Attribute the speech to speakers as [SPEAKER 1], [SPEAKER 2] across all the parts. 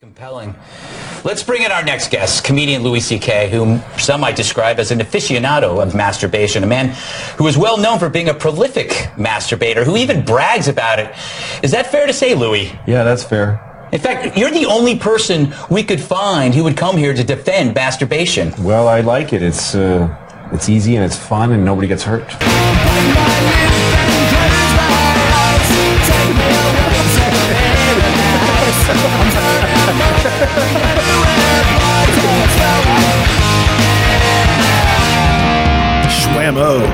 [SPEAKER 1] Compelling. Let's bring in our next guest, comedian Louis C.K., whom some might describe as an aficionado of masturbation, a man who is well known for being a prolific masturbator, who even brags about it. Is that fair to say, Louis?
[SPEAKER 2] Yeah, that's fair.
[SPEAKER 1] In fact, you're the only person we could find who would come here to defend masturbation.
[SPEAKER 2] Well, I like it. It's uh, it's easy and it's fun and nobody gets hurt.
[SPEAKER 3] Schwammo.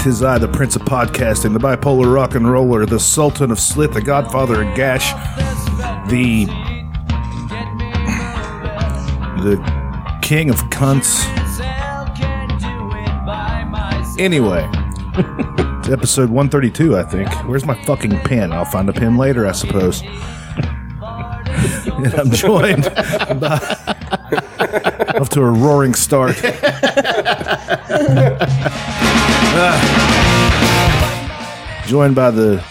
[SPEAKER 3] Tis I, the Prince of Podcasting, the bipolar rock and roller, the Sultan of Slit, the Godfather of Gash, the the King of Cunts. Anyway, it's episode 132, I think. Where's my fucking pen? I'll find a pen later, I suppose. and I'm joined by, off to a roaring start. joined by the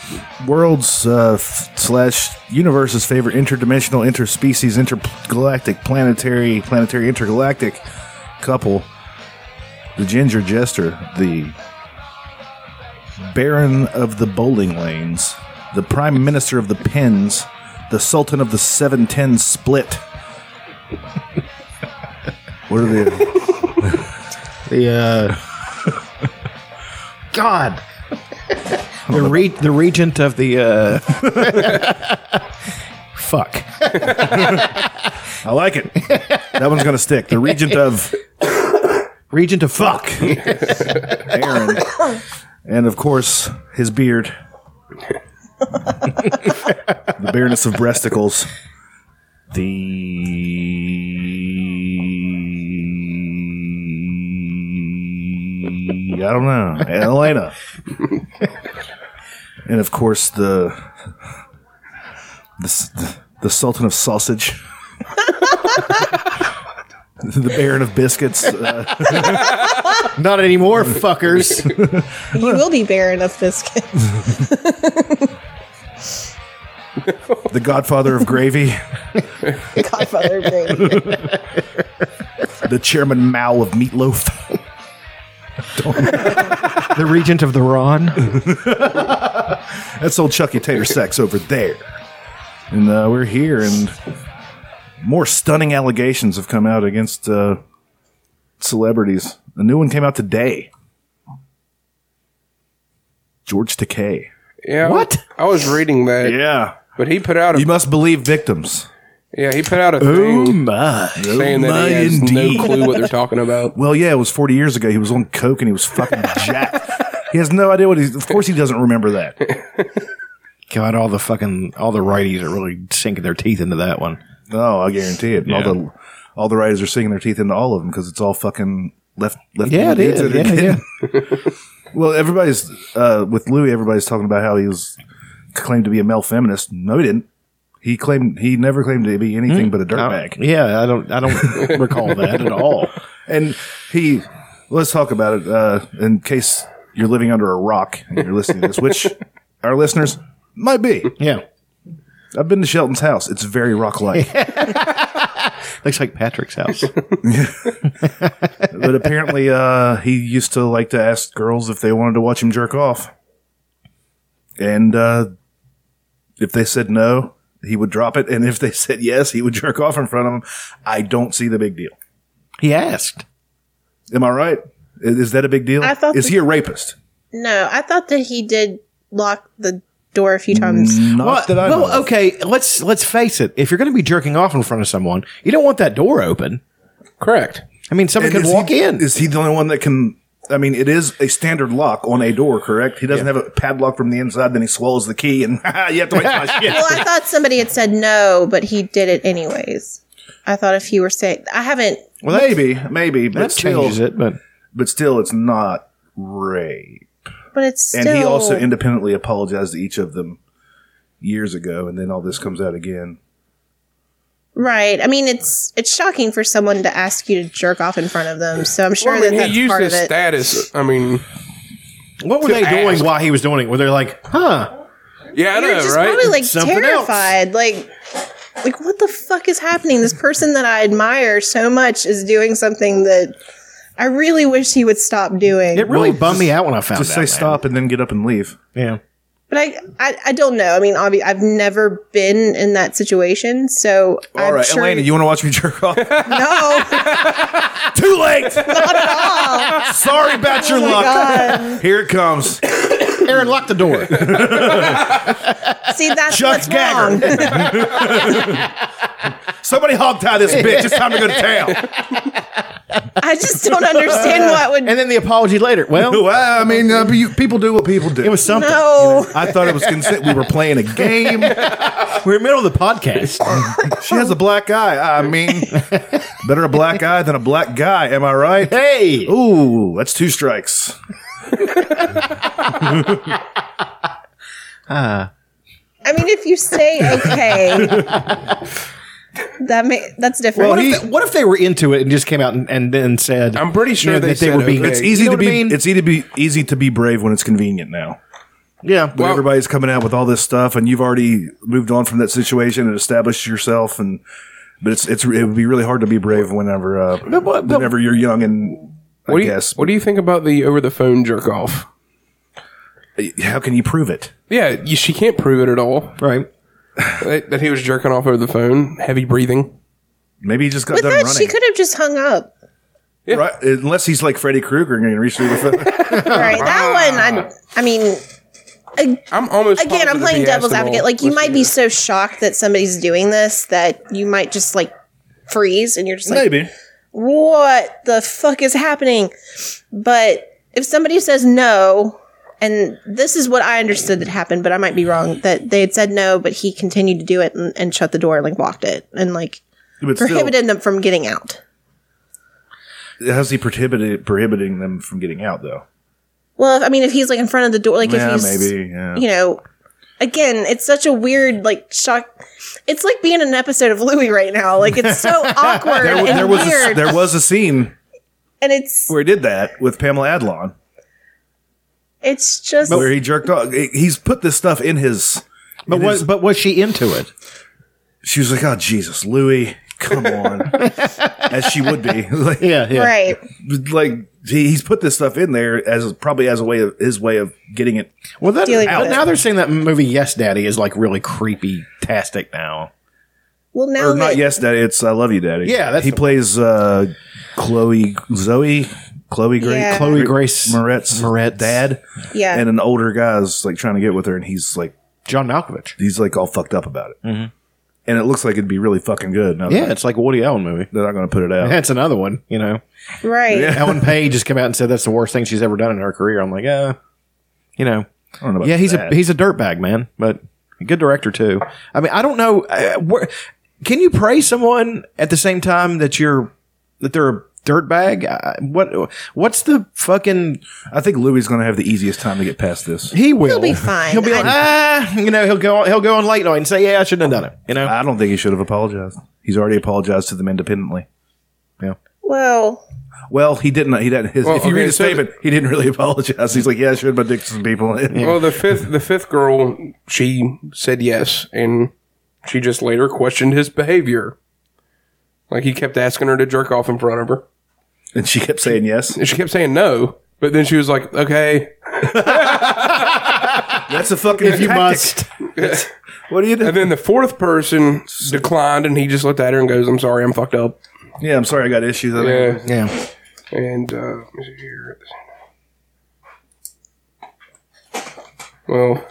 [SPEAKER 3] world's uh, f- slash universe's favorite interdimensional, interspecies, intergalactic, planetary, planetary, intergalactic couple, the Ginger Jester, the Baron of the Bowling Lanes, the Prime Minister of the Pins, the Sultan of the 710 Split. What are they?
[SPEAKER 4] the uh, God, the re- the regent of the uh, fuck.
[SPEAKER 3] I like it. That one's going to stick. The Regent of
[SPEAKER 4] Regent of fuck.
[SPEAKER 3] Aaron. And of course, his beard. the bareness of breasticles. The. I don't know. Elena. and of course, the. The, s- the Sultan of Sausage. the Baron of Biscuits. Uh,
[SPEAKER 4] Not anymore, fuckers.
[SPEAKER 5] You will be Baron of Biscuit.
[SPEAKER 3] the Godfather of Gravy.
[SPEAKER 5] Godfather Baron.
[SPEAKER 3] the chairman Mao of Meatloaf.
[SPEAKER 4] the regent of the Ron.
[SPEAKER 3] That's old Chucky Tater Sex over there. And uh, we're here, and more stunning allegations have come out against uh, celebrities. A new one came out today. George Takei.
[SPEAKER 6] Yeah.
[SPEAKER 4] What?
[SPEAKER 6] I was reading that.
[SPEAKER 3] Yeah.
[SPEAKER 6] But he put out a
[SPEAKER 3] You must believe victims.
[SPEAKER 6] yeah, he put out a thing
[SPEAKER 3] my.
[SPEAKER 6] saying that he has no clue what they're talking about.
[SPEAKER 3] Well, yeah, it was 40 years ago. He was on coke and he was fucking jacked. He has no idea what he's. Of course, he doesn't remember that.
[SPEAKER 4] God, all the fucking all the righties are really sinking their teeth into that one.
[SPEAKER 3] Oh, I guarantee it. All the all the writers are sinking their teeth into all of them because it's all fucking left left.
[SPEAKER 4] Yeah, it
[SPEAKER 3] dudes
[SPEAKER 4] is.
[SPEAKER 3] that are
[SPEAKER 4] Yeah,
[SPEAKER 3] getting- well, everybody's uh, with Louis. Everybody's talking about how he was claimed to be a male feminist. No, he didn't. He claimed he never claimed to be
[SPEAKER 4] Hmm.
[SPEAKER 3] anything but a dirtbag.
[SPEAKER 4] Yeah, I don't I don't recall that at all.
[SPEAKER 3] And he, let's talk about it uh, in case you're living under a rock and you're listening to this, which our listeners might be.
[SPEAKER 4] Yeah.
[SPEAKER 3] I've been to Shelton's house. It's very rock like.
[SPEAKER 4] Looks like Patrick's house.
[SPEAKER 3] but apparently uh, he used to like to ask girls if they wanted to watch him jerk off and uh, if they said no he would drop it and if they said yes he would jerk off in front of them i don't see the big deal
[SPEAKER 4] he asked.
[SPEAKER 3] am i right is is that a big deal
[SPEAKER 5] I thought
[SPEAKER 3] is
[SPEAKER 5] the-
[SPEAKER 3] he a rapist
[SPEAKER 5] No, I thought that he did lock the door a few times.
[SPEAKER 3] not
[SPEAKER 4] Well,
[SPEAKER 3] that i know
[SPEAKER 4] well
[SPEAKER 3] of.
[SPEAKER 4] okay, let's let's face it. If you're going to be jerking off in front of someone, you don't want that door open.
[SPEAKER 6] Correct.
[SPEAKER 4] I mean, someone
[SPEAKER 3] And
[SPEAKER 4] could
[SPEAKER 3] is
[SPEAKER 4] walk
[SPEAKER 3] he-
[SPEAKER 4] in.
[SPEAKER 3] is he the only one that can I mean, it is a standard lock on a door, correct? He doesn't have a padlock from the inside. Then he swallows the key, and you have to wait for my shit.
[SPEAKER 5] Well, I thought somebody had said no, but he did it anyways. I thought if he were saying, I haven't.
[SPEAKER 3] Well, maybe, maybe, but
[SPEAKER 4] that
[SPEAKER 3] still,
[SPEAKER 4] changes it, but
[SPEAKER 3] but still it's not rape.
[SPEAKER 5] But it's still.
[SPEAKER 3] And he also independently apologized to each of them years ago, and then all this comes out again.
[SPEAKER 5] right. I mean, it's it's shocking for someone to ask you to jerk off in front of them. So I'm sure
[SPEAKER 6] Well, I
[SPEAKER 5] that
[SPEAKER 6] mean,
[SPEAKER 5] that's
[SPEAKER 6] he used
[SPEAKER 5] part of
[SPEAKER 6] his
[SPEAKER 5] it.
[SPEAKER 6] status. I mean,
[SPEAKER 4] what were
[SPEAKER 6] To
[SPEAKER 4] they doing
[SPEAKER 6] ask.
[SPEAKER 4] while he was doing it? Were they like, huh?
[SPEAKER 6] yeah, I
[SPEAKER 5] You're
[SPEAKER 6] know,
[SPEAKER 5] just
[SPEAKER 6] right?
[SPEAKER 5] probably like
[SPEAKER 4] Something else.
[SPEAKER 5] terrified. Like like, what the fuck is happening? This person that I admire so much is doing something that I really wish he would stop doing.
[SPEAKER 4] It really bummed me out when I found
[SPEAKER 3] Just
[SPEAKER 4] out.
[SPEAKER 3] say
[SPEAKER 4] man.
[SPEAKER 3] stop and then get up and leave.
[SPEAKER 4] Yeah.
[SPEAKER 5] But I, I, I don't know. I mean, obvi- I've never been in that situation, so
[SPEAKER 3] All right,
[SPEAKER 5] I'm sure Oh
[SPEAKER 3] Elena, you want to watch me jerk off?
[SPEAKER 5] no.
[SPEAKER 3] Too late. Not at all. Oh Sorry about your luck. Here it comes.
[SPEAKER 4] Aaron, lock the door.
[SPEAKER 5] See, that's
[SPEAKER 3] Chuck
[SPEAKER 5] what's
[SPEAKER 3] Gagger.
[SPEAKER 5] wrong.
[SPEAKER 3] Somebody hog tie this bitch. It's time to go to town.
[SPEAKER 5] I just don't understand what would.
[SPEAKER 4] and then the apology later. Well,
[SPEAKER 3] Well, I mean, uh, you, people do what people do.
[SPEAKER 4] it was something.
[SPEAKER 5] no,
[SPEAKER 3] I thought it was consent. We were playing a game.
[SPEAKER 4] We're in the middle of the podcast.
[SPEAKER 3] She has a black eye. I mean, better a black eye than a black guy. Am I right?
[SPEAKER 4] hey.
[SPEAKER 3] Ooh, that's two strikes.
[SPEAKER 5] I mean, if you say okay, that may that's different.
[SPEAKER 4] What, if they, what if they were into it and just came out and, and then said?
[SPEAKER 6] I'm pretty sure they said okay.
[SPEAKER 3] It's
[SPEAKER 6] You
[SPEAKER 3] easy
[SPEAKER 4] know
[SPEAKER 3] to
[SPEAKER 4] what I
[SPEAKER 3] be.
[SPEAKER 4] mean?
[SPEAKER 3] It's easy to be easy to be brave when it's convenient now.
[SPEAKER 4] yeah.
[SPEAKER 3] When everybody's coming out with all this stuff, and you've already moved on from that situation and established yourself, and but it's it's it would be really hard to be brave whenever uh,
[SPEAKER 4] but- but-
[SPEAKER 3] whenever you're young and
[SPEAKER 6] What
[SPEAKER 3] I
[SPEAKER 6] do, you,
[SPEAKER 3] guess
[SPEAKER 6] what do you think about the over the phone jerk off?
[SPEAKER 3] how can you prove it?
[SPEAKER 6] Yeah, you, she can't prove it at all
[SPEAKER 4] Right.
[SPEAKER 6] that, that he was jerking off over the phone, heavy breathing.
[SPEAKER 3] Maybe he just got
[SPEAKER 5] With
[SPEAKER 3] done
[SPEAKER 5] that,
[SPEAKER 3] running.
[SPEAKER 5] she could have just hung up.
[SPEAKER 3] Right, unless he's like Freddy Krueger and he reached through the phone.
[SPEAKER 5] Right, that one. I, I mean,
[SPEAKER 6] I'm almost
[SPEAKER 5] again, I'm
[SPEAKER 6] positive
[SPEAKER 5] playing
[SPEAKER 6] he asked
[SPEAKER 5] devil's
[SPEAKER 6] them all
[SPEAKER 5] advocate. Like, you
[SPEAKER 6] with
[SPEAKER 5] might
[SPEAKER 6] me.
[SPEAKER 5] be so shocked that somebody's doing this that you might just like freeze, and you're just like, what the fuck is happening? But if somebody says no, and this is what I understood that happened, but I might be wrong, that they had said no, but he continued to do it and, and shut the door and like locked it and like
[SPEAKER 3] But still,
[SPEAKER 5] prohibited them from getting out.
[SPEAKER 3] how's he prohibited prohibiting them from getting out though?
[SPEAKER 5] Well, if, I mean, if he's like in front of the door, like
[SPEAKER 3] yeah,
[SPEAKER 5] if he's,
[SPEAKER 3] maybe. Yeah.
[SPEAKER 5] you know, again, it's such a weird like shock. It's like being in an episode of Louie right now. Like it's so awkward
[SPEAKER 3] there,
[SPEAKER 5] and
[SPEAKER 3] there was a,
[SPEAKER 5] weird,
[SPEAKER 3] there was a scene
[SPEAKER 5] and it's
[SPEAKER 3] where he did that with Pamela Adlon,
[SPEAKER 5] it's just
[SPEAKER 3] where he jerked off. He- He's put this stuff in his.
[SPEAKER 4] But
[SPEAKER 3] in his-
[SPEAKER 4] was, but was she into it?
[SPEAKER 3] she was like, "Oh Jesus, Louis, come on," as she would be. like,
[SPEAKER 4] Yeah. Yeah.
[SPEAKER 5] right.
[SPEAKER 3] like he- he's put this stuff in there as probably as a way of his way of getting it.
[SPEAKER 4] Well, that,
[SPEAKER 5] Dealing
[SPEAKER 4] now,
[SPEAKER 5] with it.
[SPEAKER 4] now they're saying that movie Yes Daddy is like really creepy tastic now.
[SPEAKER 5] Well, now
[SPEAKER 3] Or not,
[SPEAKER 5] that-
[SPEAKER 3] yes, daddy. It's I love you, daddy.
[SPEAKER 4] Yeah, that's
[SPEAKER 3] he
[SPEAKER 4] the-
[SPEAKER 3] plays uh, Chloe, Zoe, Chloe Grace,
[SPEAKER 5] Yeah.
[SPEAKER 4] Chloe Grace
[SPEAKER 3] Moretz,
[SPEAKER 4] Moretz.
[SPEAKER 3] dad,
[SPEAKER 5] yeah,
[SPEAKER 3] and an older guy's like trying to get with her, and he's like
[SPEAKER 4] John Malkovich.
[SPEAKER 3] he's like all fucked up about it, mm-hmm. and it looks like it'd be really fucking good. And I was
[SPEAKER 4] Yeah,
[SPEAKER 3] like,
[SPEAKER 4] it's like a Woody Allen movie.
[SPEAKER 3] they're not going to put it out.
[SPEAKER 4] That's another one, you know.
[SPEAKER 5] right.
[SPEAKER 4] Ellen Page just came out and said that's the worst thing she's ever done in her career. I'm like, uh, you know,
[SPEAKER 3] I don't know about
[SPEAKER 4] yeah, he's
[SPEAKER 3] that.
[SPEAKER 4] a he's a dirtbag man, but a good director too. I mean, I don't know. Uh, where, can you praise someone at the same time that you're that they're a dirtbag? Uh, what what's the fucking
[SPEAKER 3] I think Louis is going to have the easiest time to get past this.
[SPEAKER 4] he will
[SPEAKER 5] He'll be fine.
[SPEAKER 4] He'll be like, ah, you know, he'll go he'll go on late night and say, yeah, I shouldn't have done it. You know,
[SPEAKER 3] I don't think he should have apologized. He's already apologized to them independently.
[SPEAKER 5] well,
[SPEAKER 3] Well, he didn't. He didn't. His,
[SPEAKER 6] Well,
[SPEAKER 3] if you
[SPEAKER 6] okay,
[SPEAKER 3] read his
[SPEAKER 6] so-
[SPEAKER 3] statement, he didn't really apologize. He's like, "Yeah, I showed my dick to some people."
[SPEAKER 6] Well, the fifth the fifth girl, she said yes, and she just later questioned his behavior. Like he kept asking her to jerk off in front of her,
[SPEAKER 3] And she kept saying yes.
[SPEAKER 6] and she kept saying no. But then she was like, "Okay,"
[SPEAKER 3] That's a fucking.
[SPEAKER 4] if you
[SPEAKER 3] tactic.
[SPEAKER 4] must.
[SPEAKER 3] what do you do?
[SPEAKER 6] and then the fourth person declined, and he just looked at her and goes, "I'm sorry, I'm fucked up."
[SPEAKER 3] Yeah, I'm sorry, I got issues. I think-
[SPEAKER 6] Yeah,
[SPEAKER 4] Yeah,
[SPEAKER 6] and uh, let me see here. Well,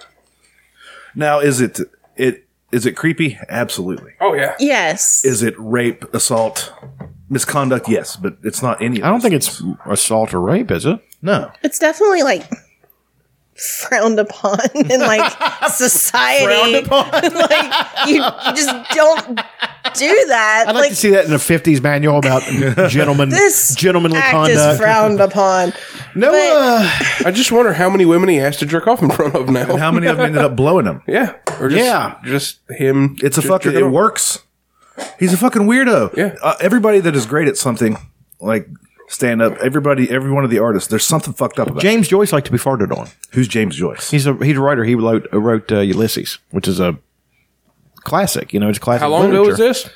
[SPEAKER 3] Now, is it it is it creepy? Absolutely.
[SPEAKER 6] oh yeah,
[SPEAKER 5] yes.
[SPEAKER 3] Is it rape, assault, misconduct? Yes, but it's not any. Of
[SPEAKER 4] I don't think it's assault or rape, is it?
[SPEAKER 3] no.
[SPEAKER 5] It's definitely like frowned upon in like society. like you, you just don't do that.
[SPEAKER 4] I'd like,
[SPEAKER 5] like
[SPEAKER 4] to see that in a '50s manual about gentlemen,
[SPEAKER 5] this
[SPEAKER 4] gentlemanly
[SPEAKER 5] act is
[SPEAKER 4] conduct.
[SPEAKER 5] frowned upon.
[SPEAKER 4] no,
[SPEAKER 5] but-
[SPEAKER 4] uh,
[SPEAKER 6] I just wonder how many women he has to jerk off in front of now.
[SPEAKER 3] How many of them ended up blowing him?
[SPEAKER 6] Yeah. Or just,
[SPEAKER 4] Yeah.
[SPEAKER 6] Just him.
[SPEAKER 3] It's a
[SPEAKER 6] just
[SPEAKER 3] fucking.
[SPEAKER 6] jerking
[SPEAKER 3] It
[SPEAKER 6] off.
[SPEAKER 3] works. He's a fucking weirdo.
[SPEAKER 6] Yeah.
[SPEAKER 3] Uh, everybody that is great at something, like stand up, everybody, every one of the artists, there's something fucked up about. it.
[SPEAKER 4] James Joyce liked to be farted on.
[SPEAKER 3] Who's James Joyce?
[SPEAKER 4] uh, He's a he's a writer. He wrote, wrote uh, Ulysses, which is a classic. You know, it's classic.
[SPEAKER 6] How long ago was
[SPEAKER 4] literature.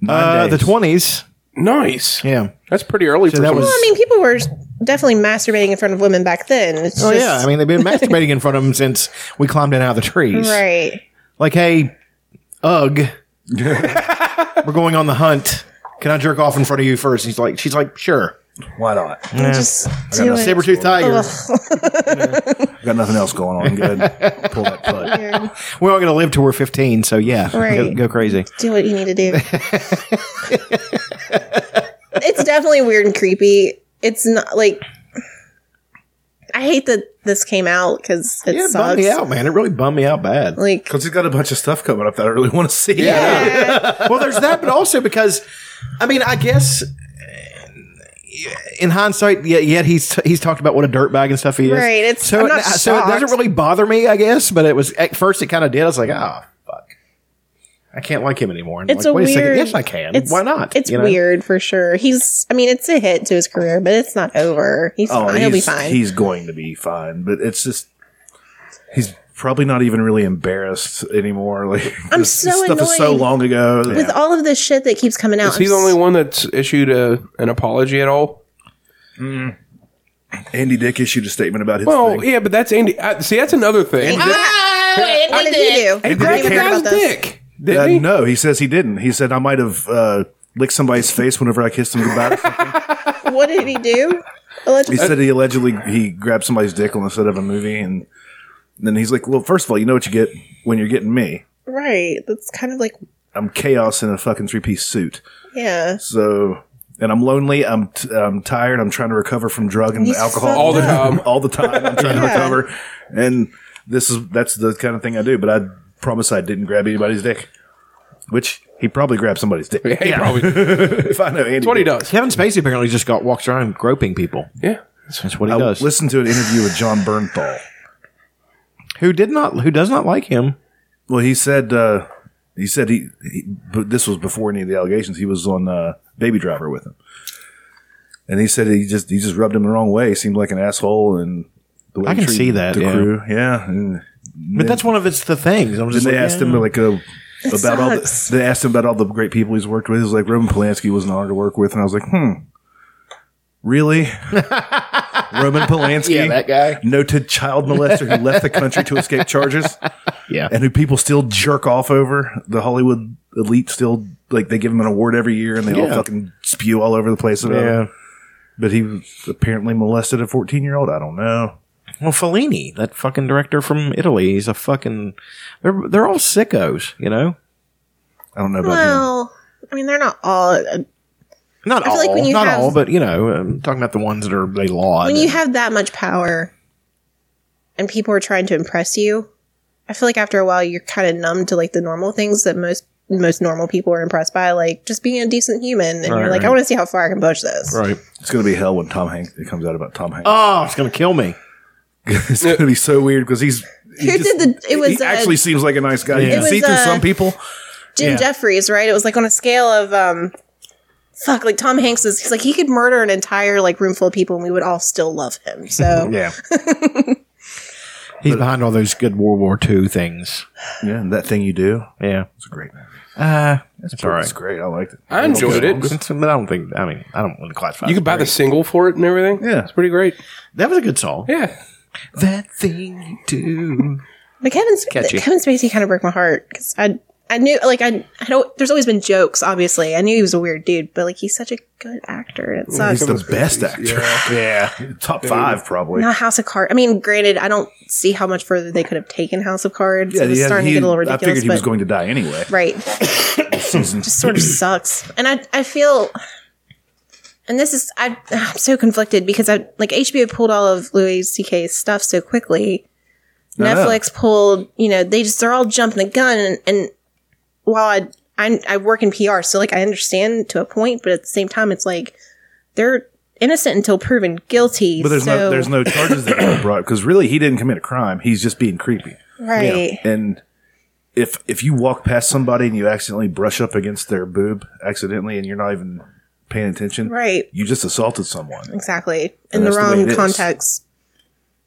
[SPEAKER 6] this?
[SPEAKER 4] Uh, the twenties.
[SPEAKER 6] Nice.
[SPEAKER 4] Yeah.
[SPEAKER 6] That's pretty early for
[SPEAKER 4] that
[SPEAKER 6] some-
[SPEAKER 4] was-
[SPEAKER 5] Well, I mean, people were definitely masturbating in front of women back then. It's
[SPEAKER 4] Oh
[SPEAKER 5] just,
[SPEAKER 4] yeah. I mean, they've been masturbating in front of them since we climbed in out of the trees.
[SPEAKER 5] right.
[SPEAKER 4] Like, hey, ugh, we're going on the hunt. Can I jerk off in front of you first? He's like, she's like, sure.
[SPEAKER 2] Why not?
[SPEAKER 5] Just do it.
[SPEAKER 4] Saber tooth tiger.
[SPEAKER 3] Got nothing else going on. Good. Pull that putt.
[SPEAKER 4] We're all going to live till we're fifteen. So yeah, go-
[SPEAKER 5] Right.
[SPEAKER 4] go crazy.
[SPEAKER 5] do what you need to do. it's definitely weird and creepy. It's not like I hate that this came out because it
[SPEAKER 4] Yeah, it bummed
[SPEAKER 5] sucks.
[SPEAKER 4] me out, man. It really bummed me out bad.
[SPEAKER 5] Like,
[SPEAKER 3] Because he's got a bunch of stuff coming up that I really want to see.
[SPEAKER 5] yeah,
[SPEAKER 4] well, there's that, but also because, I mean, I guess uh, in hindsight, yet, yet he's he's talked about what a dirtbag and stuff he is.
[SPEAKER 5] Right, it's-
[SPEAKER 4] so
[SPEAKER 5] I'm
[SPEAKER 4] it,
[SPEAKER 5] not
[SPEAKER 4] so it doesn't
[SPEAKER 5] shocked.
[SPEAKER 4] really bother me, I guess. But it was at first it kind of did. I was like, ah, fuck, I can't like him anymore. And
[SPEAKER 5] it's
[SPEAKER 4] like,
[SPEAKER 5] a
[SPEAKER 4] wait
[SPEAKER 5] weird.
[SPEAKER 4] a second, yes, I can.
[SPEAKER 5] it's-
[SPEAKER 4] Why not?
[SPEAKER 5] It's
[SPEAKER 4] You know?
[SPEAKER 5] weird for sure. He's. I mean, it's a hit to his career, but it's not over. He's.
[SPEAKER 3] Oh,
[SPEAKER 5] fine.
[SPEAKER 3] he's,
[SPEAKER 5] He'll be fine.
[SPEAKER 3] he's going to be fine. But it's just, he's probably not even really embarrassed anymore. Like,
[SPEAKER 5] I'm
[SPEAKER 3] this, this
[SPEAKER 5] so
[SPEAKER 3] stuff is so
[SPEAKER 5] annoyed
[SPEAKER 3] long ago.
[SPEAKER 5] With all of this shit that keeps coming out,
[SPEAKER 6] Is he
[SPEAKER 5] I'm
[SPEAKER 6] the
[SPEAKER 5] s-
[SPEAKER 6] only one that's issued a, an apology at all?
[SPEAKER 3] Andy Dick issued a statement about his
[SPEAKER 6] Well,
[SPEAKER 3] thing.
[SPEAKER 6] yeah, but that's Andy. I, see, that's another thing.
[SPEAKER 5] what did he do?
[SPEAKER 6] He
[SPEAKER 5] I
[SPEAKER 6] grabbed
[SPEAKER 5] didn't
[SPEAKER 6] the
[SPEAKER 5] hear
[SPEAKER 6] guy's
[SPEAKER 5] about this.
[SPEAKER 6] dick. Didn't
[SPEAKER 3] Uh,
[SPEAKER 6] he?
[SPEAKER 3] no, he says he didn't. He said I might have uh, licked somebody's face whenever I kissed him goodbye. or something."
[SPEAKER 5] What did he do? Allegedly-
[SPEAKER 3] he said he allegedly he grabbed somebody's dick on the set of a movie, and then he's like, "Well, first of all, you know what you get when you're getting me.
[SPEAKER 5] uh, right. That's kind of like,
[SPEAKER 3] I'm chaos in a fucking three piece suit.
[SPEAKER 5] yeah.
[SPEAKER 3] So, and I'm lonely. I'm t- I'm tired. I'm trying to recover from drug and
[SPEAKER 5] He's
[SPEAKER 3] alcohol
[SPEAKER 5] fucked All
[SPEAKER 6] the up. time.
[SPEAKER 3] all the time. I'm trying to
[SPEAKER 5] Yeah.
[SPEAKER 3] recover, and this is that's the kind of thing I do. But I promise I didn't grab anybody's dick, which he probably grabbed somebody's dick.
[SPEAKER 6] Yeah, he probably. That's
[SPEAKER 3] if I know Andy,
[SPEAKER 6] what he
[SPEAKER 3] Dick.
[SPEAKER 6] does.
[SPEAKER 4] Kevin Spacey apparently just got walks around groping people.
[SPEAKER 6] Yeah.
[SPEAKER 4] That's what he
[SPEAKER 3] I
[SPEAKER 4] does.
[SPEAKER 3] listened to an interview with John Bernthal.
[SPEAKER 4] who did not? Who does not like him?
[SPEAKER 3] Well, he said uh, he said he, he but this was before any of the allegations. He was on uh, Baby Driver with him, and he said he just he just rubbed him the wrong way. He seemed like an asshole, and the way
[SPEAKER 4] I
[SPEAKER 3] he
[SPEAKER 4] can
[SPEAKER 3] treated
[SPEAKER 4] see that,
[SPEAKER 3] The
[SPEAKER 4] yeah.
[SPEAKER 3] crew, yeah. And
[SPEAKER 4] But that's one of its the things. I'm
[SPEAKER 3] then
[SPEAKER 4] just
[SPEAKER 3] they
[SPEAKER 4] like,
[SPEAKER 3] asked
[SPEAKER 4] yeah.
[SPEAKER 3] him like uh, about all the,
[SPEAKER 5] sucks.
[SPEAKER 3] they asked him about all the great people he's worked with. It was like Roman Polanski was an honor to work with, and I was like, hmm, really, Roman Polanski,
[SPEAKER 4] Yeah, that guy.
[SPEAKER 3] noted child molester who left the country to escape charges.
[SPEAKER 4] Yeah.
[SPEAKER 3] and who people still jerk off over. The Hollywood elite still like they give him an award every year, and they all
[SPEAKER 4] Yeah.
[SPEAKER 3] fucking spew all over the place about
[SPEAKER 4] Yeah.
[SPEAKER 3] him. But he was apparently molested a fourteen-year-old. I don't know.
[SPEAKER 4] Well, Fellini, that fucking director from Italy, he's a fucking. They're they're all sickos, you know.
[SPEAKER 3] I don't know about him.
[SPEAKER 5] Well, I mean, they're not all. uh,
[SPEAKER 4] Not
[SPEAKER 5] feel
[SPEAKER 4] all,
[SPEAKER 5] like when you
[SPEAKER 4] not
[SPEAKER 5] have-
[SPEAKER 4] all, but you know, I'm talking about the ones that are they laud.
[SPEAKER 5] When you have that much power and people are trying to impress you, I feel like after a while you're kind of numb to like the normal things that most most normal people are impressed by, like just being a decent human. And you're like, I want to see how far I can push this.
[SPEAKER 4] right?
[SPEAKER 3] It's gonna be hell when Tom Hanks it comes out about Tom Hanks.
[SPEAKER 4] Oh, it's gonna kill me.
[SPEAKER 3] it's gonna be so weird because he's he
[SPEAKER 5] Who did the- it
[SPEAKER 3] he-
[SPEAKER 5] was,
[SPEAKER 3] he
[SPEAKER 5] uh,
[SPEAKER 3] actually seems like a nice guy. You
[SPEAKER 5] It
[SPEAKER 3] can see
[SPEAKER 5] was,
[SPEAKER 3] through
[SPEAKER 5] uh,
[SPEAKER 3] some people.
[SPEAKER 5] Jim Jeffries, right? It was like on a scale of um fuck, like Tom Hanks is he's like he could murder an entire like room full of people and we would all still love him. So
[SPEAKER 4] Yeah, he's behind all those good World War II things.
[SPEAKER 3] Yeah, and that thing you do.
[SPEAKER 4] Yeah,
[SPEAKER 3] It's a great movie.
[SPEAKER 4] uh, that's all
[SPEAKER 3] It's
[SPEAKER 4] right.
[SPEAKER 3] great. I liked it.
[SPEAKER 6] I enjoyed it.
[SPEAKER 4] It's- but I don't think. I mean, I don't want to classify.
[SPEAKER 6] You
[SPEAKER 4] it
[SPEAKER 6] could buy the
[SPEAKER 4] great.
[SPEAKER 6] single for it and everything.
[SPEAKER 3] Yeah.
[SPEAKER 6] It's pretty great.
[SPEAKER 4] That was a good song.
[SPEAKER 6] Yeah.
[SPEAKER 4] That thing you do.
[SPEAKER 5] But Kevin, Sp-
[SPEAKER 4] Catchy.
[SPEAKER 5] Kevin Spacey kind of broke my heart because I, I knew like I, I don't. There's always been jokes, obviously. I knew he was a weird dude, but like he's such a good actor. and It sucks.
[SPEAKER 3] He's the best actor.
[SPEAKER 4] Yeah,
[SPEAKER 3] Top five probably.
[SPEAKER 5] Now House of Cards. I mean, granted, I don't see how much further they could have taken House of Cards. it was
[SPEAKER 3] yeah,
[SPEAKER 5] starting
[SPEAKER 3] he-
[SPEAKER 5] to get a little
[SPEAKER 3] I
[SPEAKER 5] ridiculous.
[SPEAKER 3] figured he
[SPEAKER 5] but,
[SPEAKER 3] was going to die anyway.
[SPEAKER 5] right.
[SPEAKER 3] Season
[SPEAKER 5] Just sort of sucks, and I, I feel. And this is I, I'm so conflicted because I like HBO pulled all of Louis C.K.'s stuff so quickly.
[SPEAKER 3] I know.
[SPEAKER 5] Netflix pulled, you know, they just they're all jumping the gun and, and while I I'm, I work in PR, so like I understand to a point, but at the same time, it's like they're innocent until proven guilty.
[SPEAKER 3] But there's
[SPEAKER 5] so,
[SPEAKER 3] no there's no charges that are brought because really he didn't commit a crime. He's just being creepy.
[SPEAKER 5] right.
[SPEAKER 3] And if if you walk past somebody and you accidentally brush up against their boob accidentally and you're not even paying attention,
[SPEAKER 5] Right.
[SPEAKER 3] You just assaulted someone.
[SPEAKER 5] Exactly. In the
[SPEAKER 3] that's the way
[SPEAKER 5] wrong
[SPEAKER 3] it is.
[SPEAKER 5] context.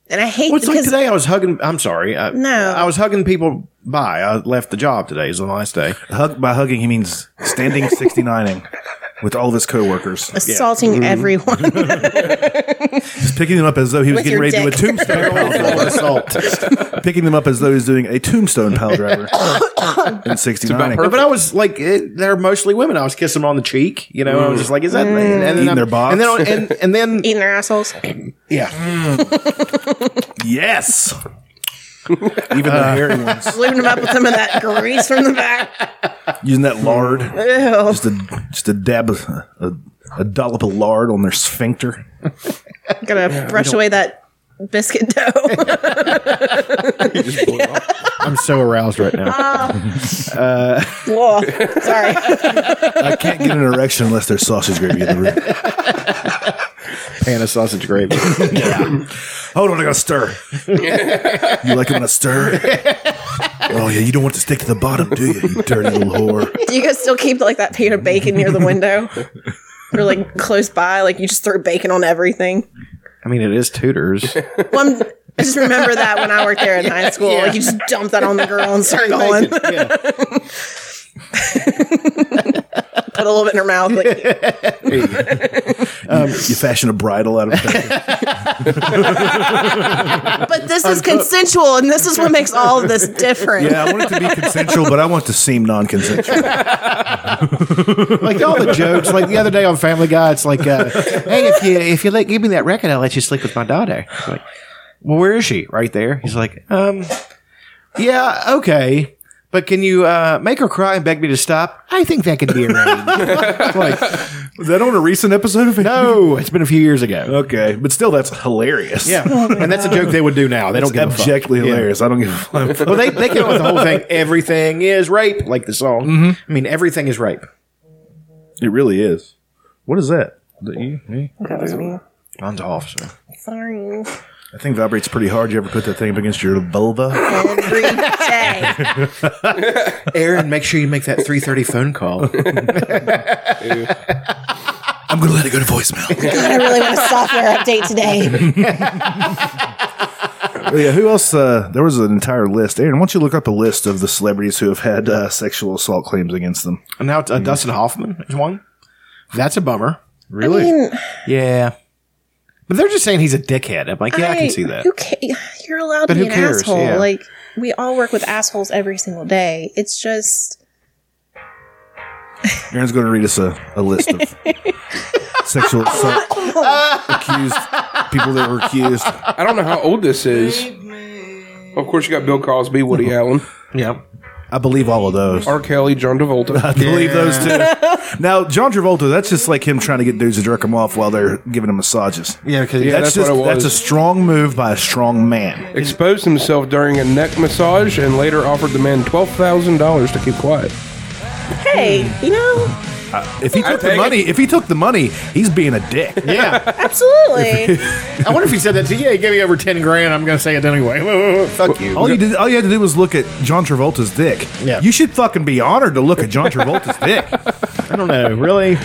[SPEAKER 5] And I hate
[SPEAKER 4] Well, it's like
[SPEAKER 5] because
[SPEAKER 4] today I was hugging. I'm sorry. I,
[SPEAKER 5] No.
[SPEAKER 4] I was hugging people. Bye. I left the job today. Is the last day.
[SPEAKER 3] Hug, by hugging, he means standing 69ing with all of his coworkers.
[SPEAKER 5] assaulting everyone.
[SPEAKER 3] Just picking them up as though he was
[SPEAKER 5] With
[SPEAKER 3] getting
[SPEAKER 5] your
[SPEAKER 3] ready to do a
[SPEAKER 5] dick.
[SPEAKER 3] tombstone pile driver. Picking them up as though he's doing a tombstone pile driver in 69
[SPEAKER 4] But I was like, it, they're mostly women. I was kissing them on the cheek. You know, I was just like, is that? And then
[SPEAKER 3] Mm. Eating
[SPEAKER 4] I'm-
[SPEAKER 3] their box.
[SPEAKER 4] And then, and, and then
[SPEAKER 5] Eating their assholes.
[SPEAKER 4] yeah,
[SPEAKER 3] Yes. Even the hairy ones.
[SPEAKER 5] Lubing them up with some of that grease from the back.
[SPEAKER 3] Using that lard.
[SPEAKER 5] Ew.
[SPEAKER 3] just a just a dab of, a, a dollop of lard on their sphincter.
[SPEAKER 5] Gonna brush away that biscuit dough.
[SPEAKER 4] I'm so aroused right now.
[SPEAKER 5] Whoa. Sorry.
[SPEAKER 3] I can't get an erection unless there's sausage gravy in the room.
[SPEAKER 4] Pan of sausage gravy.
[SPEAKER 3] Hold on, I gotta stir. you like it when I stir? Oh yeah, you don't want it to stick to the bottom, do you? You dirty little whore.
[SPEAKER 5] Do you guys still keep like that pan of bacon near the window? Or like close by, like you just throw bacon on everything.
[SPEAKER 4] I mean, it is Tudors.
[SPEAKER 5] Well, I'm, I just remember that when I worked there in high school, like you just dump that on the girl and start going. Put a little bit in her mouth. Like,
[SPEAKER 3] You fashion a bridle out of it.
[SPEAKER 5] but this is consensual, and this is what makes all of this different.
[SPEAKER 3] Yeah, I want it to be consensual, but I want it to seem non-consensual.
[SPEAKER 4] like all the jokes. Like the other day on Family Guy, it's like, uh, "Hey, if you if you let, give me that record, I'll let you sleep with my daughter." It's like, well, where is she? Right there. He's like, um, yeah, okay, but can you uh, make her cry and beg me to stop? I think that could be arranged. It's like,
[SPEAKER 3] Was that on a recent episode of it?
[SPEAKER 4] no, it's been a few years ago.
[SPEAKER 3] Oh. Okay, but still, that's hilarious.
[SPEAKER 4] Yeah, and that's a joke they would do now. They don't give a fuck.
[SPEAKER 3] Abjectly hilarious. I don't give a fuck.
[SPEAKER 4] Well, they they came up with the whole thing. Everything is rape, like the song. I mean, everything is rape.
[SPEAKER 3] It really is. What is that?
[SPEAKER 5] That was me.
[SPEAKER 4] John's off. So.
[SPEAKER 5] Sorry.
[SPEAKER 3] That thing vibrates pretty hard. You ever put that thing up against your vulva?
[SPEAKER 5] Every day.
[SPEAKER 4] Aaron, make sure you make that three thirty phone call.
[SPEAKER 3] I'm gonna let it go to voicemail.
[SPEAKER 5] God, I really want a software update today.
[SPEAKER 3] yeah, who else? Uh, there was an entire list. Aaron, why don't you look up a list of the celebrities who have had uh, sexual assault claims against them?
[SPEAKER 4] And now uh, Dustin Hoffman is one. That's a bummer.
[SPEAKER 3] Really?
[SPEAKER 4] Yeah. But they're just saying he's a dickhead. I'm like, yeah, I, can see that.
[SPEAKER 5] Who ca- you're allowed to
[SPEAKER 4] But
[SPEAKER 5] be
[SPEAKER 4] who
[SPEAKER 5] an
[SPEAKER 4] cares?
[SPEAKER 5] asshole.
[SPEAKER 4] Yeah.
[SPEAKER 5] Like we all work with assholes every single day. It's just
[SPEAKER 3] Aaron's going to read us a, a list of sexual assault accused people that were accused.
[SPEAKER 6] I don't know how old this is. Of course, you got Bill Cosby, Woody Allen,
[SPEAKER 4] Yeah.
[SPEAKER 3] I believe all of those.
[SPEAKER 6] R. Kelly, John
[SPEAKER 3] I
[SPEAKER 6] Travolta.
[SPEAKER 3] believe those two. Now, John Travolta, that's just like him trying to get dudes to jerk him off while they're giving him massages.
[SPEAKER 4] Yeah, because
[SPEAKER 6] Yeah,
[SPEAKER 3] that's,
[SPEAKER 6] that's
[SPEAKER 3] just
[SPEAKER 6] what it was.
[SPEAKER 3] that's a strong move by a strong man.
[SPEAKER 6] Exposed himself during a neck massage and later offered the man twelve thousand dollars to keep quiet.
[SPEAKER 5] hey, you know,
[SPEAKER 3] If he took the
[SPEAKER 6] take
[SPEAKER 3] money, if he took the money, he's being a dick.
[SPEAKER 4] yeah.
[SPEAKER 5] absolutely.
[SPEAKER 4] I wonder if he said that to you. Yeah, give me over 10 grand. I'm going to say it anyway. Fuck you.
[SPEAKER 3] All you did, all you had to do was look at John Travolta's dick.
[SPEAKER 4] Yeah.
[SPEAKER 3] You should fucking be honored to look at John Travolta's dick.
[SPEAKER 4] I don't know. Really?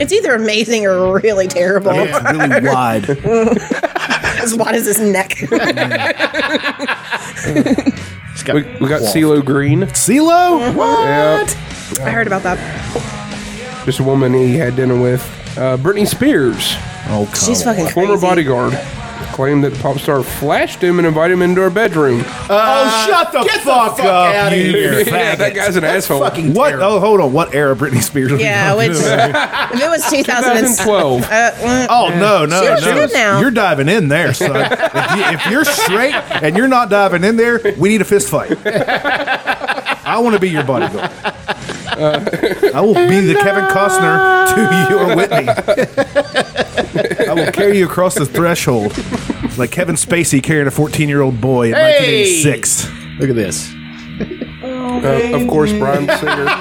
[SPEAKER 5] it's either amazing or really terrible.
[SPEAKER 3] It's really wide.
[SPEAKER 5] As wide as his neck.
[SPEAKER 6] We, we got CeeLo Green.
[SPEAKER 3] CeeLo?
[SPEAKER 6] What?
[SPEAKER 5] I heard about that.
[SPEAKER 6] Just a woman he had dinner with. Uh, Britney Spears,
[SPEAKER 3] Oh, come
[SPEAKER 5] She's
[SPEAKER 3] on.
[SPEAKER 5] fucking crazy.
[SPEAKER 6] former bodyguard, claimed that pop star flashed him and invited him into her bedroom.
[SPEAKER 3] Oh, shut the, fuck, up,
[SPEAKER 4] outta
[SPEAKER 3] you
[SPEAKER 4] here.
[SPEAKER 6] yeah, that
[SPEAKER 3] faggot.
[SPEAKER 6] guy's an asshole.
[SPEAKER 3] What? Oh, hold on. What era Britney Spears? are we
[SPEAKER 5] Yeah,
[SPEAKER 3] talking
[SPEAKER 5] which
[SPEAKER 3] about?
[SPEAKER 5] if it was 2012.
[SPEAKER 6] 2012.
[SPEAKER 5] Uh, mm,
[SPEAKER 3] Oh no, no,
[SPEAKER 5] She was
[SPEAKER 3] no!
[SPEAKER 5] good now.
[SPEAKER 3] You're diving in there, son. if, you, if you're straight and you're not diving in there, we need a fist fight. I want to be your bodyguard. Uh, I will be the Kevin Costner to your Whitney. I will carry you across the threshold like Kevin Spacey carrying a 14 year old boy in 1986.
[SPEAKER 4] Look at this.
[SPEAKER 6] Uh, of course, Brian Singer.
[SPEAKER 3] Uh,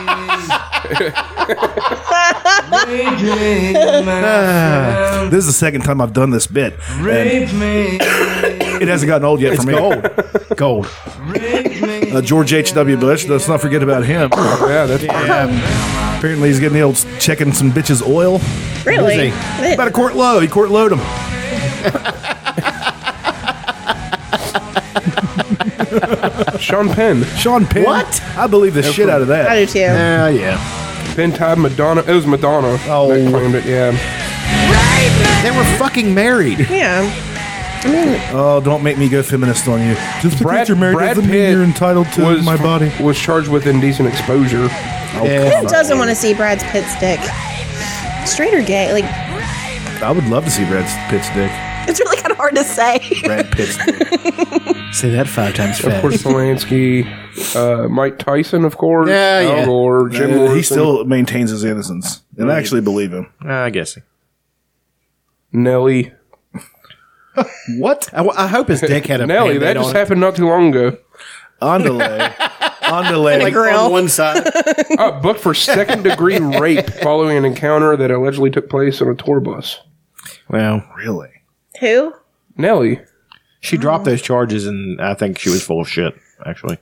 [SPEAKER 3] This is the second time I've done this bit. and it hasn't gotten old yet for me. Gold. Gold. Uh, George H.W. Bush, let's not forget about him.
[SPEAKER 6] Yeah, that's
[SPEAKER 3] Apparently, he's getting the old checking some bitches oil.
[SPEAKER 5] really?
[SPEAKER 4] Who's
[SPEAKER 5] It-
[SPEAKER 3] About a court low. He court load him.
[SPEAKER 6] Sean Penn.
[SPEAKER 3] Sean Penn.
[SPEAKER 4] What?
[SPEAKER 3] I believe the shit out of
[SPEAKER 5] I
[SPEAKER 3] that.
[SPEAKER 5] do too.
[SPEAKER 4] Yeah, Uh, yeah.
[SPEAKER 6] Penn tied Madonna. It was Madonna
[SPEAKER 3] Oh.
[SPEAKER 6] that claimed it. Yeah.
[SPEAKER 4] They were fucking married.
[SPEAKER 5] Yeah.
[SPEAKER 3] Oh, don't make me go feminist on you. Just because
[SPEAKER 6] Brad,
[SPEAKER 3] you're married
[SPEAKER 6] Brad
[SPEAKER 3] doesn't mean
[SPEAKER 6] Pitt
[SPEAKER 3] you're entitled to
[SPEAKER 6] was,
[SPEAKER 3] my body.
[SPEAKER 6] was charged with indecent exposure.
[SPEAKER 3] Oh,
[SPEAKER 5] Who doesn't want to see Brad's Pitt's dick? Straight or gay? Like,
[SPEAKER 3] I would love to see Brad Pitt's dick.
[SPEAKER 5] it's really kind of hard to say.
[SPEAKER 3] Brad Pitt's dick.
[SPEAKER 4] Say that five times
[SPEAKER 6] Of course, Polanski, uh, Mike Tyson, of course,
[SPEAKER 4] Yeah,
[SPEAKER 6] Al
[SPEAKER 4] yeah.
[SPEAKER 6] Gore, Jim
[SPEAKER 3] And Uh, he
[SPEAKER 6] Morrison,
[SPEAKER 3] still maintains his innocence, and I actually believe him.
[SPEAKER 4] Uh, I guess.
[SPEAKER 6] Nelly.
[SPEAKER 3] What?
[SPEAKER 4] I, w- I hope his dick had a
[SPEAKER 6] Nelly,
[SPEAKER 4] Band-Aid
[SPEAKER 6] that
[SPEAKER 4] on
[SPEAKER 6] just
[SPEAKER 4] it.
[SPEAKER 6] happened not too long ago.
[SPEAKER 3] Andale.
[SPEAKER 5] Like,
[SPEAKER 3] Andale.
[SPEAKER 5] grill.
[SPEAKER 4] on one side.
[SPEAKER 6] Uh, booked for second degree rape following an encounter that allegedly took place on a tour bus.
[SPEAKER 4] well,
[SPEAKER 3] Really?
[SPEAKER 5] Who?
[SPEAKER 6] Nelly,
[SPEAKER 4] she dropped those charges, and I think she was full of shit. Actually,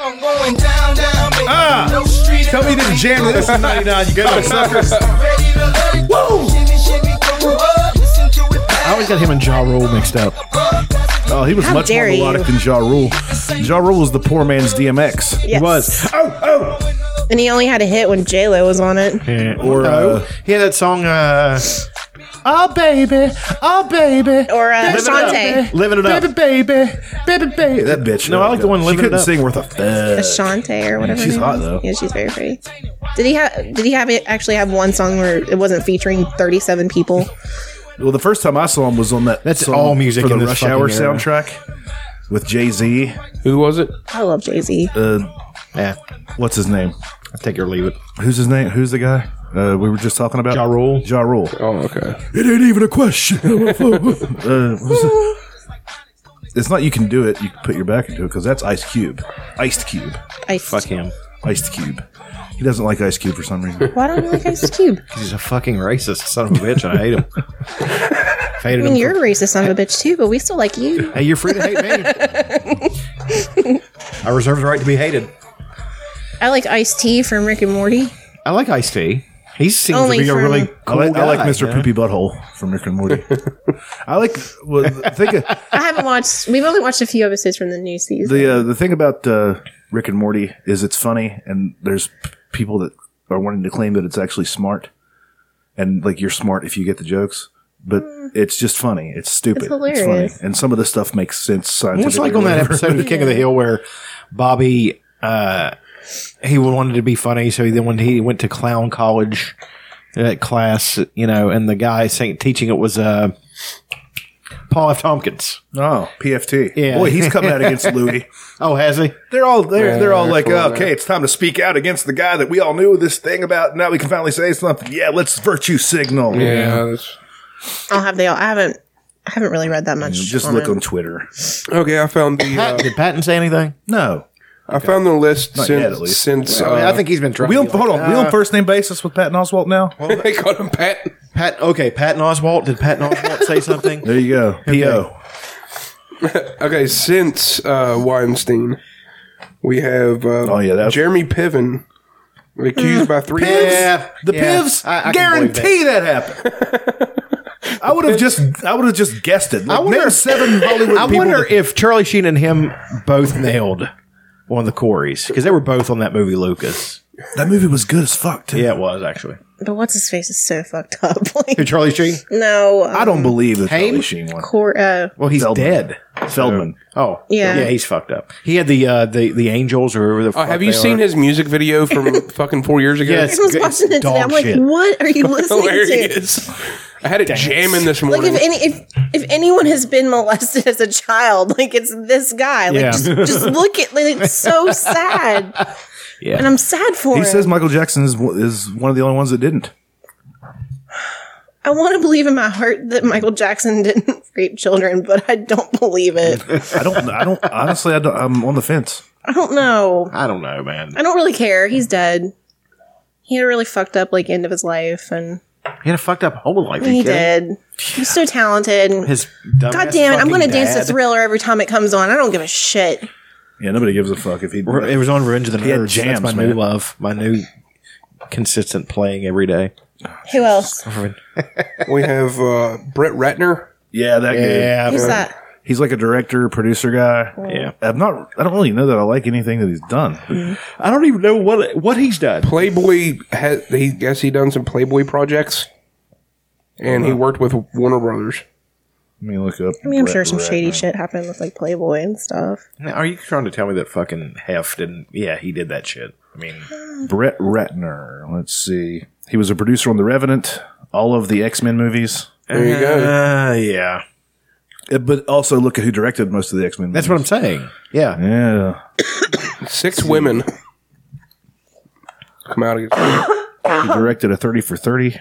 [SPEAKER 7] I'm going down, down, baby.
[SPEAKER 3] Ah!
[SPEAKER 7] No street.
[SPEAKER 3] Tell me this jam that this is 99. You
[SPEAKER 5] Oh,
[SPEAKER 3] got suckers.
[SPEAKER 7] Ready to let it go. Shimmy, shimmy, go up. Listen to it
[SPEAKER 4] I always got him and Ja Rule mixed up.
[SPEAKER 7] back.
[SPEAKER 3] Oh, he was
[SPEAKER 5] How
[SPEAKER 3] much more
[SPEAKER 5] dare you.
[SPEAKER 3] melodic than Ja Rule. Ja Rule was the poor man's DMX.
[SPEAKER 5] Yes.
[SPEAKER 4] was. Oh,
[SPEAKER 5] And he only had a hit when J Lo was on it.
[SPEAKER 3] Or uh,
[SPEAKER 4] He had that song. Uh, oh baby, oh baby,
[SPEAKER 5] Or uh,
[SPEAKER 4] Living it
[SPEAKER 5] Ashante.
[SPEAKER 4] up, living it up.
[SPEAKER 3] baby, baby, baby, baby. That bitch.
[SPEAKER 4] No, I like the one
[SPEAKER 3] She
[SPEAKER 4] Living It
[SPEAKER 3] couldn't
[SPEAKER 4] Up.
[SPEAKER 3] sing worth a fuck.
[SPEAKER 5] Ashante or whatever.
[SPEAKER 3] she's
[SPEAKER 5] her name
[SPEAKER 3] hot,
[SPEAKER 5] is.
[SPEAKER 3] though.
[SPEAKER 5] Yeah, she's very pretty. Did he have? Did he have it, actually have one song where it wasn't featuring thirty-seven people?
[SPEAKER 3] Well, the first time I saw him was on that.
[SPEAKER 4] That's
[SPEAKER 3] song
[SPEAKER 4] all music
[SPEAKER 3] for the
[SPEAKER 4] in this
[SPEAKER 3] Rush Hour
[SPEAKER 4] fucking era.
[SPEAKER 3] soundtrack with Jay Z.
[SPEAKER 6] who was it?
[SPEAKER 5] I love Jay Z.
[SPEAKER 4] Uh, Yeah,
[SPEAKER 3] What's his name?
[SPEAKER 4] I take it or leave it.
[SPEAKER 3] Who's his name? Who's the guy? Uh, we were just talking about
[SPEAKER 4] Ja Rule.
[SPEAKER 3] Ja Rule.
[SPEAKER 6] Oh, okay.
[SPEAKER 3] It ain't even a question. uh, what's the- it's not you can do it. You can put your back into it because that's Ice Cube. Iced Cube.
[SPEAKER 5] Ice.
[SPEAKER 4] Fuck him.
[SPEAKER 3] Iced Cube. He doesn't like Ice Cube for some reason.
[SPEAKER 5] Why don't you like Ice Cube?
[SPEAKER 4] 'Cause He's a fucking racist son of a bitch, and I hate him. I've hated
[SPEAKER 5] I mean,
[SPEAKER 4] him
[SPEAKER 5] you're
[SPEAKER 4] for-
[SPEAKER 5] a racist son of a bitch too, but we still like you.
[SPEAKER 4] hey, you're free to hate me. I reserve the right to be hated.
[SPEAKER 5] I like Ice T from Rick and Morty.
[SPEAKER 4] I like Ice T. He seems
[SPEAKER 5] Only
[SPEAKER 4] to be a
[SPEAKER 5] from-
[SPEAKER 4] really cool
[SPEAKER 3] I like, I like
[SPEAKER 4] guy,
[SPEAKER 3] Mr.
[SPEAKER 4] you know?
[SPEAKER 3] Poopy Butthole from Rick and Morty. I like well, the- think of,
[SPEAKER 5] I haven't watched. We've only watched a few episodes from the new season.
[SPEAKER 3] the uh, the thing about uh, Rick and Morty is it's funny, and there's p- people that are wanting to claim that it's actually smart, and like you're smart if you get the jokes, but it's just funny. It's stupid.
[SPEAKER 5] Mm. It's
[SPEAKER 3] funny.
[SPEAKER 5] hilarious.
[SPEAKER 3] and some of the stuff makes sense
[SPEAKER 4] Well,
[SPEAKER 3] scientifically.
[SPEAKER 4] It's like on that episode of King of the Hill where Bobby uh, he wanted to be funny, so he then when he went to clown college that class, you know, and the guy saying, teaching it was uh, Paul F. Tompkins.
[SPEAKER 3] Oh, PFT.
[SPEAKER 4] Yeah.
[SPEAKER 3] Boy, he's coming out against Louis.
[SPEAKER 4] Oh, has he?
[SPEAKER 3] They're all they're, they're all
[SPEAKER 6] Yeah,
[SPEAKER 3] like,
[SPEAKER 6] cool,
[SPEAKER 3] oh,
[SPEAKER 6] yeah.
[SPEAKER 3] okay, it's time to speak out against the guy that we all knew this thing about. Now we can finally say something. Yeah, let's virtue signal.
[SPEAKER 6] Yeah. That's,
[SPEAKER 5] I'll have they all. I haven't. I haven't really read that much.
[SPEAKER 3] Just look
[SPEAKER 5] it.
[SPEAKER 3] on Twitter.
[SPEAKER 6] okay, I found the uh,
[SPEAKER 4] Pat, did Patton say anything?
[SPEAKER 3] No,
[SPEAKER 6] I found the list
[SPEAKER 3] Not yet, at
[SPEAKER 6] since
[SPEAKER 3] least.
[SPEAKER 6] since
[SPEAKER 4] I,
[SPEAKER 6] uh,
[SPEAKER 4] mean, I think he's been trying.
[SPEAKER 3] we
[SPEAKER 4] to
[SPEAKER 3] on,
[SPEAKER 4] be like,
[SPEAKER 3] hold on. we on first name basis with Patton Oswalt now.
[SPEAKER 6] they called him Pat.
[SPEAKER 4] Pat. Okay, Patton Oswalt. Did Patton Oswalt say something?
[SPEAKER 3] There you go. PO.
[SPEAKER 6] Okay, since uh, Weinstein, we have uh,
[SPEAKER 3] Oh, yeah, that's-
[SPEAKER 6] Jeremy Piven accused by three.
[SPEAKER 4] Yeah,
[SPEAKER 3] The
[SPEAKER 4] yeah.
[SPEAKER 3] Pivs
[SPEAKER 4] I- I can believe that.
[SPEAKER 3] guarantee that. happened. I would have just I would have just guessed it. Like,
[SPEAKER 4] wonder-
[SPEAKER 3] there are seven Hollywood
[SPEAKER 4] I
[SPEAKER 3] people.
[SPEAKER 4] wonder
[SPEAKER 3] that-
[SPEAKER 4] if Charlie Sheen and him both nailed one of the Corys because they were both on that movie Lucas.
[SPEAKER 3] that movie was good as fuck too.
[SPEAKER 4] Yeah, it was actually.
[SPEAKER 5] But what's his face is so fucked up.
[SPEAKER 4] Who,
[SPEAKER 5] Like,
[SPEAKER 4] Charlie Sheen?
[SPEAKER 5] no, um,
[SPEAKER 3] I don't believe that
[SPEAKER 4] Haim?
[SPEAKER 3] Charlie Sheen won.
[SPEAKER 5] Cor- uh,
[SPEAKER 4] Well, he's
[SPEAKER 3] Feldman.
[SPEAKER 4] dead.
[SPEAKER 3] Feldman.
[SPEAKER 4] Oh,
[SPEAKER 5] Yeah.
[SPEAKER 4] yeah, he's fucked up. He had the uh, the the angels or whoever the.
[SPEAKER 6] Uh,
[SPEAKER 4] fuck
[SPEAKER 6] have you
[SPEAKER 4] they
[SPEAKER 6] seen
[SPEAKER 4] are.
[SPEAKER 6] his music video from fucking four years ago?
[SPEAKER 4] Yes.
[SPEAKER 5] I was
[SPEAKER 4] It's
[SPEAKER 5] watching it today.
[SPEAKER 4] dog
[SPEAKER 5] I'm like,
[SPEAKER 4] shit.
[SPEAKER 5] what are you listening to?
[SPEAKER 6] hilarious. I had it jamming this
[SPEAKER 5] Like,
[SPEAKER 6] morning.
[SPEAKER 5] if any, if if anyone has been molested as a child, like it's this guy. Like,
[SPEAKER 4] Yeah.
[SPEAKER 5] just, just look at. Like, it's so sad.
[SPEAKER 4] Yeah.
[SPEAKER 5] and I'm sad for
[SPEAKER 3] He
[SPEAKER 5] him.
[SPEAKER 3] says Michael Jackson is one- is one of the only ones that didn't.
[SPEAKER 5] I want to believe in my heart that Michael Jackson didn't rape children, but I don't believe it.
[SPEAKER 3] I don't. I don't. Honestly, I don't, I'm on the fence.
[SPEAKER 5] I don't know.
[SPEAKER 4] I don't know, man.
[SPEAKER 5] I don't really care. He's dead. He had a really fucked up like end of his life, and
[SPEAKER 4] He had a fucked up whole life.
[SPEAKER 5] he
[SPEAKER 4] you kidding?
[SPEAKER 5] did. He's so talented. and-
[SPEAKER 4] His
[SPEAKER 5] God damn it! I'm going to dance to Thriller every time it comes on. I don't give a shit.
[SPEAKER 3] Yeah, nobody gives a fuck if he.
[SPEAKER 4] It was on Revenge of the
[SPEAKER 3] had
[SPEAKER 4] Nerds.
[SPEAKER 3] jams,
[SPEAKER 4] That's my
[SPEAKER 3] man.
[SPEAKER 4] new love. My new consistent playing every day.
[SPEAKER 5] Who else?
[SPEAKER 6] we have uh, Brett Ratner.
[SPEAKER 3] Yeah, that
[SPEAKER 4] Yeah,
[SPEAKER 5] Who's that?
[SPEAKER 3] dude. He's like a director, producer guy.
[SPEAKER 4] Yeah.
[SPEAKER 3] I'm not. I don't really know that I like anything that he's done.
[SPEAKER 4] I don't even know what what he's done.
[SPEAKER 6] Playboy has he guess he done some Playboy projects, and he worked with Warner Brothers.
[SPEAKER 3] Let me look up.
[SPEAKER 5] I mean, I'm sure some shady shit happened with like Playboy and stuff.
[SPEAKER 4] Now, Are you trying to tell me that fucking Hef didn't? Yeah, he did that shit. I mean,
[SPEAKER 3] Brett Ratner. Let's see. He was a producer on The Revenant, all of the X Men movies.
[SPEAKER 6] There you go.
[SPEAKER 4] uh, yeah,
[SPEAKER 3] Uh, But also look at who directed most of the X Men.
[SPEAKER 4] that's what I'm saying. Yeah,
[SPEAKER 3] Yeah.
[SPEAKER 6] Six women come out against.
[SPEAKER 3] He directed a 30 for 30,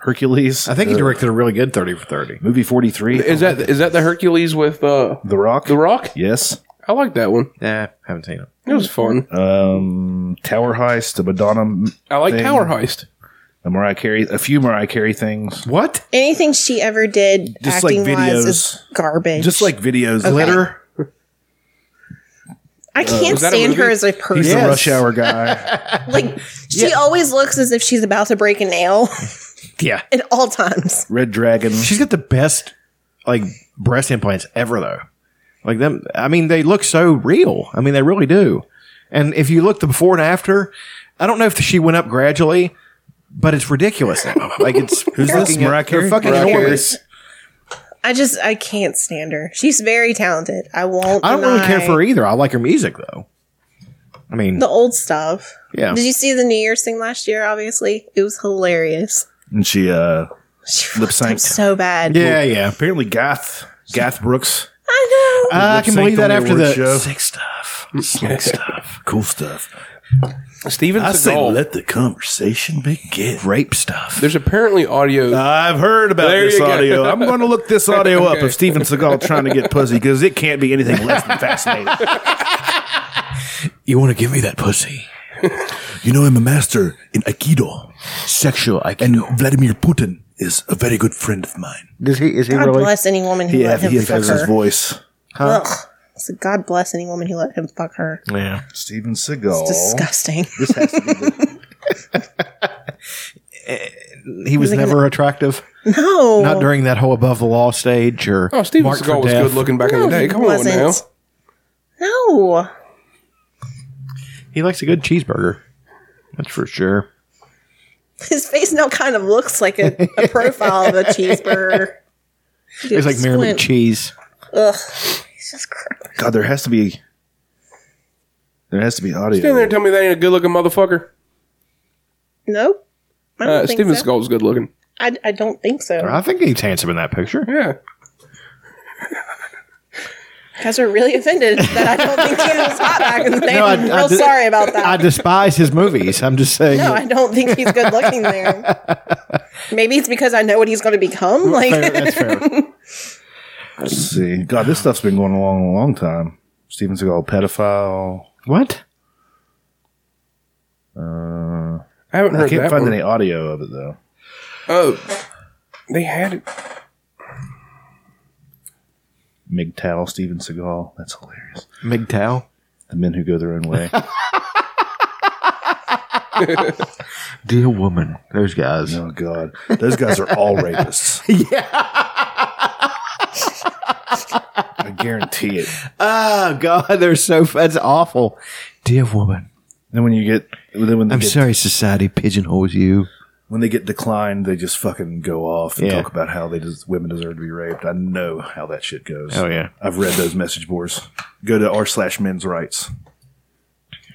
[SPEAKER 3] Hercules. Uh,
[SPEAKER 4] I think he directed a really good thirty for thirty.
[SPEAKER 3] Movie 43,
[SPEAKER 6] Is that is that the Hercules with uh,
[SPEAKER 3] The Rock.
[SPEAKER 6] the Rock?
[SPEAKER 3] Yes.
[SPEAKER 6] I like that one.
[SPEAKER 4] Nah, haven't seen him.
[SPEAKER 6] It was fun.
[SPEAKER 3] Um, Tower Heist, the Madonna,
[SPEAKER 6] I like
[SPEAKER 3] Thing.
[SPEAKER 6] Tower Heist.
[SPEAKER 3] the Mariah Carey, a few Mariah Carey things.
[SPEAKER 4] What?
[SPEAKER 5] Anything she ever did
[SPEAKER 3] Just like
[SPEAKER 5] acting wise is
[SPEAKER 3] videos.
[SPEAKER 5] garbage.
[SPEAKER 3] Just like videos.
[SPEAKER 5] Glitter. I can't
[SPEAKER 4] uh,
[SPEAKER 6] was that a
[SPEAKER 5] stand her
[SPEAKER 6] movie?
[SPEAKER 5] as a person.
[SPEAKER 3] He's the rush hour guy.
[SPEAKER 5] Like she always looks as if she's about to break a nail
[SPEAKER 4] Yeah,
[SPEAKER 5] at all times.
[SPEAKER 3] Red Dragon.
[SPEAKER 4] she's got the best like breast implants ever, though. Like them, I mean, they look so real. I mean, they really do. And if you look the before and after, I don't know if she went up gradually, but it's ridiculous now. Like it's who's
[SPEAKER 3] this? Mariah Carey?
[SPEAKER 4] fucking
[SPEAKER 6] Mariah Carey.
[SPEAKER 4] enormous.
[SPEAKER 5] I just I can't stand her. She's very talented. I won't.
[SPEAKER 4] I don't really care
[SPEAKER 5] deny
[SPEAKER 4] for e- her either. I like her music though. I mean,
[SPEAKER 5] the old stuff.
[SPEAKER 4] yeah.
[SPEAKER 5] Did you see the New Year's thing last year? Obviously, it was hilarious.
[SPEAKER 3] And she, uh,
[SPEAKER 5] She
[SPEAKER 3] Lip
[SPEAKER 5] lip
[SPEAKER 3] sync.
[SPEAKER 5] so bad.
[SPEAKER 4] yeah, yeah.
[SPEAKER 3] apparently Gath, Gath Brooks.
[SPEAKER 5] I
[SPEAKER 3] Ah,
[SPEAKER 5] know.
[SPEAKER 4] I can
[SPEAKER 3] synced
[SPEAKER 4] believe
[SPEAKER 3] on the
[SPEAKER 4] that after
[SPEAKER 3] award
[SPEAKER 4] the
[SPEAKER 3] show.
[SPEAKER 4] sick stuff. Sick stuff.
[SPEAKER 3] Cool stuff.
[SPEAKER 6] Steven Seagal.
[SPEAKER 3] the conversation begin.
[SPEAKER 4] Rape stuff.
[SPEAKER 6] There's apparently audio.
[SPEAKER 3] I've heard about
[SPEAKER 6] There
[SPEAKER 3] this
[SPEAKER 6] you go.
[SPEAKER 3] audio. I'm going to look this audio up
[SPEAKER 6] Okay.
[SPEAKER 3] of Steven Seagal trying to get pussy because it can't be anything less than fascinating.
[SPEAKER 4] You want to give me that pussy?
[SPEAKER 8] You know, I'm a master in Aikido,
[SPEAKER 4] Sexual
[SPEAKER 8] and
[SPEAKER 4] Aikido.
[SPEAKER 8] Vladimir Putin is a very good friend of mine.
[SPEAKER 4] Does he? Is he
[SPEAKER 5] God bless any woman who
[SPEAKER 3] yeah,
[SPEAKER 5] let him
[SPEAKER 3] he
[SPEAKER 5] fuck
[SPEAKER 3] has his
[SPEAKER 5] her.
[SPEAKER 3] voice.
[SPEAKER 5] Ugh. So God bless any woman who let him fuck her.
[SPEAKER 4] Yeah.
[SPEAKER 3] Steven Seagal.
[SPEAKER 5] Disgusting.
[SPEAKER 4] He was never attractive.
[SPEAKER 5] No.
[SPEAKER 4] Not during that whole above the law stage or.
[SPEAKER 6] oh, Steven
[SPEAKER 4] marked for
[SPEAKER 6] Seagal was
[SPEAKER 4] death.
[SPEAKER 6] good looking back in the day. Come on now.
[SPEAKER 5] No.
[SPEAKER 4] He likes a good cheeseburger. That's for sure.
[SPEAKER 5] His face now kind of looks like a, a profile of a cheeseburger.
[SPEAKER 4] It's like Mary
[SPEAKER 5] Squint.
[SPEAKER 4] McCheese.
[SPEAKER 5] Ugh. He's just gross.
[SPEAKER 3] God, there has to be. There has to be audio.
[SPEAKER 6] Stand there and tell me that ain't a good looking motherfucker.
[SPEAKER 5] Nope. I don't
[SPEAKER 6] Uh,
[SPEAKER 5] think
[SPEAKER 6] Steven
[SPEAKER 5] so.
[SPEAKER 6] Seagal's good looking.
[SPEAKER 5] I, I don't think so.
[SPEAKER 4] I think he's handsome in that picture.
[SPEAKER 6] Yeah.
[SPEAKER 5] Guys are really offended that I don't think he was hot back in the day.
[SPEAKER 4] No, I-
[SPEAKER 5] I'm
[SPEAKER 4] I
[SPEAKER 5] real
[SPEAKER 4] did-
[SPEAKER 5] sorry about that.
[SPEAKER 4] I despise his movies. I'm just saying.
[SPEAKER 5] no, I don't think he's good looking there. Maybe it's because I know what he's going to become.
[SPEAKER 4] Fair,
[SPEAKER 5] Like,
[SPEAKER 4] that's fair.
[SPEAKER 3] Let's see. God, this stuff's been going along a long time. Steven Seagal, pedophile.
[SPEAKER 4] What?
[SPEAKER 6] I haven't heard
[SPEAKER 3] I can't
[SPEAKER 6] that
[SPEAKER 3] find
[SPEAKER 6] one.
[SPEAKER 3] any audio of it though.
[SPEAKER 6] Oh, they had it.
[SPEAKER 3] MGTOW, Steven Seagal. That's hilarious.
[SPEAKER 4] MGTOW.
[SPEAKER 3] The men who go their own way.
[SPEAKER 4] Dear woman. Those guys.
[SPEAKER 3] oh God, those guys are all rapists. yeah. I guarantee it.
[SPEAKER 4] Oh God, they're so that's awful. Dear woman,
[SPEAKER 3] Then when you get, then when they
[SPEAKER 4] I'm
[SPEAKER 3] get,
[SPEAKER 4] sorry society pigeonholes you.
[SPEAKER 3] when they get declined, they just fucking go off and
[SPEAKER 4] Yeah.
[SPEAKER 3] talk about how they just women deserve to be raped. I know how that shit goes.
[SPEAKER 4] Oh, yeah.
[SPEAKER 3] I've read those message boards. Go to r slash men's rights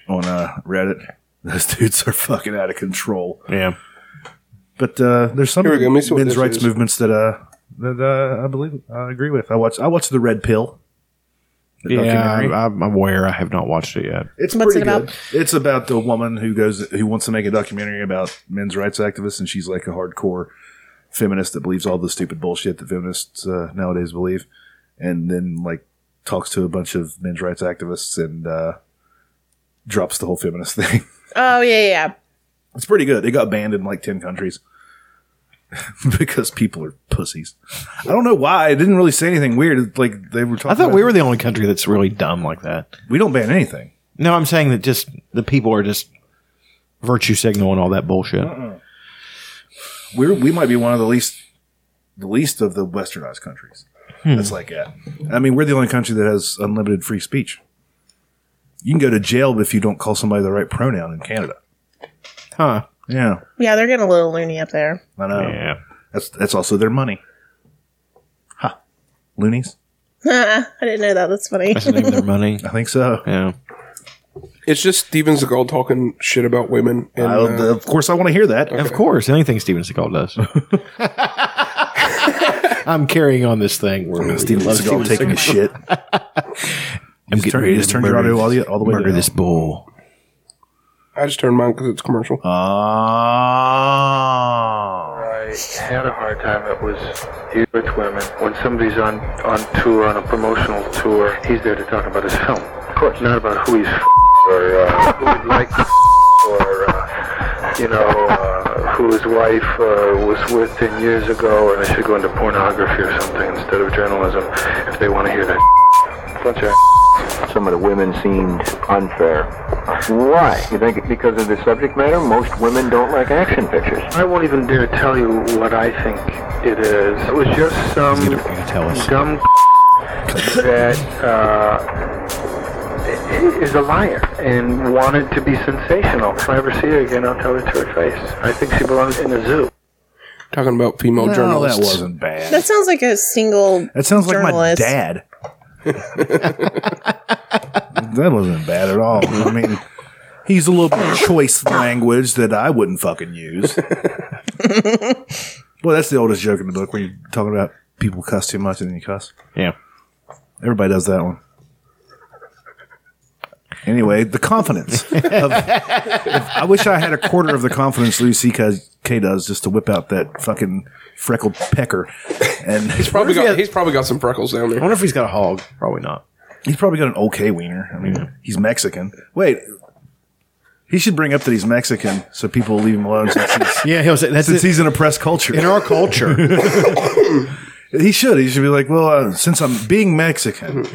[SPEAKER 3] on uh, Reddit. Those dudes are fucking out of control.
[SPEAKER 4] Yeah.
[SPEAKER 3] But uh, there's some
[SPEAKER 6] Here we go. Let me see what
[SPEAKER 3] men's
[SPEAKER 6] this
[SPEAKER 3] rights
[SPEAKER 6] is.
[SPEAKER 3] movements that uh, that uh, I believe I agree with. I watch I watch the Red Pill. the documentary.
[SPEAKER 4] I'm aware. I have not watched it yet.
[SPEAKER 3] It's
[SPEAKER 5] What's
[SPEAKER 3] pretty
[SPEAKER 5] it
[SPEAKER 3] good.
[SPEAKER 5] about?
[SPEAKER 3] It's about the woman who goes who wants to make a documentary about men's rights activists, and she's like a hardcore feminist that believes all the stupid bullshit that feminists uh, nowadays believe, and then like talks to a bunch of men's rights activists and uh, drops the whole feminist thing.
[SPEAKER 5] oh, yeah, yeah, yeah.
[SPEAKER 3] It's pretty good. It got banned in like ten countries because people are pussies. I don't know why. It didn't really say anything weird. It's Like they were talking.
[SPEAKER 4] I thought
[SPEAKER 3] about-
[SPEAKER 4] we were the only country that's really dumb like that.
[SPEAKER 3] We don't ban anything.
[SPEAKER 4] No, I'm saying that just the people are just virtue signaling all that bullshit.
[SPEAKER 3] We're we might be one of the least the least of the westernized countries. That's like that. I mean, we're the only country that has unlimited free speech. You can go to jail if you don't call somebody the right pronoun in Canada.
[SPEAKER 4] Huh.
[SPEAKER 3] Yeah,
[SPEAKER 5] Yeah, they're getting a little loony up there.
[SPEAKER 3] I know. That's that's also their money. Ha, loonies.
[SPEAKER 5] I didn't know that. That's funny.
[SPEAKER 4] That's the name of their money.
[SPEAKER 3] I think so.
[SPEAKER 4] Yeah.
[SPEAKER 6] It's just Steven Seagal talking shit about women. And,
[SPEAKER 3] I,
[SPEAKER 6] uh,
[SPEAKER 3] of course, I want to hear that.
[SPEAKER 4] Of course, anything Steven Seagal does. I'm carrying on this thing. Where
[SPEAKER 3] Steven
[SPEAKER 4] Love
[SPEAKER 3] Seagal taking a shit.
[SPEAKER 4] I'm
[SPEAKER 3] Just turn, just turn your audio all the, all the way
[SPEAKER 4] murder
[SPEAKER 3] down.
[SPEAKER 4] this bull.
[SPEAKER 6] I just turned mine because it's commercial.
[SPEAKER 3] Ah.
[SPEAKER 9] I had a hard time. It was with women. When somebody's on on tour, on a promotional tour, he's there to talk about his film, of course, not about who he's f- or uh, who he'd like to f- or uh, you know uh, who his wife uh, was with ten years ago, and they should go into pornography or something instead of journalism if they want to hear that. Bunch of
[SPEAKER 10] Some of the women seemed unfair. Why? You think it because of the subject matter? Most women don't like action pictures.
[SPEAKER 9] I won't even dare tell you what I think it is. It was just some dumb that uh, is a liar and wanted to be sensational. If I ever see her again, I'll tell her to her face. I think she belongs in a zoo.
[SPEAKER 6] Talking about female
[SPEAKER 3] No, that
[SPEAKER 6] journalists.
[SPEAKER 3] wasn't bad.
[SPEAKER 5] That sounds like a single.
[SPEAKER 3] That sounds like my
[SPEAKER 5] journalist.
[SPEAKER 3] dad. that wasn't bad at all. I mean, he's a little bit choice language that I wouldn't fucking use. well, that's the oldest joke in the book when you're talking about people cuss too much and then you cuss.
[SPEAKER 4] Yeah.
[SPEAKER 3] Everybody does that one. Anyway, the confidence. of, if- I wish I had a quarter of the confidence Louis C.K. does just to whip out that fucking freckled pecker, and he's
[SPEAKER 6] Probably got, he's probably got some freckles down
[SPEAKER 4] I
[SPEAKER 6] there.
[SPEAKER 4] wonder if he's got a hog. Probably not.
[SPEAKER 3] He's probably got an okay wiener. I mean, he's Mexican. Wait, he should bring up that he's Mexican so people will leave him alone since he's,
[SPEAKER 4] Yeah, he'll say that's
[SPEAKER 3] since
[SPEAKER 4] it.
[SPEAKER 3] he's an oppressed culture.
[SPEAKER 4] in our culture.
[SPEAKER 3] he should. He should be like, well, uh, since I'm being Mexican,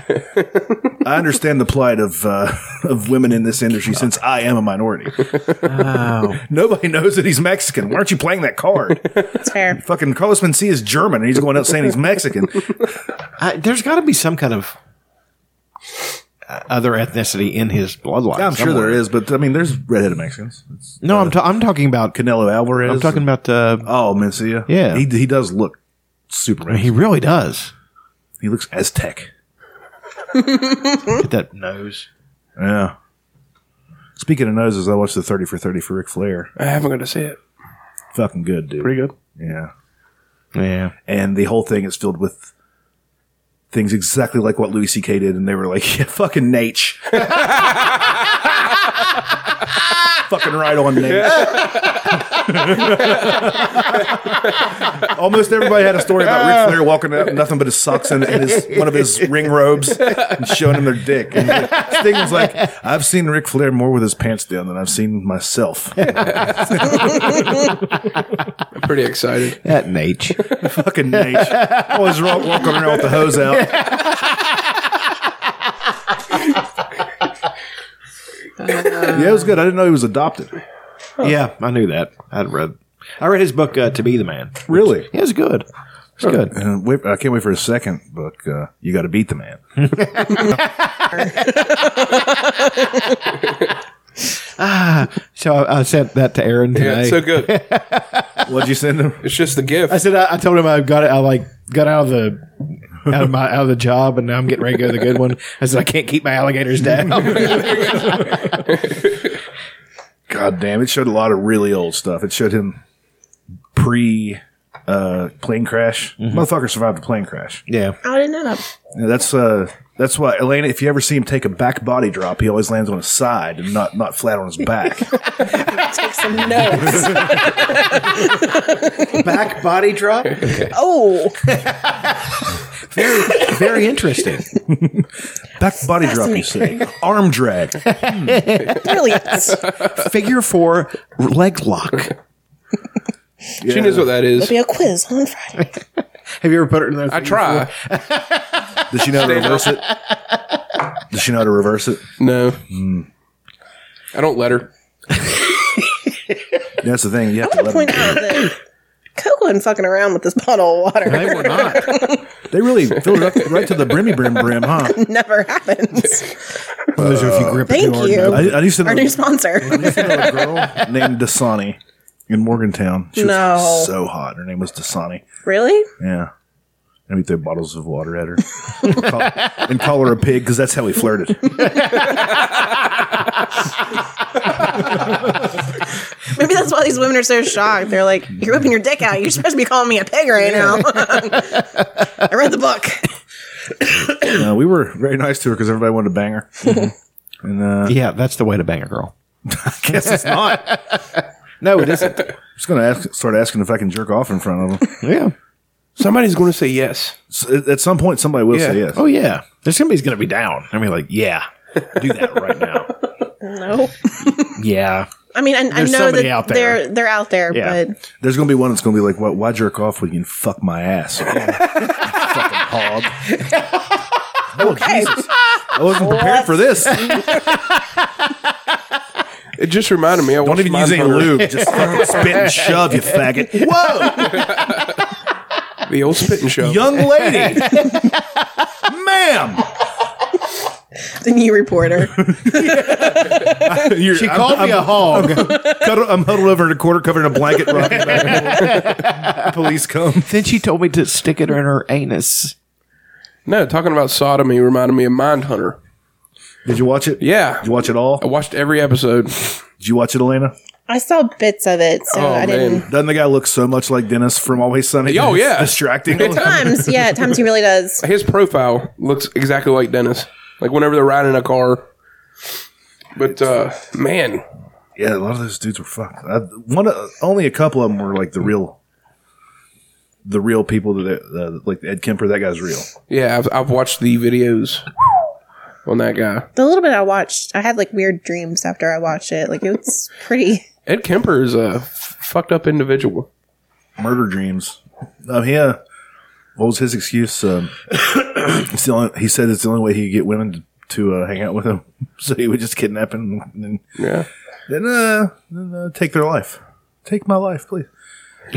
[SPEAKER 3] I understand the plight of uh, of women in this industry since I am a minority. Nobody knows that he's Mexican. Why aren't you playing that card?
[SPEAKER 5] It's fair.
[SPEAKER 3] Fucking Carlos Mencia is German and he's going out saying he's Mexican.
[SPEAKER 4] I, there's got to be some kind of uh, other ethnicity in his bloodline.
[SPEAKER 3] I'm sure there is, but I mean, there's redheaded Mexicans. It's
[SPEAKER 4] No, I'm, ta- I'm talking about.
[SPEAKER 3] Canelo Alvarez.
[SPEAKER 4] I'm talking about. Uh,
[SPEAKER 3] Oh, Mencia.
[SPEAKER 4] Yeah.
[SPEAKER 3] He, he does look super
[SPEAKER 4] he
[SPEAKER 3] Mexican.
[SPEAKER 4] really does.
[SPEAKER 3] He looks Aztec.
[SPEAKER 4] Get that nose.
[SPEAKER 3] Yeah. Speaking of noses, I watched the 30 for 30 for Ric Flair.
[SPEAKER 6] I haven't got to see it.
[SPEAKER 3] Fucking good, dude.
[SPEAKER 6] Pretty good.
[SPEAKER 3] Yeah.
[SPEAKER 4] Yeah.
[SPEAKER 3] And the whole thing is filled with things exactly like what Louis C.K. did, and they were like, yeah, fucking Nate. fucking right on, Nate. Almost everybody had a story about Ric Flair walking out in nothing but his socks and, and his, one of his ring robes and showing him their dick. And like, Sting was like, I've seen Ric Flair more with his pants down than I've seen myself.
[SPEAKER 6] I'm pretty excited.
[SPEAKER 4] That Nate.
[SPEAKER 3] fucking Nate. Always ro- walking around with the hose out. yeah, it was good. I didn't know he was adopted.
[SPEAKER 4] yeah, I knew that. I'd read. I read his book uh, to be the man.
[SPEAKER 3] Really?
[SPEAKER 4] It was good. It's good.
[SPEAKER 3] Uh, wait, I can't wait for his second book. Uh, you got to beat the man.
[SPEAKER 4] So I, I sent that to Aaron today.
[SPEAKER 6] Yeah, it's so good.
[SPEAKER 3] What'd you send him?
[SPEAKER 6] It's just the gift.
[SPEAKER 4] I said I, I told him I got it. I like got out of the out of my out of the job, and now I'm getting ready to go to the good one. I said I can't keep my alligators down.
[SPEAKER 3] God damn! It showed a lot of really old stuff. It showed him pre uh, plane crash. Motherfucker survived a plane crash.
[SPEAKER 4] yeah,
[SPEAKER 5] Oh, I didn't know that.
[SPEAKER 3] Yeah, that's uh, that's why Elena. If you ever see him take a back body drop, he always lands on his side and not not flat on his back.
[SPEAKER 5] Take some notes.
[SPEAKER 4] back body drop.
[SPEAKER 5] oh,
[SPEAKER 4] Very interesting.
[SPEAKER 3] Back body drop, you say? Arm drag.
[SPEAKER 5] brilliant.
[SPEAKER 4] Figure four leg lock.
[SPEAKER 6] She knows what that is.
[SPEAKER 5] Be a quiz on Friday.
[SPEAKER 4] Have you ever put it in there?
[SPEAKER 6] I try.
[SPEAKER 3] Does she know how to reverse it? Does she know how to reverse it?
[SPEAKER 6] No.
[SPEAKER 3] Hmm.
[SPEAKER 6] I don't let her.
[SPEAKER 3] That's the thing. You have to
[SPEAKER 5] I would
[SPEAKER 3] let
[SPEAKER 5] point
[SPEAKER 3] them.
[SPEAKER 5] out that Coco wasn't fucking around with this bottle of water.
[SPEAKER 4] They were not.
[SPEAKER 3] They really filled it up right to the brimmy brim brim, huh?
[SPEAKER 5] Never happens.
[SPEAKER 3] Those are if you grip
[SPEAKER 5] Thank you.
[SPEAKER 3] I, I used to know
[SPEAKER 5] Our new sponsor.
[SPEAKER 3] named Dasani in Morgantown. She
[SPEAKER 5] No.
[SPEAKER 3] was so hot. Her name was Dasani.
[SPEAKER 5] really?
[SPEAKER 3] Yeah. And we threw bottles of water at her and, call, and call her a pig because that's how we flirted.
[SPEAKER 5] Maybe that's why these women are so shocked. They're like, "You're whipping your dick out. You're supposed to be calling me a pig right now." I read the book.
[SPEAKER 3] Uh, we were very nice to her because everybody wanted to bang her. And uh,
[SPEAKER 4] Yeah, that's the way to bang a girl.
[SPEAKER 3] I guess it's not. I'm
[SPEAKER 4] No, it isn't.
[SPEAKER 3] just going to ask, start asking if I can jerk off in front of them.
[SPEAKER 4] yeah.
[SPEAKER 6] Somebody's going to say yes.
[SPEAKER 3] So at- at some point, somebody will say yes.
[SPEAKER 4] Oh yeah. There's somebody's gonna be down. I mean, like, yeah, do that right now.
[SPEAKER 5] No,
[SPEAKER 4] yeah.
[SPEAKER 5] I mean, I, I
[SPEAKER 4] There's
[SPEAKER 5] know
[SPEAKER 4] somebody
[SPEAKER 5] that
[SPEAKER 4] out there.
[SPEAKER 5] they're they're out there,
[SPEAKER 4] Yeah.
[SPEAKER 5] but
[SPEAKER 3] There's going to be one that's going to be like, why, why jerk off when you can fuck my ass? You fucking hog. Oh, Jesus. I wasn't prepared for this.
[SPEAKER 6] It just reminded me. I
[SPEAKER 3] Don't
[SPEAKER 6] watched
[SPEAKER 3] even use any
[SPEAKER 6] Mindhunter.
[SPEAKER 3] lube. Just fucking spit and shove, you faggot. Whoa,
[SPEAKER 6] The old spit and show.
[SPEAKER 3] young lady. Ma'am.
[SPEAKER 5] the new reporter.
[SPEAKER 3] You're-
[SPEAKER 4] She
[SPEAKER 3] I'm-
[SPEAKER 4] called me a hog.
[SPEAKER 3] Cuddle- I'm huddled over in a corner covered in a blanket. rocking back and forth. Police come.
[SPEAKER 4] then she told me to stick it in her anus.
[SPEAKER 6] No, talking about sodomy reminded me of Mindhunter.
[SPEAKER 3] Did you watch it?
[SPEAKER 6] Yeah.
[SPEAKER 3] Did you watch it all?
[SPEAKER 6] I watched every episode.
[SPEAKER 3] Did you watch it, Elena?
[SPEAKER 5] I saw bits of it, so
[SPEAKER 6] Oh,
[SPEAKER 5] I didn't.
[SPEAKER 6] man.
[SPEAKER 3] Doesn't the guy look so much like Dennis from Always Sunny?
[SPEAKER 6] Oh, yeah.
[SPEAKER 3] distracting.
[SPEAKER 5] Times, yeah, at times he really does.
[SPEAKER 6] His profile looks exactly like Dennis. Like whenever they're riding in a car. But uh, man,
[SPEAKER 3] Yeah, a lot of those dudes were fucked. I, one, of- only a couple of them were like the real, the real people that uh, like Ed Kemper. That guy's real.
[SPEAKER 6] yeah, I've, I've watched the videos on that guy.
[SPEAKER 5] The little bit I watched, I had like weird dreams after I watched it. Like it's pretty.
[SPEAKER 6] Ed Kemper is a f- fucked up individual.
[SPEAKER 3] Murder dreams. Um, yeah. What was his excuse? Um, it's the only, he said it's the only way he could get women to, to uh, hang out with him. So he would just kidnap him and then,
[SPEAKER 6] Yeah.
[SPEAKER 3] then, uh, then uh, take their life. Take my life, please.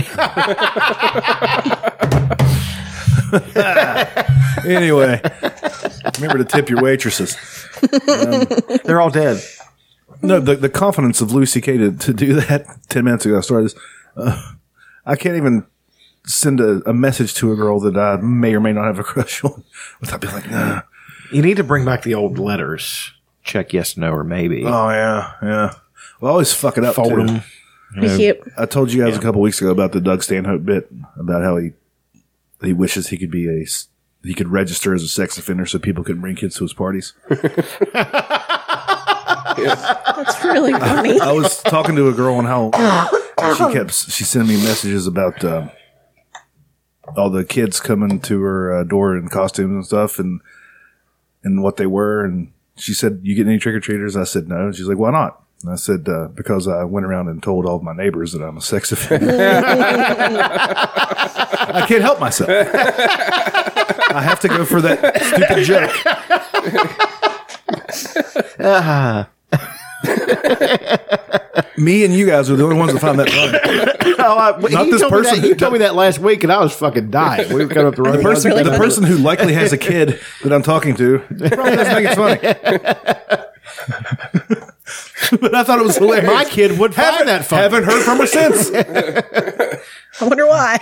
[SPEAKER 3] anyway, remember to tip your waitresses.
[SPEAKER 4] They're all dead.
[SPEAKER 3] No, the, the confidence of Lucy K to, to do that 10 minutes ago. I started this. Uh, I can't even send a, a message to a girl that I may or may not have a crush on without being like, nah.
[SPEAKER 4] You need to bring back the old letters. Check yes, no, or maybe.
[SPEAKER 3] Oh, yeah, yeah. Well, I always fuck it up.
[SPEAKER 4] Fold
[SPEAKER 3] too.
[SPEAKER 4] 'em.
[SPEAKER 5] pretty cute.
[SPEAKER 3] I told you guys a couple weeks ago about the Doug Stanhope bit about how he he wishes he could be a s- he could register as a sex offender so people could bring kids to his parties.
[SPEAKER 5] That's really funny.
[SPEAKER 3] I was talking to a girl on how she kept she sent me messages about um all the kids coming to her uh, door in costumes and stuff and and what they were and she said you get any trick or treaters I said no and she's like why not and I said uh, because I went around and told all of my neighbors that I'm a sex offender I can't help myself I have to go for that stupid joke
[SPEAKER 4] Ah.
[SPEAKER 3] me and you guys are the only ones that find that funny.
[SPEAKER 4] Oh, I,
[SPEAKER 3] Not
[SPEAKER 4] you
[SPEAKER 3] this
[SPEAKER 4] told me that-
[SPEAKER 3] person.
[SPEAKER 4] you told me that last week, and I was fucking dying. We were coming up the road.
[SPEAKER 3] The person,
[SPEAKER 5] really
[SPEAKER 3] the
[SPEAKER 5] funny.
[SPEAKER 3] person who likely has a kid that I'm talking to probably doesn't think it's funny. but I thought it was hilarious.
[SPEAKER 4] my kid would
[SPEAKER 3] haven't,
[SPEAKER 4] find that funny.
[SPEAKER 3] haven't heard from her since.
[SPEAKER 5] I wonder why.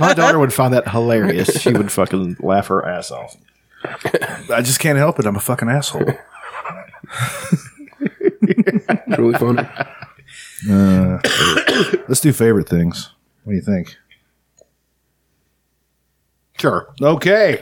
[SPEAKER 4] My daughter would find that hilarious. She would fucking laugh her ass off.
[SPEAKER 3] I just can't help it. I'm a fucking asshole.
[SPEAKER 6] It's really funny.
[SPEAKER 3] Let's do favorite things. What do you think?
[SPEAKER 4] Sure.
[SPEAKER 3] Okay.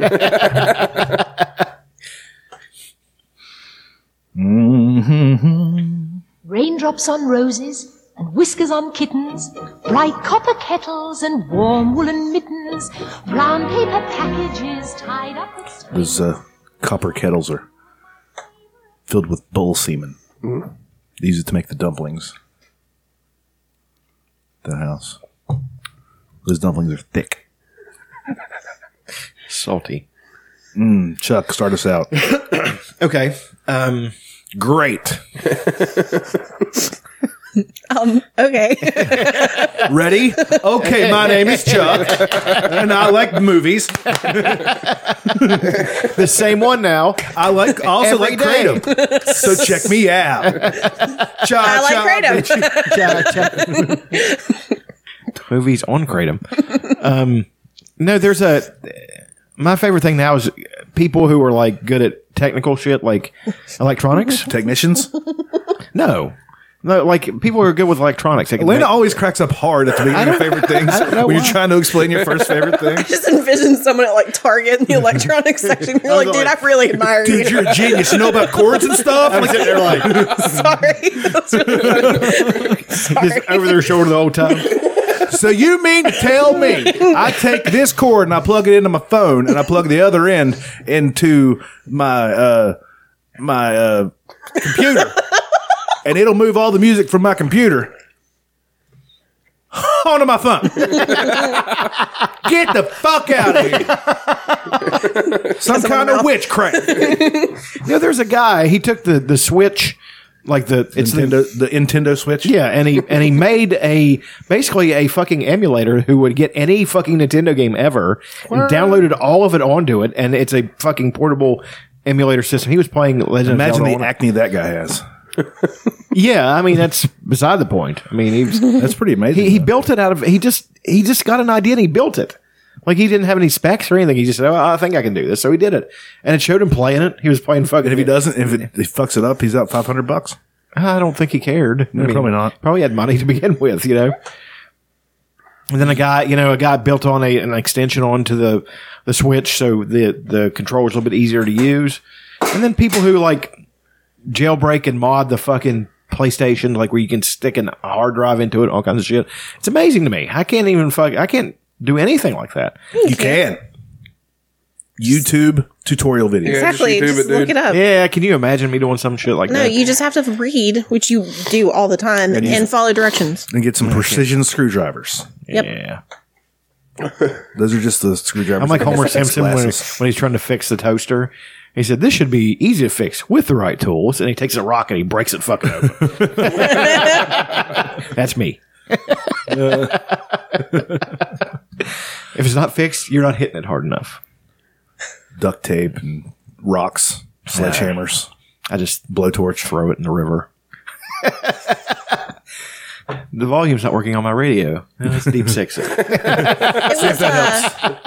[SPEAKER 3] Mm-hmm.
[SPEAKER 11] raindrops on roses and whiskers on kittens, bright copper kettles and warm woolen mittens, brown paper packages tied up with string.
[SPEAKER 3] Those uh, copper kettles are filled with bull semen. They use it to make the dumplings. The house. Those dumplings are thick.
[SPEAKER 4] Salty.
[SPEAKER 3] Chuck, start us out.
[SPEAKER 4] Okay. Um,
[SPEAKER 3] Great.
[SPEAKER 5] Um, okay.
[SPEAKER 3] Ready? Okay, my name is Chuck, and I like movies.
[SPEAKER 4] the same one now.
[SPEAKER 3] I like also
[SPEAKER 4] Every
[SPEAKER 3] like
[SPEAKER 4] day.
[SPEAKER 3] Kratom, so check me out. Cha,
[SPEAKER 5] I like
[SPEAKER 3] cha,
[SPEAKER 5] Kratom.
[SPEAKER 4] movies on kratom. um, no, there's a. My favorite thing now is people who are like good at technical shit, like electronics
[SPEAKER 3] technicians.
[SPEAKER 4] No, no, like people who are good with electronics. They can
[SPEAKER 3] Elena
[SPEAKER 4] make-
[SPEAKER 3] always cracks up hard at the beginning of favorite things
[SPEAKER 4] I don't know
[SPEAKER 3] when you're
[SPEAKER 4] why.
[SPEAKER 3] trying to explain your first favorite
[SPEAKER 5] I
[SPEAKER 3] thing.
[SPEAKER 5] just envisioned someone at like Target in the electronics section. You're
[SPEAKER 3] I was
[SPEAKER 5] like, dude,
[SPEAKER 3] like,
[SPEAKER 5] I really admire you.
[SPEAKER 3] Dude, you're a genius. You know about chords and stuff.
[SPEAKER 4] I'm sitting there like-
[SPEAKER 5] sorry. That's really funny. sorry.
[SPEAKER 4] over their shoulder the whole time.
[SPEAKER 3] So you mean to tell me I take this cord and I plug it into my phone and I plug the other end into my uh my uh computer and it'll move all the music from my computer onto my phone. Get the fuck out of here. Some kind of witchcraft.
[SPEAKER 4] You know, there's a guy. He took the the Switch, like the it's
[SPEAKER 3] Nintendo the, Nintendo Switch.
[SPEAKER 4] Yeah, and he and he made a basically a fucking emulator who would get any fucking Nintendo game ever and downloaded all of it onto it, and it's a fucking portable emulator system. He was playing Legend of
[SPEAKER 3] Imagine
[SPEAKER 4] Zelda
[SPEAKER 3] the
[SPEAKER 4] on it.
[SPEAKER 3] acne that guy has.
[SPEAKER 4] Yeah, I mean that's beside the point. I mean he was,
[SPEAKER 3] That's pretty amazing.
[SPEAKER 4] he, he built it out of he just he just got an idea and he built it. Like he didn't have any specs or anything. He just said, "Oh, I think I can do this," so he did it, and it showed him playing it. He was playing fucking.
[SPEAKER 3] And if he doesn't, if it, he fucks it up, he's out five hundred bucks.
[SPEAKER 4] I don't think he cared. I mean,
[SPEAKER 3] probably not.
[SPEAKER 4] Probably had money to begin with, you know. And then a guy, you know, a guy built on a an extension onto the the switch, so the the controller's a little bit easier to use. And then people who like jailbreak and mod the fucking PlayStation, like where you can stick an a hard drive into it, all kinds of shit. It's amazing to me. I can't even fuck. I can't do anything like that.
[SPEAKER 3] You can. YouTube tutorial videos.
[SPEAKER 6] Yeah, just
[SPEAKER 5] Exactly.
[SPEAKER 6] YouTube
[SPEAKER 5] Just,
[SPEAKER 6] it,
[SPEAKER 5] look
[SPEAKER 6] dude.
[SPEAKER 5] it up.
[SPEAKER 4] Yeah, can you imagine me doing some shit like
[SPEAKER 5] No,
[SPEAKER 4] that?
[SPEAKER 5] you just have to read, which you do all the time, and,
[SPEAKER 3] you-
[SPEAKER 5] follow directions.
[SPEAKER 3] and get some precision screwdrivers.
[SPEAKER 5] Yep.
[SPEAKER 4] yeah.
[SPEAKER 3] Those are just the screwdrivers.
[SPEAKER 4] I'm like
[SPEAKER 3] that come
[SPEAKER 4] Homer
[SPEAKER 3] with
[SPEAKER 4] Simpson when,
[SPEAKER 3] glasses.
[SPEAKER 4] when he's trying to fix the toaster. He said, "This should be easy to fix with the right tools." And he takes a rock and he breaks it fucking open. That's me. if it's not fixed, you're not hitting it hard enough.
[SPEAKER 3] duct tape and rocks, sledgehammers,
[SPEAKER 4] I just
[SPEAKER 3] blowtorch.
[SPEAKER 4] throw it in the river. the volume's not working on my radio. No, it's deep six.
[SPEAKER 5] It was, uh,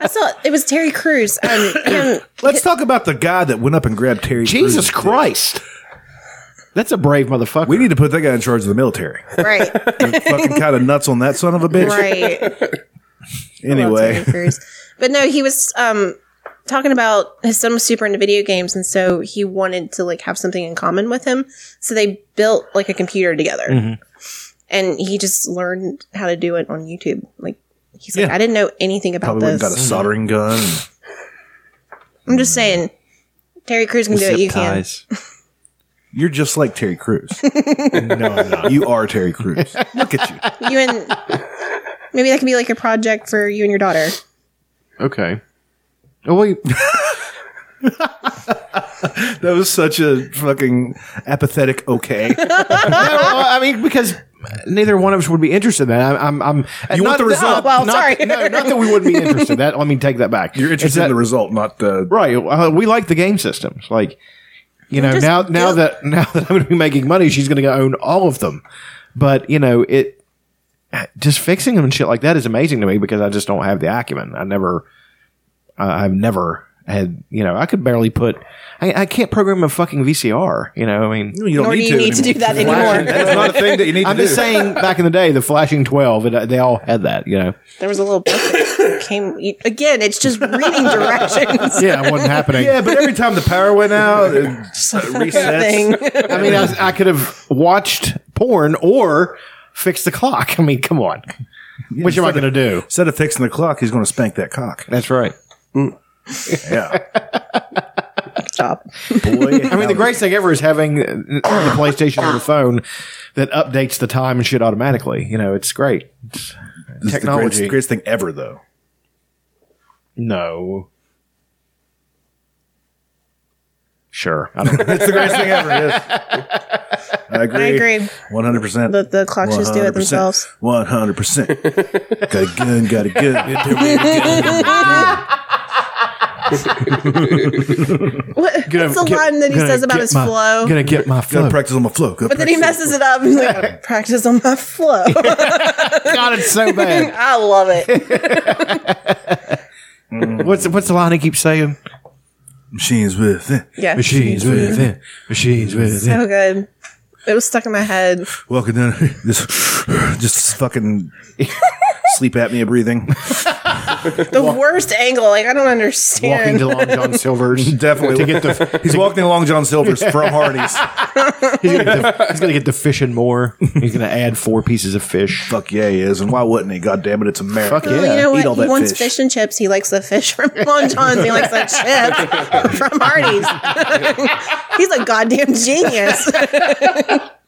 [SPEAKER 5] I saw it was Terry Crews. Um, him-
[SPEAKER 3] Let's talk about the guy that went up and grabbed Terry. Crews'
[SPEAKER 4] Jesus
[SPEAKER 3] dick.
[SPEAKER 4] Christ. That's a brave motherfucker.
[SPEAKER 3] We need to put that guy in charge of the military.
[SPEAKER 5] right,
[SPEAKER 3] You're fucking kind of nuts on that son of a bitch.
[SPEAKER 5] right. Well,
[SPEAKER 3] Anyway,
[SPEAKER 5] Terry Crews. But no, he was um, talking about his son was super into video games, and so he wanted to like have something in common with him. So they built like a computer together,
[SPEAKER 3] Mm-hmm.
[SPEAKER 5] and he just learned how to do it on YouTube. Like he's like,
[SPEAKER 3] Yeah.
[SPEAKER 5] I didn't know anything about
[SPEAKER 3] probably went and got a
[SPEAKER 5] this.
[SPEAKER 3] soldering gun.
[SPEAKER 5] I'm just saying, Terry Crews can do it. You can.
[SPEAKER 3] You're just like Terry Crews. no, I'm not. You are Terry Crews. Look at you.
[SPEAKER 5] You and maybe that can be like a project for you and your daughter.
[SPEAKER 4] Okay. Oh, wait.
[SPEAKER 3] That was such a fucking apathetic okay.
[SPEAKER 4] No, I mean, because neither one of us would be interested in that. I'm, I'm, I'm
[SPEAKER 3] You want the result?
[SPEAKER 5] well,
[SPEAKER 4] not-
[SPEAKER 5] sorry.
[SPEAKER 4] no, not that we wouldn't be interested. That let me take that back.
[SPEAKER 3] You're
[SPEAKER 4] It's
[SPEAKER 3] interested
[SPEAKER 4] that-
[SPEAKER 3] in the result, not the.
[SPEAKER 4] right? Uh, we like the game systems. Like, you know,
[SPEAKER 5] just
[SPEAKER 4] now now
[SPEAKER 5] built-
[SPEAKER 4] that now that I'm going to be making money, she's going to own all of them. But you know, it just fixing them and shit like that is amazing to me because I just don't have the acumen. I never, I I've never had. You know, I could barely put. I, I can't program a fucking VCR. You know, I mean,
[SPEAKER 3] You don't
[SPEAKER 5] Nor do you need to do that anymore.
[SPEAKER 3] That's not a thing that you need
[SPEAKER 4] I'm
[SPEAKER 3] to do.
[SPEAKER 4] just saying, back in the day, the flashing twelve, it, uh, they all had that, you know.
[SPEAKER 5] There was a little book that came you- again. It's just reading directions.
[SPEAKER 4] Yeah, it wasn't happening.
[SPEAKER 3] Yeah, but every time the power went out, it resets.
[SPEAKER 5] Thing.
[SPEAKER 4] I mean, I, was- I could have watched porn or fixed the clock. I mean, come on, which am I going to do?
[SPEAKER 3] Instead of fixing the clock, he's going to spank that cock.
[SPEAKER 4] That's right.
[SPEAKER 3] Yeah.
[SPEAKER 5] Stop.
[SPEAKER 3] Boy,
[SPEAKER 4] I mean, the greatest thing ever is having uh, the PlayStation or the phone that updates the time and shit automatically. You know, it's great.
[SPEAKER 3] this is the
[SPEAKER 4] technology.
[SPEAKER 3] greatest, greatest thing ever, though.
[SPEAKER 4] No. Sure. I don't know.
[SPEAKER 3] it's the greatest thing ever. Yes. I agree.
[SPEAKER 5] agree.
[SPEAKER 3] One hundred percent.
[SPEAKER 5] Let the clocks just do it themselves.
[SPEAKER 3] One hundred percent. Got a gun. Got a gun.
[SPEAKER 5] What, what's the line that he says about his flow?
[SPEAKER 4] get my
[SPEAKER 3] flow. Gotta practice on my flow. Gotta
[SPEAKER 5] but then he
[SPEAKER 3] practice
[SPEAKER 5] messes it up. He's like, "Gotta practice on my flow.
[SPEAKER 4] God, it's so bad.
[SPEAKER 5] I love it.
[SPEAKER 4] what's what's the line he keeps saying?
[SPEAKER 3] Machines with it.
[SPEAKER 5] Yeah.
[SPEAKER 4] Machines with it. Machines with it.
[SPEAKER 5] So Oh, good. It was stuck in my head.
[SPEAKER 3] Walking down this, just fucking sleep apnea breathing.
[SPEAKER 5] The worst angle. Like I don't understand.
[SPEAKER 4] Silver's.
[SPEAKER 3] Definitely.
[SPEAKER 4] To get the-
[SPEAKER 3] he's walking along John Silver's from Hardee's.
[SPEAKER 4] He's gonna, get the, he's gonna get the fish and more. He's gonna add four pieces of fish.
[SPEAKER 3] Fuck yeah, he is. And why wouldn't he? God damn it, it's America.
[SPEAKER 4] Fuck
[SPEAKER 5] Well,
[SPEAKER 4] yeah.
[SPEAKER 5] you know
[SPEAKER 3] Eat all
[SPEAKER 5] what? He
[SPEAKER 3] that
[SPEAKER 5] wants
[SPEAKER 3] fish.
[SPEAKER 5] fish. and chips. He likes the fish from Long John's. He likes the chips from Hardee's. He's a goddamn genius.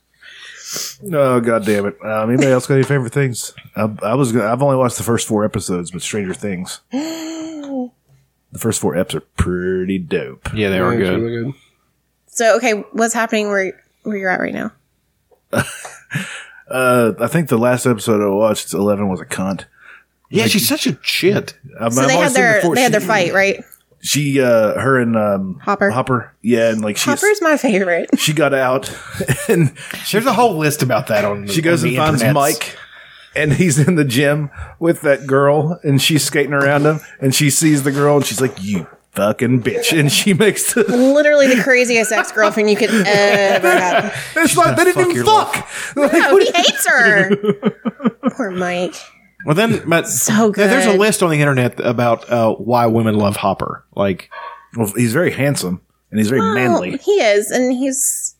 [SPEAKER 3] No, god damn it. Um, anybody else got any favorite things? I, I was. Gonna, I've only watched the first four episodes, but Stranger Things. The first four eps are pretty dope.
[SPEAKER 4] Yeah, they were
[SPEAKER 6] It's
[SPEAKER 4] good.
[SPEAKER 6] really good.
[SPEAKER 5] so okay, what's happening where where you're at right now?
[SPEAKER 3] Uh, I think the last episode I watched, eleven, was a cunt.
[SPEAKER 4] Yeah, she's such a shit.
[SPEAKER 3] I've-
[SPEAKER 5] So
[SPEAKER 3] I've
[SPEAKER 5] they
[SPEAKER 3] only
[SPEAKER 5] had
[SPEAKER 3] seen
[SPEAKER 5] their
[SPEAKER 3] the four-
[SPEAKER 5] they had their
[SPEAKER 3] she-
[SPEAKER 5] fight, right?
[SPEAKER 3] She, uh, her and um,
[SPEAKER 5] Hopper.
[SPEAKER 3] Hopper, yeah, and like she,
[SPEAKER 5] Hopper's my favorite.
[SPEAKER 3] she got out, and
[SPEAKER 4] There's a whole list about that on.
[SPEAKER 3] She goes and finds Mike, and he's in the gym with that girl, and she's skating around him, and she sees the girl, and she's like, "You fucking bitch!" And she makes the.
[SPEAKER 5] Literally the craziest ex girlfriend you could ever have.
[SPEAKER 3] It's like they didn't even fuck. Like,
[SPEAKER 5] Oh,
[SPEAKER 3] what-
[SPEAKER 5] he hates her. Poor Mike.
[SPEAKER 4] Well, then, but
[SPEAKER 5] So
[SPEAKER 4] there- There's a
[SPEAKER 5] good.
[SPEAKER 4] list on the internet about uh, why women love Hopper. Like
[SPEAKER 3] well, he's very handsome, and he's very
[SPEAKER 5] Well,
[SPEAKER 3] manly.
[SPEAKER 5] Oh, he is, and he's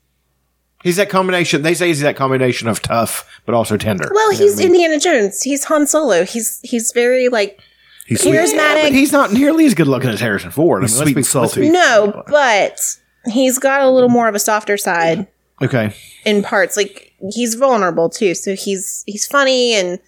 [SPEAKER 4] he's that combination. They say he's that combination of tough but also tender.
[SPEAKER 5] well, he's Indiana Jones. He's Han Solo. He's he's very like
[SPEAKER 3] He's sweet.
[SPEAKER 4] Yeah, but
[SPEAKER 5] charismatic.
[SPEAKER 4] he's not nearly as good looking as Harrison Ford. I mean,
[SPEAKER 3] He's
[SPEAKER 4] let's
[SPEAKER 3] sweet
[SPEAKER 4] be-
[SPEAKER 3] and salty.
[SPEAKER 5] no, but he's got a little more of a softer side
[SPEAKER 4] Okay,
[SPEAKER 5] in parts. Like he's vulnerable too, so he's he's funny and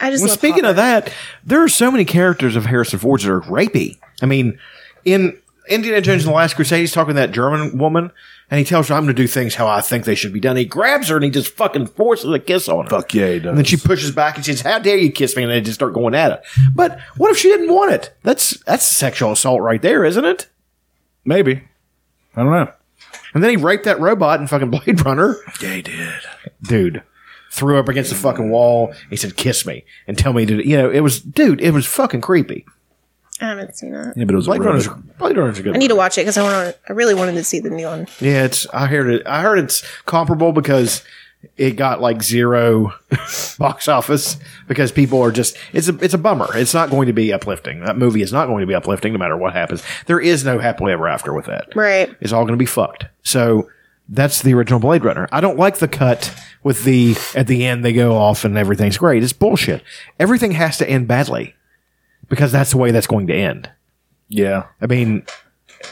[SPEAKER 5] I just
[SPEAKER 4] Well,
[SPEAKER 5] love
[SPEAKER 4] speaking of
[SPEAKER 5] Hopper.
[SPEAKER 4] that, there are so many characters of Harrison Ford's that are rapey. I mean, in Indiana Jones and the Last Crusade, he's talking to that German woman, and he tells her, "I'm going to do things how I think they should be done." He grabs her and he just fucking forces a kiss on her.
[SPEAKER 3] Fuck yeah, he does.
[SPEAKER 4] And then she pushes back and she says, "How dare you kiss me?" And they just start going at it. But what if she didn't want it? That's that's sexual assault right there, isn't it?
[SPEAKER 3] Maybe I don't know.
[SPEAKER 4] And then he raped that robot and fucking Blade Runner,
[SPEAKER 3] Yeah, he did.
[SPEAKER 4] dude. Threw up against the fucking wall. He said, "Kiss me and tell me to." You know, it was, dude. It was fucking creepy.
[SPEAKER 5] I haven't seen that.
[SPEAKER 3] Yeah, but it was a
[SPEAKER 4] Blade Runner's,
[SPEAKER 3] rabbit.
[SPEAKER 4] Blade Runner's a good.
[SPEAKER 5] I need to watch it because I want. I really wanted to see the new one.
[SPEAKER 4] one. Yeah, it's. I heard it. I heard it's comparable because it got like zero box office because people are just. It's a. It's a bummer. It's not going to be uplifting. That movie is not going to be uplifting no matter what happens. There is no happily ever after with that.
[SPEAKER 5] Right.
[SPEAKER 4] It's all going to be fucked. So that's the original Blade Runner. I don't like the cut with the at the end they go off and everything's great. It's bullshit. Everything has to end badly because that's the way that's going to end.
[SPEAKER 3] Yeah,
[SPEAKER 4] I mean,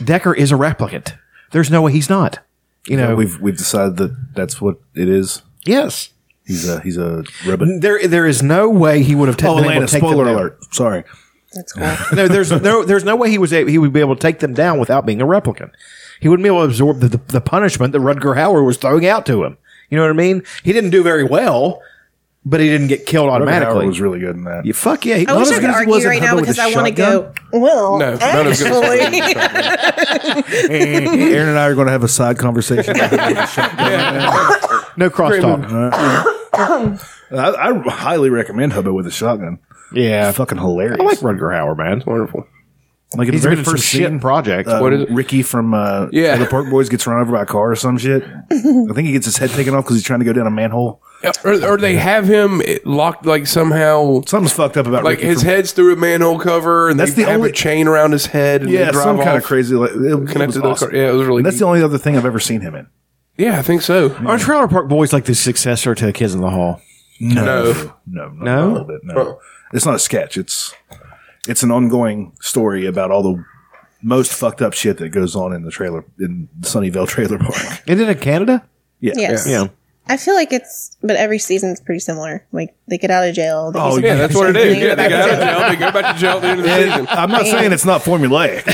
[SPEAKER 4] Decker is a replicant. There's no way he's not. You know,
[SPEAKER 3] we've we've decided that that's what it is.
[SPEAKER 4] yes,
[SPEAKER 3] He's a he's a
[SPEAKER 6] Oh,
[SPEAKER 3] rabbit.
[SPEAKER 4] there there is no way he would have ta-
[SPEAKER 3] Oh,
[SPEAKER 4] been able
[SPEAKER 3] Elena,
[SPEAKER 4] to take
[SPEAKER 3] spoiler
[SPEAKER 4] them
[SPEAKER 3] alert. Sorry.
[SPEAKER 5] That's cool.
[SPEAKER 4] Down. No, there's no there's no way he was able, he would be able to take them down without being a replicant. He wouldn't be able to absorb the, the, the punishment that Rudger Hauer was throwing out to him. You know what I mean? He didn't do very well, but he didn't get killed automatically.
[SPEAKER 3] Howard was really good in that.
[SPEAKER 4] you fuck yeah! He,
[SPEAKER 5] I wish I could
[SPEAKER 3] as he
[SPEAKER 5] argue
[SPEAKER 3] wasn't
[SPEAKER 5] right now
[SPEAKER 3] Hubba with
[SPEAKER 5] because
[SPEAKER 3] a
[SPEAKER 5] I want to go. Well,
[SPEAKER 6] No, none of
[SPEAKER 5] actually,
[SPEAKER 3] Aaron and I are going to have a side conversation.
[SPEAKER 4] no crosstalk.
[SPEAKER 3] I, I highly recommend Hubba with a shotgun.
[SPEAKER 4] Yeah,
[SPEAKER 3] Fucking hilarious.
[SPEAKER 4] I like Rudger Hauer, man.
[SPEAKER 6] Wonderful.
[SPEAKER 3] Like in
[SPEAKER 4] He's
[SPEAKER 3] the
[SPEAKER 4] been
[SPEAKER 3] very
[SPEAKER 4] in some
[SPEAKER 3] first
[SPEAKER 4] shit
[SPEAKER 3] scene,
[SPEAKER 4] projects.
[SPEAKER 3] uh,
[SPEAKER 6] What is it?
[SPEAKER 3] Ricky from uh,
[SPEAKER 6] Yeah.
[SPEAKER 3] the Pork Boys gets run over by a car or some shit. I think he gets his head taken off because he's trying to go down a manhole.
[SPEAKER 6] Or, or they have him locked like somehow.
[SPEAKER 3] Something's fucked up about
[SPEAKER 6] Like
[SPEAKER 3] Ricky.
[SPEAKER 6] his
[SPEAKER 3] from-
[SPEAKER 6] head's through a manhole cover, and
[SPEAKER 3] That's
[SPEAKER 6] they
[SPEAKER 3] the
[SPEAKER 6] have
[SPEAKER 3] only-
[SPEAKER 6] a chain around his head. And they
[SPEAKER 3] yeah,
[SPEAKER 6] drive
[SPEAKER 3] some kind
[SPEAKER 6] off
[SPEAKER 3] of crazy. Like, it, it
[SPEAKER 6] connected
[SPEAKER 3] was
[SPEAKER 6] to the
[SPEAKER 3] awesome.
[SPEAKER 6] car. Yeah, it was really.
[SPEAKER 3] And that's the
[SPEAKER 6] neat.
[SPEAKER 3] only other thing I've ever seen him in.
[SPEAKER 6] yeah, I think so.
[SPEAKER 4] Are Trailer Park Boys like the successor to the Kids in the Hall?
[SPEAKER 3] No, no, not
[SPEAKER 4] No?
[SPEAKER 3] a little bit. No, it's not a sketch. It's it's an ongoing story about all the most fucked up shit that goes on in the trailer in the Sunnyvale trailer park.
[SPEAKER 4] Isn't it in Canada?
[SPEAKER 5] yes.
[SPEAKER 4] Yeah.
[SPEAKER 5] I feel like it's, but every season's pretty similar. Like they get out of jail. they do
[SPEAKER 6] Oh,
[SPEAKER 5] some
[SPEAKER 6] yeah, that's what it
[SPEAKER 5] crazy thing,
[SPEAKER 6] is. Yeah, they
[SPEAKER 5] back
[SPEAKER 6] get
[SPEAKER 5] in
[SPEAKER 6] out of jail, they go back to jail at the end of the season.
[SPEAKER 3] I'm not saying it's not formulaic.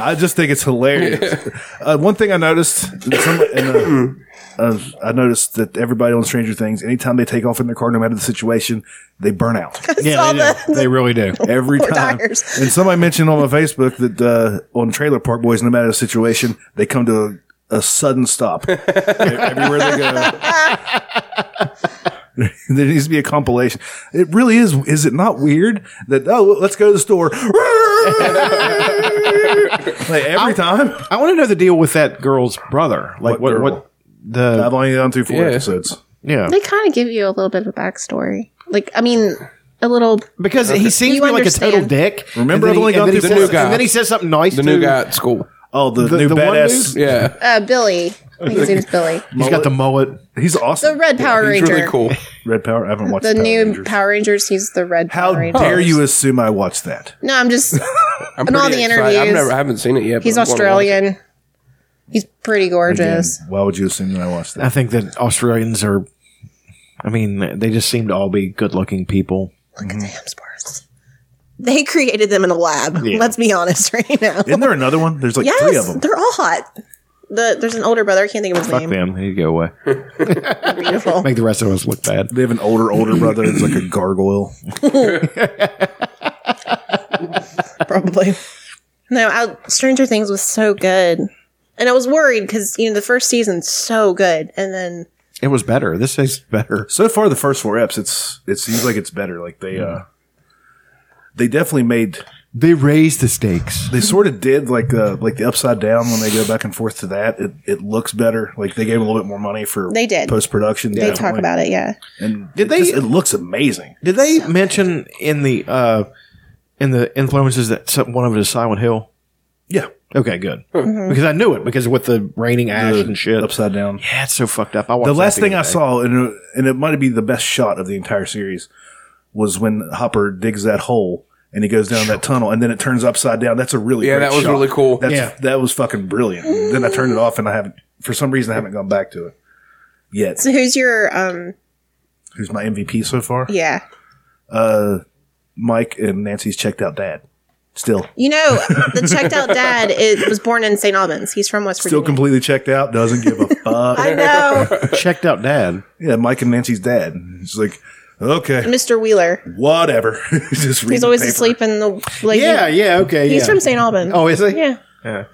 [SPEAKER 3] I just think it's hilarious. Uh, one thing I noticed, and some, and, uh, uh, I noticed that everybody on Stranger Things, anytime they take off in their car, no matter the situation, they burn out.
[SPEAKER 2] yeah, they, do. they really do.
[SPEAKER 3] Every time. And somebody mentioned on my Facebook that uh, on Trailer Park Boys, no matter the situation, they come to a, a sudden stop E-, everywhere they go. there needs to be a compilation. It really is. Is it not weird that oh, let's go to the store? like every time.
[SPEAKER 4] I want to know the deal with that girl's brother. Like what? What, the?
[SPEAKER 3] I've only gone through four
[SPEAKER 4] Yeah.
[SPEAKER 3] episodes.
[SPEAKER 4] Yeah,
[SPEAKER 5] They kind of give you a little bit of a backstory. Like, I mean, a little.
[SPEAKER 4] because he seems
[SPEAKER 5] You
[SPEAKER 4] to be like a
[SPEAKER 5] understand.
[SPEAKER 4] total dick.
[SPEAKER 3] Remember,
[SPEAKER 4] And
[SPEAKER 3] I've
[SPEAKER 4] then
[SPEAKER 3] only
[SPEAKER 4] he-
[SPEAKER 3] gone
[SPEAKER 4] and then
[SPEAKER 3] through
[SPEAKER 4] he
[SPEAKER 3] four
[SPEAKER 4] says- And then he
[SPEAKER 3] episodes.
[SPEAKER 4] says something nice.
[SPEAKER 3] The
[SPEAKER 4] to,
[SPEAKER 3] new guy
[SPEAKER 6] at school.
[SPEAKER 3] Oh, the, new
[SPEAKER 4] the one
[SPEAKER 3] badass.
[SPEAKER 4] dude?
[SPEAKER 6] Yeah.
[SPEAKER 5] Uh, Billy. I think his name's Billy.
[SPEAKER 4] He's got the mullet.
[SPEAKER 3] He's awesome.
[SPEAKER 5] The Red Power Ranger.
[SPEAKER 6] cool.
[SPEAKER 3] Red Power. I haven't watched
[SPEAKER 5] The
[SPEAKER 3] Power
[SPEAKER 5] new
[SPEAKER 3] Rangers.
[SPEAKER 5] Power Rangers. He's the Red Power Ranger.
[SPEAKER 3] Dare you assume I watched that?
[SPEAKER 5] No, I'm just.
[SPEAKER 6] I'm
[SPEAKER 5] in all
[SPEAKER 6] pretty
[SPEAKER 5] the
[SPEAKER 6] excited. I've
[SPEAKER 5] interviews,
[SPEAKER 6] never, I haven't seen it yet.
[SPEAKER 5] he's
[SPEAKER 6] but I wanna watch it.
[SPEAKER 5] Australian. He's pretty gorgeous.
[SPEAKER 3] Why would you assume that I watched that?
[SPEAKER 4] I think that Australians are. I mean, they just seem to all be good-looking people.
[SPEAKER 5] Look at the Hemsworths. They created them in a lab.
[SPEAKER 4] Yeah.
[SPEAKER 5] Let's be honest right now.
[SPEAKER 3] Isn't there another one? There's like
[SPEAKER 5] yes,
[SPEAKER 3] three of them.
[SPEAKER 5] they're all hot. The, there's an older brother. I can't think of his
[SPEAKER 4] Fuck
[SPEAKER 5] name.
[SPEAKER 4] them. They need to go away.
[SPEAKER 5] Beautiful.
[SPEAKER 4] Make the rest of us look bad.
[SPEAKER 3] They have an older, older brother that's like a gargoyle.
[SPEAKER 5] probably. No, I, Stranger Things was so good, and I was worried because you know the first season's so good, and then
[SPEAKER 4] It was better. This is better.
[SPEAKER 3] So far, the first four eps, it's it seems like it's better. Like they uh, they definitely made
[SPEAKER 4] They raised the stakes.
[SPEAKER 3] they sort of did like uh, like the upside down when they go back and forth to that. It, it looks better. Like they gave a little bit more money for
[SPEAKER 5] They did.
[SPEAKER 3] post production.
[SPEAKER 5] they talk about it. Yeah,
[SPEAKER 3] And
[SPEAKER 4] Did
[SPEAKER 3] did it
[SPEAKER 4] they-
[SPEAKER 3] they? Just, it looks amazing.
[SPEAKER 4] Did they mention in the uh in the influences that some, one of it is Silent Hill?
[SPEAKER 3] Yeah,
[SPEAKER 4] Okay, good.
[SPEAKER 5] Mm-hmm.
[SPEAKER 4] Because I knew it because with the raining ash and shit.
[SPEAKER 3] upside down.
[SPEAKER 4] Yeah, it's so fucked up. I watched
[SPEAKER 3] the
[SPEAKER 4] that
[SPEAKER 3] last thing
[SPEAKER 4] other
[SPEAKER 6] eh?
[SPEAKER 3] I
[SPEAKER 4] day.
[SPEAKER 3] saw, and it, and it might be the best shot of the entire series, was when Hopper digs that hole and he goes down that tunnel, and then it turns upside down. That's a really
[SPEAKER 6] Yeah,
[SPEAKER 3] great
[SPEAKER 6] that was
[SPEAKER 3] shot.
[SPEAKER 6] really cool.
[SPEAKER 3] That's,
[SPEAKER 4] Yeah.
[SPEAKER 3] that was fucking brilliant. then I turned it off, and I haven't for some reason I haven't gone back to it yet.
[SPEAKER 5] So who's your um?
[SPEAKER 3] Who's my MVP so far?
[SPEAKER 5] Yeah,
[SPEAKER 3] Uh, Mike and Nancy's checked out dad. Still,
[SPEAKER 5] you know the checked out dad is, was born in St. Albans. He's from West
[SPEAKER 3] still
[SPEAKER 5] Virginia.
[SPEAKER 3] completely checked out. Doesn't give a fuck.
[SPEAKER 5] I know,
[SPEAKER 4] checked out dad.
[SPEAKER 3] yeah, Mike and Nancy's dad. He's like, okay,
[SPEAKER 5] Mr. Wheeler.
[SPEAKER 3] whatever. Just reading
[SPEAKER 5] He's
[SPEAKER 3] the
[SPEAKER 5] always
[SPEAKER 3] paper.
[SPEAKER 5] asleep in the like.
[SPEAKER 4] Yeah, Uh, yeah, okay.
[SPEAKER 5] he's
[SPEAKER 4] yeah.
[SPEAKER 5] from St. Albans.
[SPEAKER 4] Oh, is he?
[SPEAKER 5] Yeah,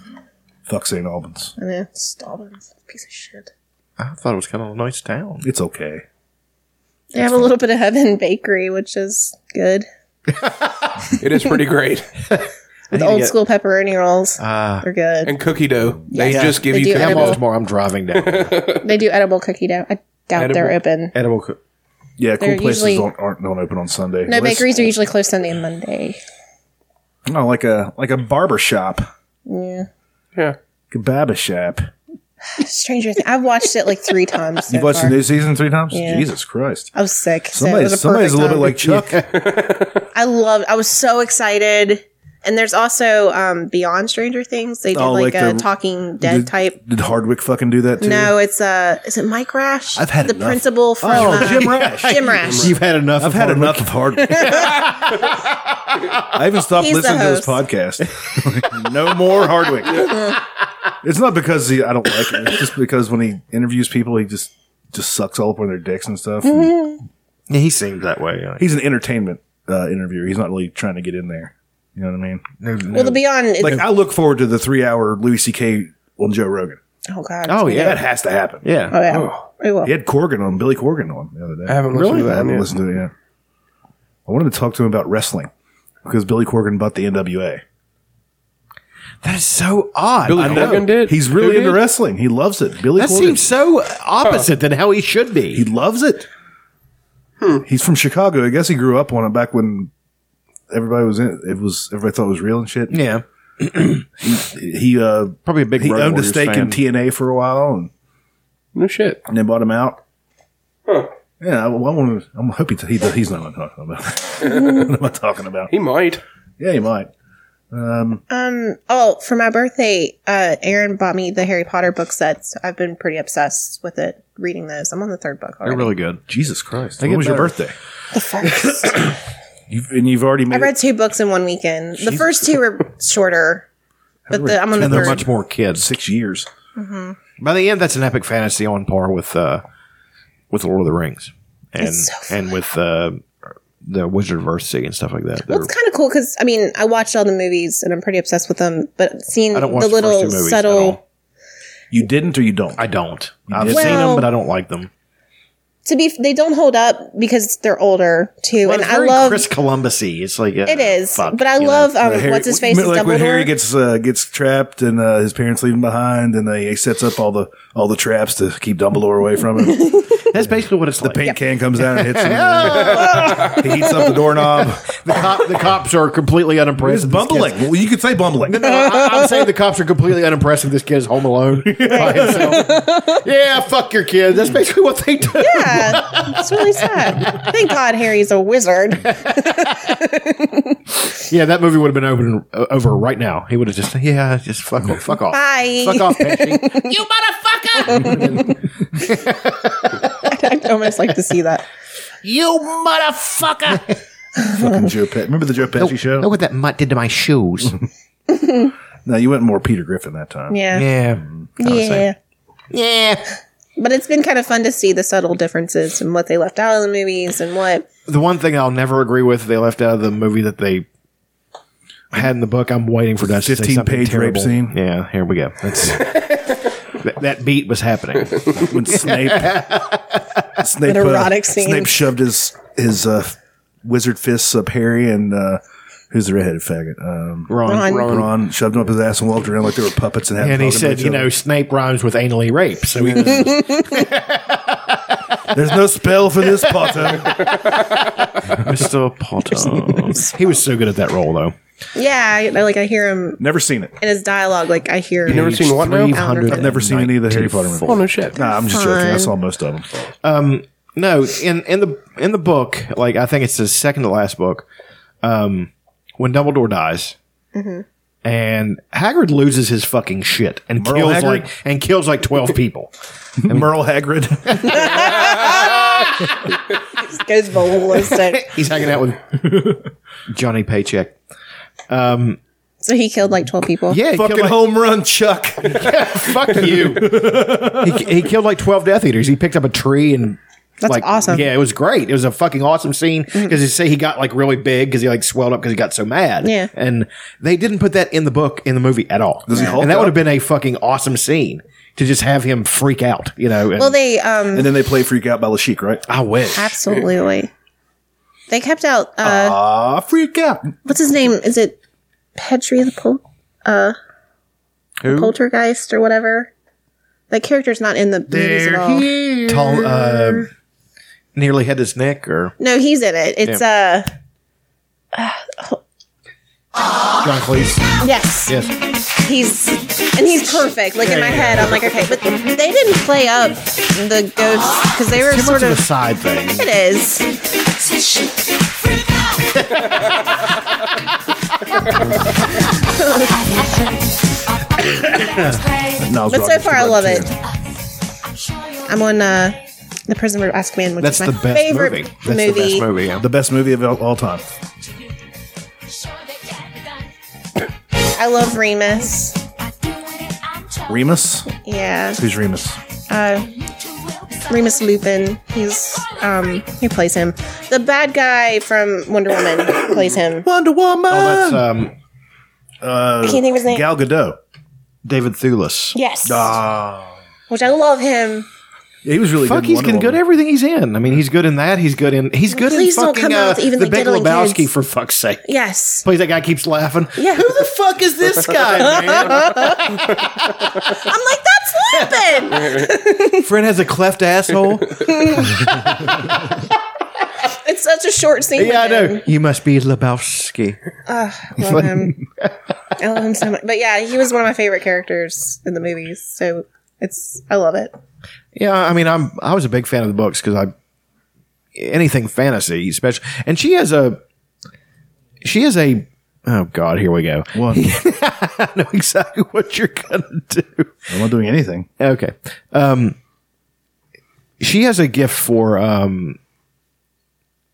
[SPEAKER 3] Fuck St. Albans.
[SPEAKER 5] I know. St. Albans, piece of shit.
[SPEAKER 4] I thought it was kind of a nice town.
[SPEAKER 3] It's okay.
[SPEAKER 5] They have a little bit of Heaven Bakery, which is good.
[SPEAKER 6] It is pretty great.
[SPEAKER 4] need
[SPEAKER 5] The
[SPEAKER 4] to
[SPEAKER 5] old
[SPEAKER 4] get-
[SPEAKER 5] school pepperoni rolls
[SPEAKER 4] Ah.
[SPEAKER 5] are good.
[SPEAKER 6] And cookie dough. They
[SPEAKER 4] Yeah.
[SPEAKER 6] just give
[SPEAKER 5] They
[SPEAKER 6] you
[SPEAKER 5] do
[SPEAKER 6] cookie
[SPEAKER 4] I'm
[SPEAKER 5] edible.
[SPEAKER 4] off
[SPEAKER 6] dough.
[SPEAKER 4] tomorrow. I'm driving down.
[SPEAKER 5] They do edible cookie dough. I doubt they're open.
[SPEAKER 4] Edible. Co-
[SPEAKER 3] Yeah,
[SPEAKER 5] They're
[SPEAKER 3] cool places
[SPEAKER 5] usually-
[SPEAKER 3] don't, aren't don't open on Sunday.
[SPEAKER 5] No,
[SPEAKER 3] Unless-
[SPEAKER 5] bakeries are usually closed Sunday and Monday.
[SPEAKER 3] No, oh, like a like a barber shop,
[SPEAKER 5] Yeah.
[SPEAKER 6] Yeah.
[SPEAKER 3] like a barber shop.
[SPEAKER 5] Stranger Things. I've watched it like three times. So
[SPEAKER 3] You've watched
[SPEAKER 5] far.
[SPEAKER 3] the new season three times.
[SPEAKER 5] Yeah.
[SPEAKER 3] Jesus Christ!
[SPEAKER 5] I was sick. so it
[SPEAKER 3] Somebody,
[SPEAKER 5] was a
[SPEAKER 3] somebody's a
[SPEAKER 5] perfect
[SPEAKER 3] little bit
[SPEAKER 5] time.
[SPEAKER 3] like Chuck.
[SPEAKER 5] I loved. I was so excited. And there's also um, Beyond Stranger Things. They did
[SPEAKER 3] Oh,
[SPEAKER 5] like,
[SPEAKER 3] like
[SPEAKER 5] a
[SPEAKER 3] the-
[SPEAKER 5] Talking Dead
[SPEAKER 3] did,
[SPEAKER 5] type.
[SPEAKER 3] Did Hardwick fucking do that too?
[SPEAKER 5] No, it's uh, is it Mike Rash?
[SPEAKER 3] I've had
[SPEAKER 5] the
[SPEAKER 3] enough.
[SPEAKER 5] principal from
[SPEAKER 3] Oh,
[SPEAKER 5] uh,
[SPEAKER 3] Jim Rash.
[SPEAKER 5] Jim Rash.
[SPEAKER 4] You've had enough.
[SPEAKER 3] I've
[SPEAKER 4] of
[SPEAKER 3] had
[SPEAKER 4] hard
[SPEAKER 3] enough of Hardwick. I even stopped
[SPEAKER 5] He's the
[SPEAKER 3] listening to his
[SPEAKER 5] host.
[SPEAKER 3] podcast. no more Hardwick. it's not because he, I don't like him. It's just because when he interviews people, he just just sucks all up on their dicks and stuff.
[SPEAKER 5] Mm-hmm.
[SPEAKER 3] And
[SPEAKER 4] work. He seemed that way. Like,
[SPEAKER 3] he's an entertainment uh, interviewer. He's not really trying to get in there. You know what I mean?
[SPEAKER 4] no, no.
[SPEAKER 5] Well, the Beyond. Is,
[SPEAKER 3] Like I look forward to the three hour Louis C.K. on Joe Rogan.
[SPEAKER 5] oh God.
[SPEAKER 4] oh
[SPEAKER 3] That
[SPEAKER 4] yeah,
[SPEAKER 3] has to happen.
[SPEAKER 4] yeah.
[SPEAKER 5] Oh yeah. It will.
[SPEAKER 3] He had Corgan on Billy Corgan on the other day.
[SPEAKER 6] I haven't listened to
[SPEAKER 3] I
[SPEAKER 6] that
[SPEAKER 3] haven't
[SPEAKER 6] yet.
[SPEAKER 3] listened to it yet. I wanted to talk to him about wrestling because Billy Corgan bought the NWA.
[SPEAKER 4] That is so odd.
[SPEAKER 6] Billy
[SPEAKER 4] I know.
[SPEAKER 6] Corgan did.
[SPEAKER 3] He's
[SPEAKER 6] Who
[SPEAKER 3] really
[SPEAKER 6] did?
[SPEAKER 3] into wrestling. He loves it. Billy
[SPEAKER 4] That
[SPEAKER 3] Corgan.
[SPEAKER 4] seems so opposite than how he should be.
[SPEAKER 3] he loves it.
[SPEAKER 6] Hmm.
[SPEAKER 3] He's from Chicago. I guess he grew up on it back when everybody was in it was everybody thought it was real and shit.
[SPEAKER 4] yeah,
[SPEAKER 3] He uh
[SPEAKER 4] probably a big.
[SPEAKER 3] he
[SPEAKER 4] Road
[SPEAKER 3] owned a
[SPEAKER 4] Warriors
[SPEAKER 3] stake in
[SPEAKER 4] fan.
[SPEAKER 3] TNA for a while and
[SPEAKER 6] No shit.
[SPEAKER 3] and they bought him out.
[SPEAKER 6] Huh.
[SPEAKER 3] Yeah, I, I want to. I'm hoping to, he, he's not what I'm talking about. what am I talking about?
[SPEAKER 6] He might.
[SPEAKER 3] Yeah, he might. Um,
[SPEAKER 5] Um. Oh, for my birthday, uh, Aaron bought me the Harry Potter book sets. I've been pretty obsessed with it, reading those. I'm on the third book already.
[SPEAKER 4] really good.
[SPEAKER 3] Jesus Christ.
[SPEAKER 5] They
[SPEAKER 3] When
[SPEAKER 5] get
[SPEAKER 3] was your
[SPEAKER 5] better.
[SPEAKER 3] birthday?
[SPEAKER 5] The first.
[SPEAKER 3] You've, and you've already
[SPEAKER 5] I
[SPEAKER 3] made
[SPEAKER 5] read two books in one weekend. The first two were shorter, but the, I'm on the
[SPEAKER 4] and they're
[SPEAKER 5] third.
[SPEAKER 4] much more kids.
[SPEAKER 3] Six years.
[SPEAKER 5] Mhm.
[SPEAKER 4] By the end, that's an epic fantasy on par with uh, with Lord of the Rings, and
[SPEAKER 5] It's
[SPEAKER 4] and with uh, the Wizard of Earthsea and stuff like that. They're-
[SPEAKER 5] It's kind of cool because I mean I watched all the movies and I'm pretty obsessed with them. But seeing
[SPEAKER 4] I
[SPEAKER 5] the
[SPEAKER 4] don't watch the first two
[SPEAKER 5] little
[SPEAKER 4] movies at
[SPEAKER 5] subtle,
[SPEAKER 3] You didn't or you don't?
[SPEAKER 4] I don't. I've
[SPEAKER 5] did.
[SPEAKER 4] seen them,
[SPEAKER 5] Well-
[SPEAKER 4] but I don't like them.
[SPEAKER 5] to be they don't hold up because they're older too.
[SPEAKER 4] Well,
[SPEAKER 5] and
[SPEAKER 4] it's
[SPEAKER 5] I
[SPEAKER 4] very
[SPEAKER 5] love
[SPEAKER 4] Chris Columbusy. It's like uh,
[SPEAKER 5] it is,
[SPEAKER 4] fuck,
[SPEAKER 5] but I
[SPEAKER 4] you know.
[SPEAKER 5] love um,
[SPEAKER 3] Uh, Harry-
[SPEAKER 5] what's his face is
[SPEAKER 3] Like when
[SPEAKER 5] Dumbledore.
[SPEAKER 3] Harry gets uh, gets trapped and uh, his parents leave him behind, and they, he sets up all the all the traps to keep Dumbledore away from him.
[SPEAKER 4] That's basically what it's
[SPEAKER 3] the
[SPEAKER 4] like.
[SPEAKER 3] paint can comes down and hits him. he heats up the doorknob.
[SPEAKER 4] The, cop, the cops are completely
[SPEAKER 3] It's
[SPEAKER 4] unimpressed. with this kid's-
[SPEAKER 3] bumbling. Well, you could say bumbling.
[SPEAKER 4] No, I, am saying the cops are completely unimpressed if this kid is home alone by himself. yeah, fuck your kid. That's basically what they do.
[SPEAKER 5] yeah, it's really sad. Thank God Harry's a wizard.
[SPEAKER 4] Yeah, that movie would have been open, uh, over right now. He would have just, yeah, just fuck off. Fuck off.
[SPEAKER 5] Bye.
[SPEAKER 4] Fuck off, Patrick.
[SPEAKER 5] you motherfucker! I'd almost like to see that.
[SPEAKER 4] You motherfucker.
[SPEAKER 3] Fucking Joe Pet. Remember the Joe Pesci show?
[SPEAKER 4] Look what that mutt did to my shoes.
[SPEAKER 3] No, you went more Peter Griffin that time.
[SPEAKER 5] Yeah.
[SPEAKER 4] yeah.
[SPEAKER 5] Yeah.
[SPEAKER 4] Yeah.
[SPEAKER 5] But it's been kind of fun to see the subtle differences and what they left out of the movies and what.
[SPEAKER 4] The one thing I'll never agree with they left out of the movie that they had in the book. I'm waiting for Dutch to say
[SPEAKER 3] 15
[SPEAKER 4] something
[SPEAKER 3] page rape
[SPEAKER 4] terrible.
[SPEAKER 3] scene.
[SPEAKER 4] Yeah, here we go. That's, that, that beat was happening.
[SPEAKER 3] When Snape, Snape, uh,
[SPEAKER 5] An erotic scene.
[SPEAKER 3] Snape shoved his his uh, wizard fists up Harry and uh, who's the redheaded faggot? Um,
[SPEAKER 4] Ron.
[SPEAKER 5] Ron.
[SPEAKER 3] Ron shoved him up his ass and walked around like they were puppets and had
[SPEAKER 4] And he
[SPEAKER 3] talking to
[SPEAKER 4] said,
[SPEAKER 3] each
[SPEAKER 4] you
[SPEAKER 3] other.
[SPEAKER 4] know, Snape rhymes with anally rape. So he
[SPEAKER 3] There's no spell for this Potter.
[SPEAKER 4] Mr. Potter. he was so good at that role, though.
[SPEAKER 5] Yeah, I, I- like I hear him
[SPEAKER 3] Never seen it.
[SPEAKER 5] in his dialogue, like I hear.
[SPEAKER 6] You never seen what now?
[SPEAKER 3] I've never seen any of the Harry Potter movies.
[SPEAKER 6] Oh no shit!
[SPEAKER 3] Nah, I'm just joking. I saw most of them.
[SPEAKER 4] Um, no, in in the in the book, like I think it's the second to last book. Um, when Dumbledore dies,
[SPEAKER 5] Mm-hmm.
[SPEAKER 4] and Hagrid loses his fucking shit and
[SPEAKER 3] Merle
[SPEAKER 4] kills
[SPEAKER 3] Haggard?
[SPEAKER 4] like and kills like twelve people.
[SPEAKER 3] Merle Hagrid.
[SPEAKER 5] goes ballistic.
[SPEAKER 4] He's hanging out with Johnny Paycheck.
[SPEAKER 5] so he killed like twelve people.
[SPEAKER 4] Yeah, he killed,
[SPEAKER 3] Fucking
[SPEAKER 4] like-
[SPEAKER 3] home run, Chuck.
[SPEAKER 4] Fuck you. he, he killed like 12 Death Eaters. He picked up a tree and.
[SPEAKER 5] That's
[SPEAKER 4] like,
[SPEAKER 5] awesome. Mm-hmm.
[SPEAKER 4] Yeah, it was great. It was a fucking awesome scene because they say he got like really big because he like swelled up because he got so mad.
[SPEAKER 5] Yeah.
[SPEAKER 4] And they didn't put that in the book, in the movie at all.
[SPEAKER 3] Does he Hulk
[SPEAKER 4] and that
[SPEAKER 3] up?
[SPEAKER 4] would have been a fucking awesome scene to just have him freak out, you know. And
[SPEAKER 5] Well, they um
[SPEAKER 3] And then they play Freak Out by Lashik, right?
[SPEAKER 4] I wish.
[SPEAKER 5] absolutely. They kept out. uh
[SPEAKER 3] Ah, Freak Out.
[SPEAKER 5] What's his name? Is it Petri the Pol- uh
[SPEAKER 4] Who?
[SPEAKER 5] Poltergeist or whatever? That character's not in the movies at all.
[SPEAKER 4] Tall, uh, nearly had his neck or
[SPEAKER 5] No, he's in it. It's uh
[SPEAKER 4] John Cleese.
[SPEAKER 5] uh, yes.
[SPEAKER 4] Yes.
[SPEAKER 5] He's and he's perfect. Like in my head, I'm like, okay, but they didn't play up the ghosts because they were
[SPEAKER 4] Too
[SPEAKER 5] sort
[SPEAKER 4] much of a
[SPEAKER 5] of.
[SPEAKER 4] side thing.
[SPEAKER 5] It is.
[SPEAKER 3] No, I was
[SPEAKER 5] But so
[SPEAKER 3] wrong.
[SPEAKER 5] far, I love it. I'm on uh, The Prisoner of Azkaban, which
[SPEAKER 4] That's
[SPEAKER 5] is
[SPEAKER 4] the
[SPEAKER 5] my
[SPEAKER 4] best
[SPEAKER 5] favorite
[SPEAKER 4] movie. That's
[SPEAKER 5] movie.
[SPEAKER 4] the best movie. Yeah.
[SPEAKER 3] The best movie of all, all time.
[SPEAKER 5] I love Remus.
[SPEAKER 3] Remus.
[SPEAKER 5] Yeah.
[SPEAKER 3] Who's Remus?
[SPEAKER 5] Uh, Remus Lupin. He's um who plays him? The bad guy from Wonder Woman plays him.
[SPEAKER 3] Wonder Woman.
[SPEAKER 4] Oh, that's um,
[SPEAKER 5] I can't think of his name.
[SPEAKER 3] Gal Gadot.
[SPEAKER 4] David Thewlis.
[SPEAKER 5] yes.
[SPEAKER 4] Ah.
[SPEAKER 5] Which I love him.
[SPEAKER 3] He was really
[SPEAKER 4] Fuck,
[SPEAKER 3] good. in
[SPEAKER 4] he's
[SPEAKER 3] Wonder
[SPEAKER 4] been good
[SPEAKER 3] Woman.
[SPEAKER 4] at everything he's in. I mean, he's good in that. He's good in. He's good
[SPEAKER 5] Please
[SPEAKER 4] in
[SPEAKER 5] don't
[SPEAKER 4] fucking
[SPEAKER 5] come out
[SPEAKER 4] uh,
[SPEAKER 5] even
[SPEAKER 4] the
[SPEAKER 5] like
[SPEAKER 4] Big
[SPEAKER 5] diddling
[SPEAKER 4] Lebowski
[SPEAKER 5] kids.
[SPEAKER 4] for fuck's sake.
[SPEAKER 5] Yes.
[SPEAKER 4] Please, that guy keeps laughing.
[SPEAKER 5] Yeah.
[SPEAKER 4] Who the fuck is this guy, man?
[SPEAKER 5] I'm like that's Lupin.
[SPEAKER 4] Friend has a cleft asshole.
[SPEAKER 5] it's such a short scene.
[SPEAKER 4] yeah, I
[SPEAKER 5] with him.
[SPEAKER 4] know. You must be Lebowski.
[SPEAKER 5] I love him. I love him so much. But yeah, he was one of my favorite characters in the movies. So it's I love it.
[SPEAKER 4] Yeah, I mean, I'm. I was a big fan of the books because I anything fantasy, especially. And she has a she has a Oh God, here we go.
[SPEAKER 3] What?
[SPEAKER 4] I know exactly what you're gonna do.
[SPEAKER 3] I'm not doing anything.
[SPEAKER 4] Okay. Um, she has a gift for um,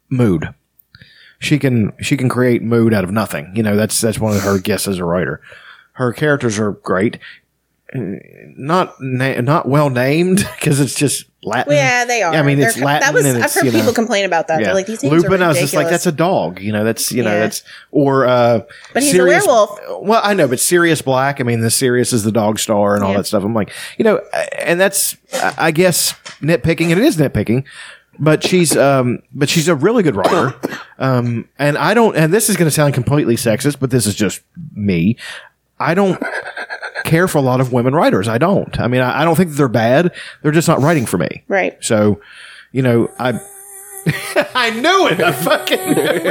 [SPEAKER 4] mood. She can she can create mood out of nothing. You know that's that's one of her gifts as a writer. Her characters are great. Uh, Not na- not well named because it's just Latin.
[SPEAKER 5] Well, yeah, they are.
[SPEAKER 4] I mean,
[SPEAKER 5] They're
[SPEAKER 4] it's
[SPEAKER 5] co-
[SPEAKER 4] Latin.
[SPEAKER 5] That was
[SPEAKER 4] and it's,
[SPEAKER 5] I've heard
[SPEAKER 4] you know-
[SPEAKER 5] people complain about that. They're like these names
[SPEAKER 4] Lupin,
[SPEAKER 5] are
[SPEAKER 4] I was just like,
[SPEAKER 5] ridiculous.
[SPEAKER 4] that's a dog. You know, that's you know,
[SPEAKER 5] Yeah.
[SPEAKER 4] that's or uh,
[SPEAKER 5] But he's a
[SPEAKER 4] Sirius-
[SPEAKER 5] werewolf.
[SPEAKER 4] Well, I know, but Sirius Black. I mean, the Sirius is the dog star and all
[SPEAKER 5] Yeah.
[SPEAKER 4] that stuff. I'm like, you know, I- and that's I I guess nitpicking, and it is nitpicking. But she's um, but she's a really good writer, um, and I don't. And this is going to sound completely sexist, but this is just me. I don't care for a lot of women writers. I don't. I mean, I, I don't think that they're bad. They're just not writing for me.
[SPEAKER 5] Right.
[SPEAKER 4] So, you know, I I knew it. I fucking knew it.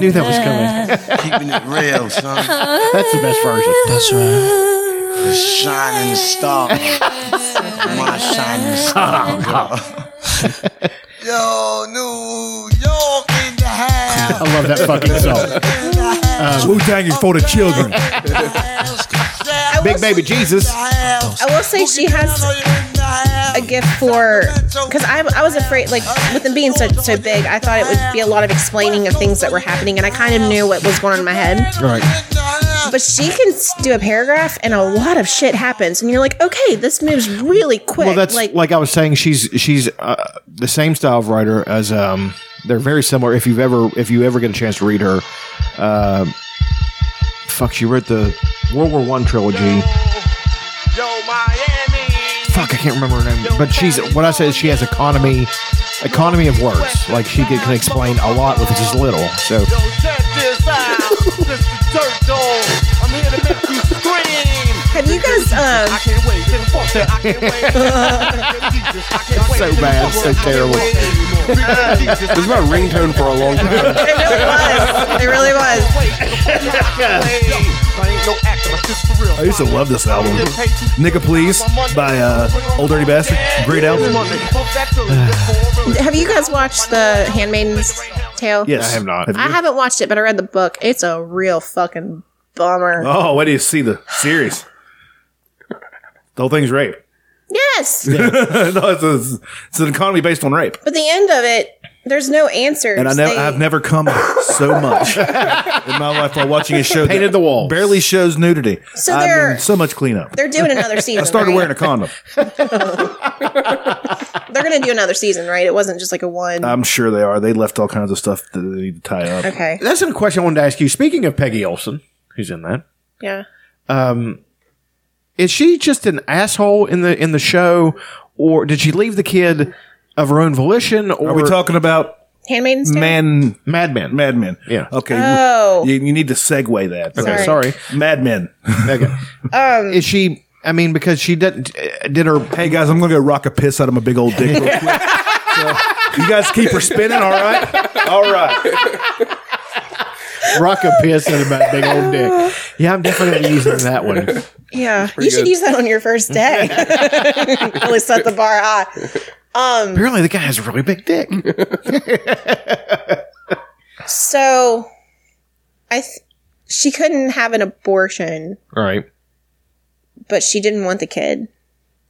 [SPEAKER 4] knew that was coming.
[SPEAKER 12] Keeping it real, son.
[SPEAKER 4] That's the best version.
[SPEAKER 12] That's right. The shining star. My shining star. Yo, New York in the house.
[SPEAKER 4] I love that fucking
[SPEAKER 3] Um,
[SPEAKER 12] song.
[SPEAKER 8] Wu Tang is
[SPEAKER 5] Oh,
[SPEAKER 8] for the children.
[SPEAKER 4] Big baby Jesus.
[SPEAKER 5] I will say she has a gift for because I, I was afraid like with them being so so big I thought it would be a lot of explaining of things that were happening and I kind of knew what was going on in my head
[SPEAKER 4] Right.
[SPEAKER 5] but she can s- do a paragraph and a lot of shit happens and you're like okay this moves really quick
[SPEAKER 4] Well, that's
[SPEAKER 5] like
[SPEAKER 4] like, I was saying. She's she's uh, the same style of writer as um. They're very similar. If you've ever if you ever get a chance to read her, uh, fuck, she wrote the World War One trilogy. Fuck, I can't remember her name. But she's what I said is she has economy, economy of words. Like she can, can explain a lot with just little. So
[SPEAKER 5] have you guys um
[SPEAKER 4] so bad, so terrible.
[SPEAKER 6] this is my ringtone for a long time.
[SPEAKER 5] it really was
[SPEAKER 3] I used to love this album. Nigga Please by uh, Old Dirty Bastard. Great album.
[SPEAKER 5] have you guys watched the Handmaid's Tale
[SPEAKER 3] Yes. I have not. Have
[SPEAKER 5] I
[SPEAKER 3] you?
[SPEAKER 5] haven't watched it but I read the book it's a real fucking bummer
[SPEAKER 3] Oh, wait do you see the series? The whole thing's rape.
[SPEAKER 5] yes
[SPEAKER 3] no, it's, a- it's an economy based on rape.
[SPEAKER 5] But the end of it, there's no answers.
[SPEAKER 3] And I know
[SPEAKER 5] They-
[SPEAKER 3] I've never come so much in my life while watching a show
[SPEAKER 4] Painted
[SPEAKER 3] that
[SPEAKER 4] the walls.
[SPEAKER 3] barely shows nudity.
[SPEAKER 5] So
[SPEAKER 3] I
[SPEAKER 5] they're-
[SPEAKER 3] mean, so much cleanup.
[SPEAKER 5] they're doing another season.
[SPEAKER 3] I started
[SPEAKER 5] right?
[SPEAKER 3] wearing a condom.
[SPEAKER 5] They're going to do another season, right? It wasn't just like a one.
[SPEAKER 3] I'm sure they are. They left all kinds of stuff that they need to tie up.
[SPEAKER 5] okay.
[SPEAKER 4] That's a question I wanted to ask you. Speaking of Peggy Olson, who's in that,
[SPEAKER 5] Yeah.
[SPEAKER 4] um, is she just an asshole in the in the show, or did she leave the kid of her own volition? Or
[SPEAKER 3] Are we talking about
[SPEAKER 5] Handmaid's Tale.
[SPEAKER 3] man,
[SPEAKER 4] Mad Men?
[SPEAKER 3] Mad Men?
[SPEAKER 4] Yeah.
[SPEAKER 3] Okay.
[SPEAKER 5] Oh.
[SPEAKER 3] You, you need to segue that.
[SPEAKER 4] Okay, sorry.
[SPEAKER 3] Mad Men.
[SPEAKER 4] Okay.
[SPEAKER 5] Um,
[SPEAKER 4] Is she? I mean, because she didn't uh, did her.
[SPEAKER 3] Hey guys, I'm gonna go rock a piss out of my big old dick. Real quick. So, you guys keep her spinning, all right? All right.
[SPEAKER 4] rock a piss in about big old dick. Yeah, I'm definitely gonna be using that one.
[SPEAKER 5] yeah.
[SPEAKER 6] pretty
[SPEAKER 5] You should
[SPEAKER 6] good.
[SPEAKER 5] use that on your first day. really set the bar high. Um,
[SPEAKER 4] Apparently, the guy has a really big dick.
[SPEAKER 5] so I, th- she couldn't have an abortion,
[SPEAKER 4] All right.
[SPEAKER 5] but she didn't want the kid.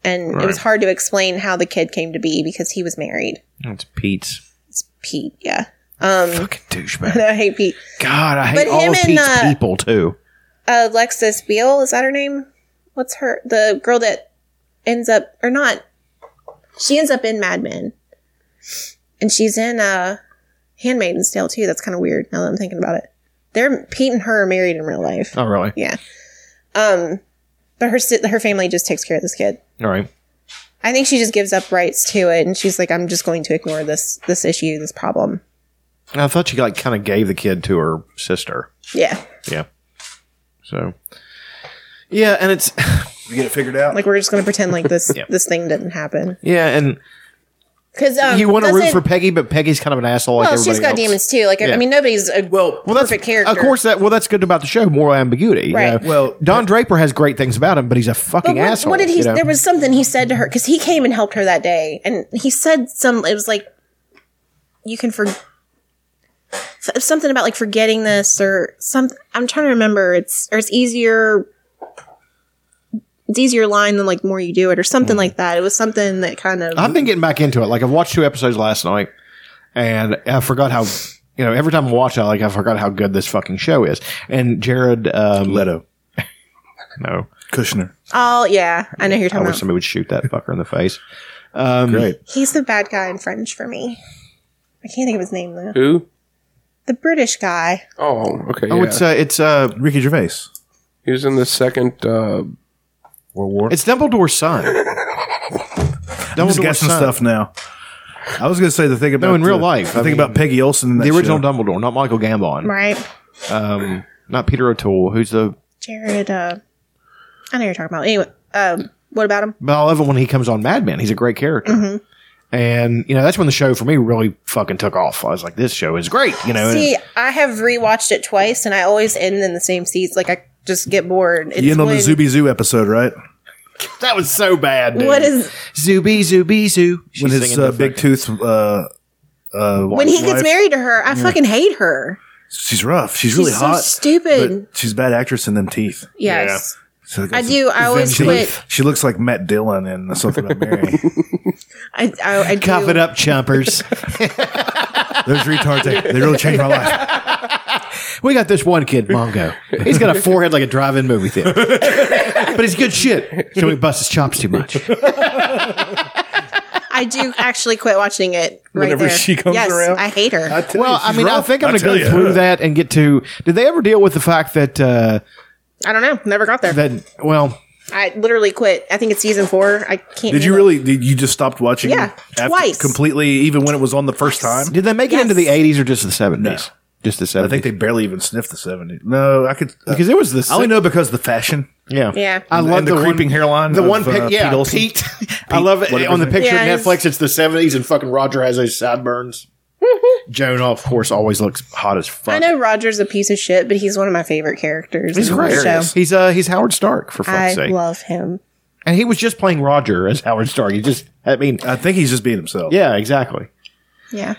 [SPEAKER 5] And it
[SPEAKER 4] Right.
[SPEAKER 5] was hard to explain how the kid came to be because he was married.
[SPEAKER 4] That's Pete's
[SPEAKER 5] Pete. Yeah. Um,
[SPEAKER 4] fucking
[SPEAKER 5] and
[SPEAKER 4] douchebag.
[SPEAKER 5] I hate Pete.
[SPEAKER 4] God, I hate
[SPEAKER 5] But
[SPEAKER 4] all
[SPEAKER 5] him
[SPEAKER 4] of
[SPEAKER 5] and,
[SPEAKER 4] Pete's
[SPEAKER 5] uh,
[SPEAKER 4] people too.
[SPEAKER 5] uh, Alexis Beale. Is that her name? What's her? The girl that ends up or not? She ends up in Mad Men, and she's in uh, Handmaid's Tale too. That's kind of weird now that I'm thinking about it. They're Pete and her are married in real life.
[SPEAKER 4] Oh, really?
[SPEAKER 5] Yeah. Um, but her si- her family just takes care of this kid.
[SPEAKER 4] All right.
[SPEAKER 5] I think she just gives up rights to it, and she's like, "I'm just going to ignore this this issue, this problem."
[SPEAKER 4] I thought she like kind of gave the kid to her sister.
[SPEAKER 5] Yeah,
[SPEAKER 4] Yeah. So. Yeah, and it's
[SPEAKER 3] You get it figured out.
[SPEAKER 5] like we're just going to pretend like this
[SPEAKER 4] Yep.
[SPEAKER 5] this thing didn't happen
[SPEAKER 4] yeah, and
[SPEAKER 5] because um,
[SPEAKER 4] you want to root
[SPEAKER 5] doesn't-
[SPEAKER 4] for Peggy, but Peggy's kind of an asshole. Like
[SPEAKER 5] well,
[SPEAKER 4] everybody
[SPEAKER 5] she's got
[SPEAKER 4] else.
[SPEAKER 5] demons too. Like I
[SPEAKER 4] Yeah.
[SPEAKER 5] mean, nobody's a well,
[SPEAKER 4] Well, that's
[SPEAKER 5] perfect character.
[SPEAKER 4] Of course, that well, that's good about the show. Moral ambiguity. you
[SPEAKER 5] Right.
[SPEAKER 4] know?
[SPEAKER 3] Well,
[SPEAKER 4] Don Draper has great things about him, but he's a fucking
[SPEAKER 5] But what,
[SPEAKER 4] asshole.
[SPEAKER 5] what did he?
[SPEAKER 4] you know?
[SPEAKER 5] There was something he said to her because he came and helped her that day, and he said some. It was like you can for. s- something about like forgetting this or some. I'm trying to remember. It's or it's easier. It's easier line than like more you do it or something
[SPEAKER 4] Hmm.
[SPEAKER 5] like that. It was something that kind of.
[SPEAKER 4] I've been getting back into it. Like I've watched two episodes last night, and I forgot how you know every time I watch it, like I forgot how good this fucking show is. And Jared um, Leto, no
[SPEAKER 3] Kushner.
[SPEAKER 5] oh yeah, I know who you're
[SPEAKER 4] I
[SPEAKER 5] talking
[SPEAKER 4] wish
[SPEAKER 5] about.
[SPEAKER 4] somebody would shoot that fucker in the face. Um, Great.
[SPEAKER 5] He's the bad guy in French for me. I can't think of his name though.
[SPEAKER 6] Who?
[SPEAKER 5] The British guy.
[SPEAKER 6] Oh, okay.
[SPEAKER 4] Oh, it's, uh, it's uh,
[SPEAKER 3] Ricky Gervais.
[SPEAKER 6] He was in the second uh,
[SPEAKER 3] World War.
[SPEAKER 4] It's Dumbledore's son.
[SPEAKER 3] I'm just
[SPEAKER 4] Dumbledore's
[SPEAKER 3] guessing
[SPEAKER 4] son.
[SPEAKER 3] stuff now. I was going to say the thing about
[SPEAKER 4] No, in real
[SPEAKER 3] the-
[SPEAKER 4] life.
[SPEAKER 3] The thing about Peggy Olson. in
[SPEAKER 4] the
[SPEAKER 3] that
[SPEAKER 4] original
[SPEAKER 3] show.
[SPEAKER 4] Dumbledore, not Michael Gambon,
[SPEAKER 5] Right.
[SPEAKER 4] um, not Peter O'Toole, who's the.
[SPEAKER 5] Jared. Uh, I know who you're talking about. Anyway, um, what about him?
[SPEAKER 4] But I love it when he comes on Mad Men. He's a great character.
[SPEAKER 5] hmm
[SPEAKER 4] And you know that's when the show for me really fucking took off. I was like, "This show is great," you know. and-
[SPEAKER 5] See, I have rewatched it twice, and I always end in the same seats. Like I just get bored. It's
[SPEAKER 3] You end on the
[SPEAKER 5] when-
[SPEAKER 3] Zuby Zoo episode, right?
[SPEAKER 4] That was so bad. Dude.
[SPEAKER 5] What is-
[SPEAKER 4] Zooby Zooby Zoo? She's
[SPEAKER 3] when his
[SPEAKER 4] singing the
[SPEAKER 3] uh, big tooth. Uh, uh,
[SPEAKER 5] when he gets
[SPEAKER 3] wife-
[SPEAKER 5] married to her. I
[SPEAKER 3] Yeah.
[SPEAKER 5] fucking hate her.
[SPEAKER 3] she's rough. She's,
[SPEAKER 5] She's
[SPEAKER 3] really
[SPEAKER 5] so
[SPEAKER 3] hot.
[SPEAKER 5] stupid.
[SPEAKER 3] but she's a bad actress in them teeth.
[SPEAKER 5] Yes.
[SPEAKER 3] So
[SPEAKER 5] I do. I always
[SPEAKER 3] she,
[SPEAKER 5] quit.
[SPEAKER 3] She looks like Matt Dillon in something about Mary.
[SPEAKER 5] I, I, I do.
[SPEAKER 4] Cough it up, chumpers.
[SPEAKER 3] Those retards, they, they really changed my life.
[SPEAKER 4] We got this one kid, Mongo. He's got a forehead like a drive-in movie theater, but he's good shit. So he busts his chops too much.
[SPEAKER 5] I do actually quit watching it. Right
[SPEAKER 4] Whenever
[SPEAKER 5] there.
[SPEAKER 4] she comes
[SPEAKER 5] yes,
[SPEAKER 4] around.
[SPEAKER 5] I hate her.
[SPEAKER 4] well, I mean, I think I'm
[SPEAKER 3] I
[SPEAKER 4] going to go
[SPEAKER 3] tell ya.
[SPEAKER 4] through that and get to. Did they ever deal with the fact that uh,
[SPEAKER 5] I don't know. Never got there.
[SPEAKER 4] that well,
[SPEAKER 5] I literally quit. I think it's season four. I can't.
[SPEAKER 3] Did you
[SPEAKER 5] handle
[SPEAKER 3] really? Did you just stopped watching?
[SPEAKER 5] Yeah, twice.
[SPEAKER 3] completely, even when it was on the first time.
[SPEAKER 4] did they make it into the 80s or just the 70s? Just the 70s.
[SPEAKER 3] I think they barely even sniffed the seventies. No, I could uh,
[SPEAKER 4] Because it was the
[SPEAKER 3] I only
[SPEAKER 4] si-
[SPEAKER 3] know because of the fashion.
[SPEAKER 4] Yeah,
[SPEAKER 5] Yeah.
[SPEAKER 4] I
[SPEAKER 3] And-
[SPEAKER 4] love
[SPEAKER 3] and the
[SPEAKER 4] one-
[SPEAKER 3] creeping hairline
[SPEAKER 4] The
[SPEAKER 3] of,
[SPEAKER 4] one, pic,
[SPEAKER 3] uh,
[SPEAKER 4] yeah,
[SPEAKER 3] Pete Olsen.
[SPEAKER 4] Pete. I love it
[SPEAKER 3] whatever
[SPEAKER 4] on the
[SPEAKER 3] his name
[SPEAKER 4] picture
[SPEAKER 5] is.
[SPEAKER 4] of Netflix. It's the seventies, and fucking Roger has those sideburns. Joan, of course, always looks hot as
[SPEAKER 5] I
[SPEAKER 4] fuck.
[SPEAKER 5] know Roger's a piece of shit, but he's one of my favorite characters.
[SPEAKER 4] He's
[SPEAKER 5] in
[SPEAKER 4] great.
[SPEAKER 5] The show.
[SPEAKER 4] He's uh, he's Howard Stark for
[SPEAKER 5] I
[SPEAKER 4] fuck's sake,
[SPEAKER 5] love him.
[SPEAKER 4] and he was just playing Roger as Howard Stark. He just, I mean, uh,
[SPEAKER 3] I think he's just being himself.
[SPEAKER 4] yeah, exactly.
[SPEAKER 5] Yeah.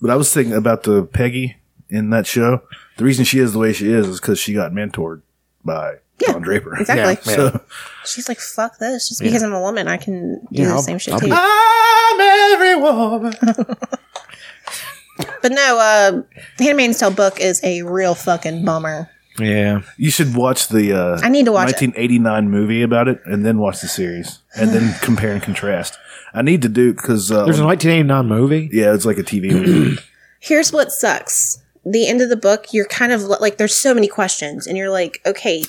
[SPEAKER 3] But I was thinking about the Peggy in that show. The reason she is the way she is is because she got mentored by Don Draper.
[SPEAKER 5] exactly.
[SPEAKER 3] So
[SPEAKER 5] She's like, fuck this. Just because I'm a woman, I can do
[SPEAKER 3] Yeah,
[SPEAKER 5] the
[SPEAKER 3] I'll-
[SPEAKER 5] same shit
[SPEAKER 3] I'll
[SPEAKER 5] to
[SPEAKER 3] be-
[SPEAKER 5] you.
[SPEAKER 4] I'm every woman.
[SPEAKER 5] But no, uh, Handmaid's Tale book is a real fucking bummer.
[SPEAKER 4] Yeah.
[SPEAKER 3] You should watch the uh,
[SPEAKER 5] I need to watch it.
[SPEAKER 3] 1989 movie about it and then watch the series and then compare and contrast. I need to do because uh,
[SPEAKER 4] There's a 1989 movie.
[SPEAKER 3] yeah, it's like a TV movie.
[SPEAKER 5] Here's what sucks. The end of the book, you're kind of li- like, there's so many questions, and you're like, okay,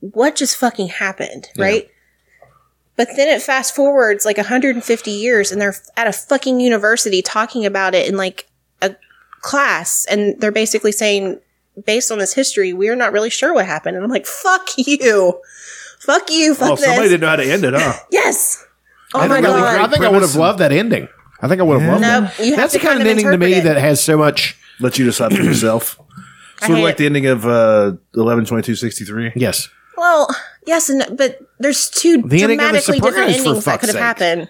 [SPEAKER 5] what just fucking happened, right? But then it fast forwards like 150 years, and they're at a fucking university talking about it in like a class, and they're basically saying, based on this history, we're not really sure what happened. And I'm like, fuck you. Fuck you. Fuck
[SPEAKER 3] oh,
[SPEAKER 5] this.
[SPEAKER 3] somebody didn't know how to end it, huh?
[SPEAKER 5] Yes. Oh
[SPEAKER 4] I
[SPEAKER 5] my
[SPEAKER 4] think I would-
[SPEAKER 5] god.
[SPEAKER 4] I think I would have loved that ending. I think I would have loved
[SPEAKER 5] No,
[SPEAKER 4] that.
[SPEAKER 5] you have
[SPEAKER 4] That's
[SPEAKER 5] to
[SPEAKER 4] the kind
[SPEAKER 5] kind
[SPEAKER 4] of
[SPEAKER 5] of
[SPEAKER 4] ending to me
[SPEAKER 5] interpret it.
[SPEAKER 4] that has so much.
[SPEAKER 3] Let you decide for yourself.
[SPEAKER 5] I
[SPEAKER 3] Sort of
[SPEAKER 5] hate
[SPEAKER 3] like
[SPEAKER 5] it.
[SPEAKER 3] the ending of uh, 11 22 63.
[SPEAKER 4] Yes.
[SPEAKER 5] Well, yes, and no- but there's two
[SPEAKER 3] The ending of The
[SPEAKER 5] dramatically different
[SPEAKER 3] Sopranos, for
[SPEAKER 5] endings that
[SPEAKER 3] fuck's
[SPEAKER 5] could have
[SPEAKER 3] sake.
[SPEAKER 5] happened.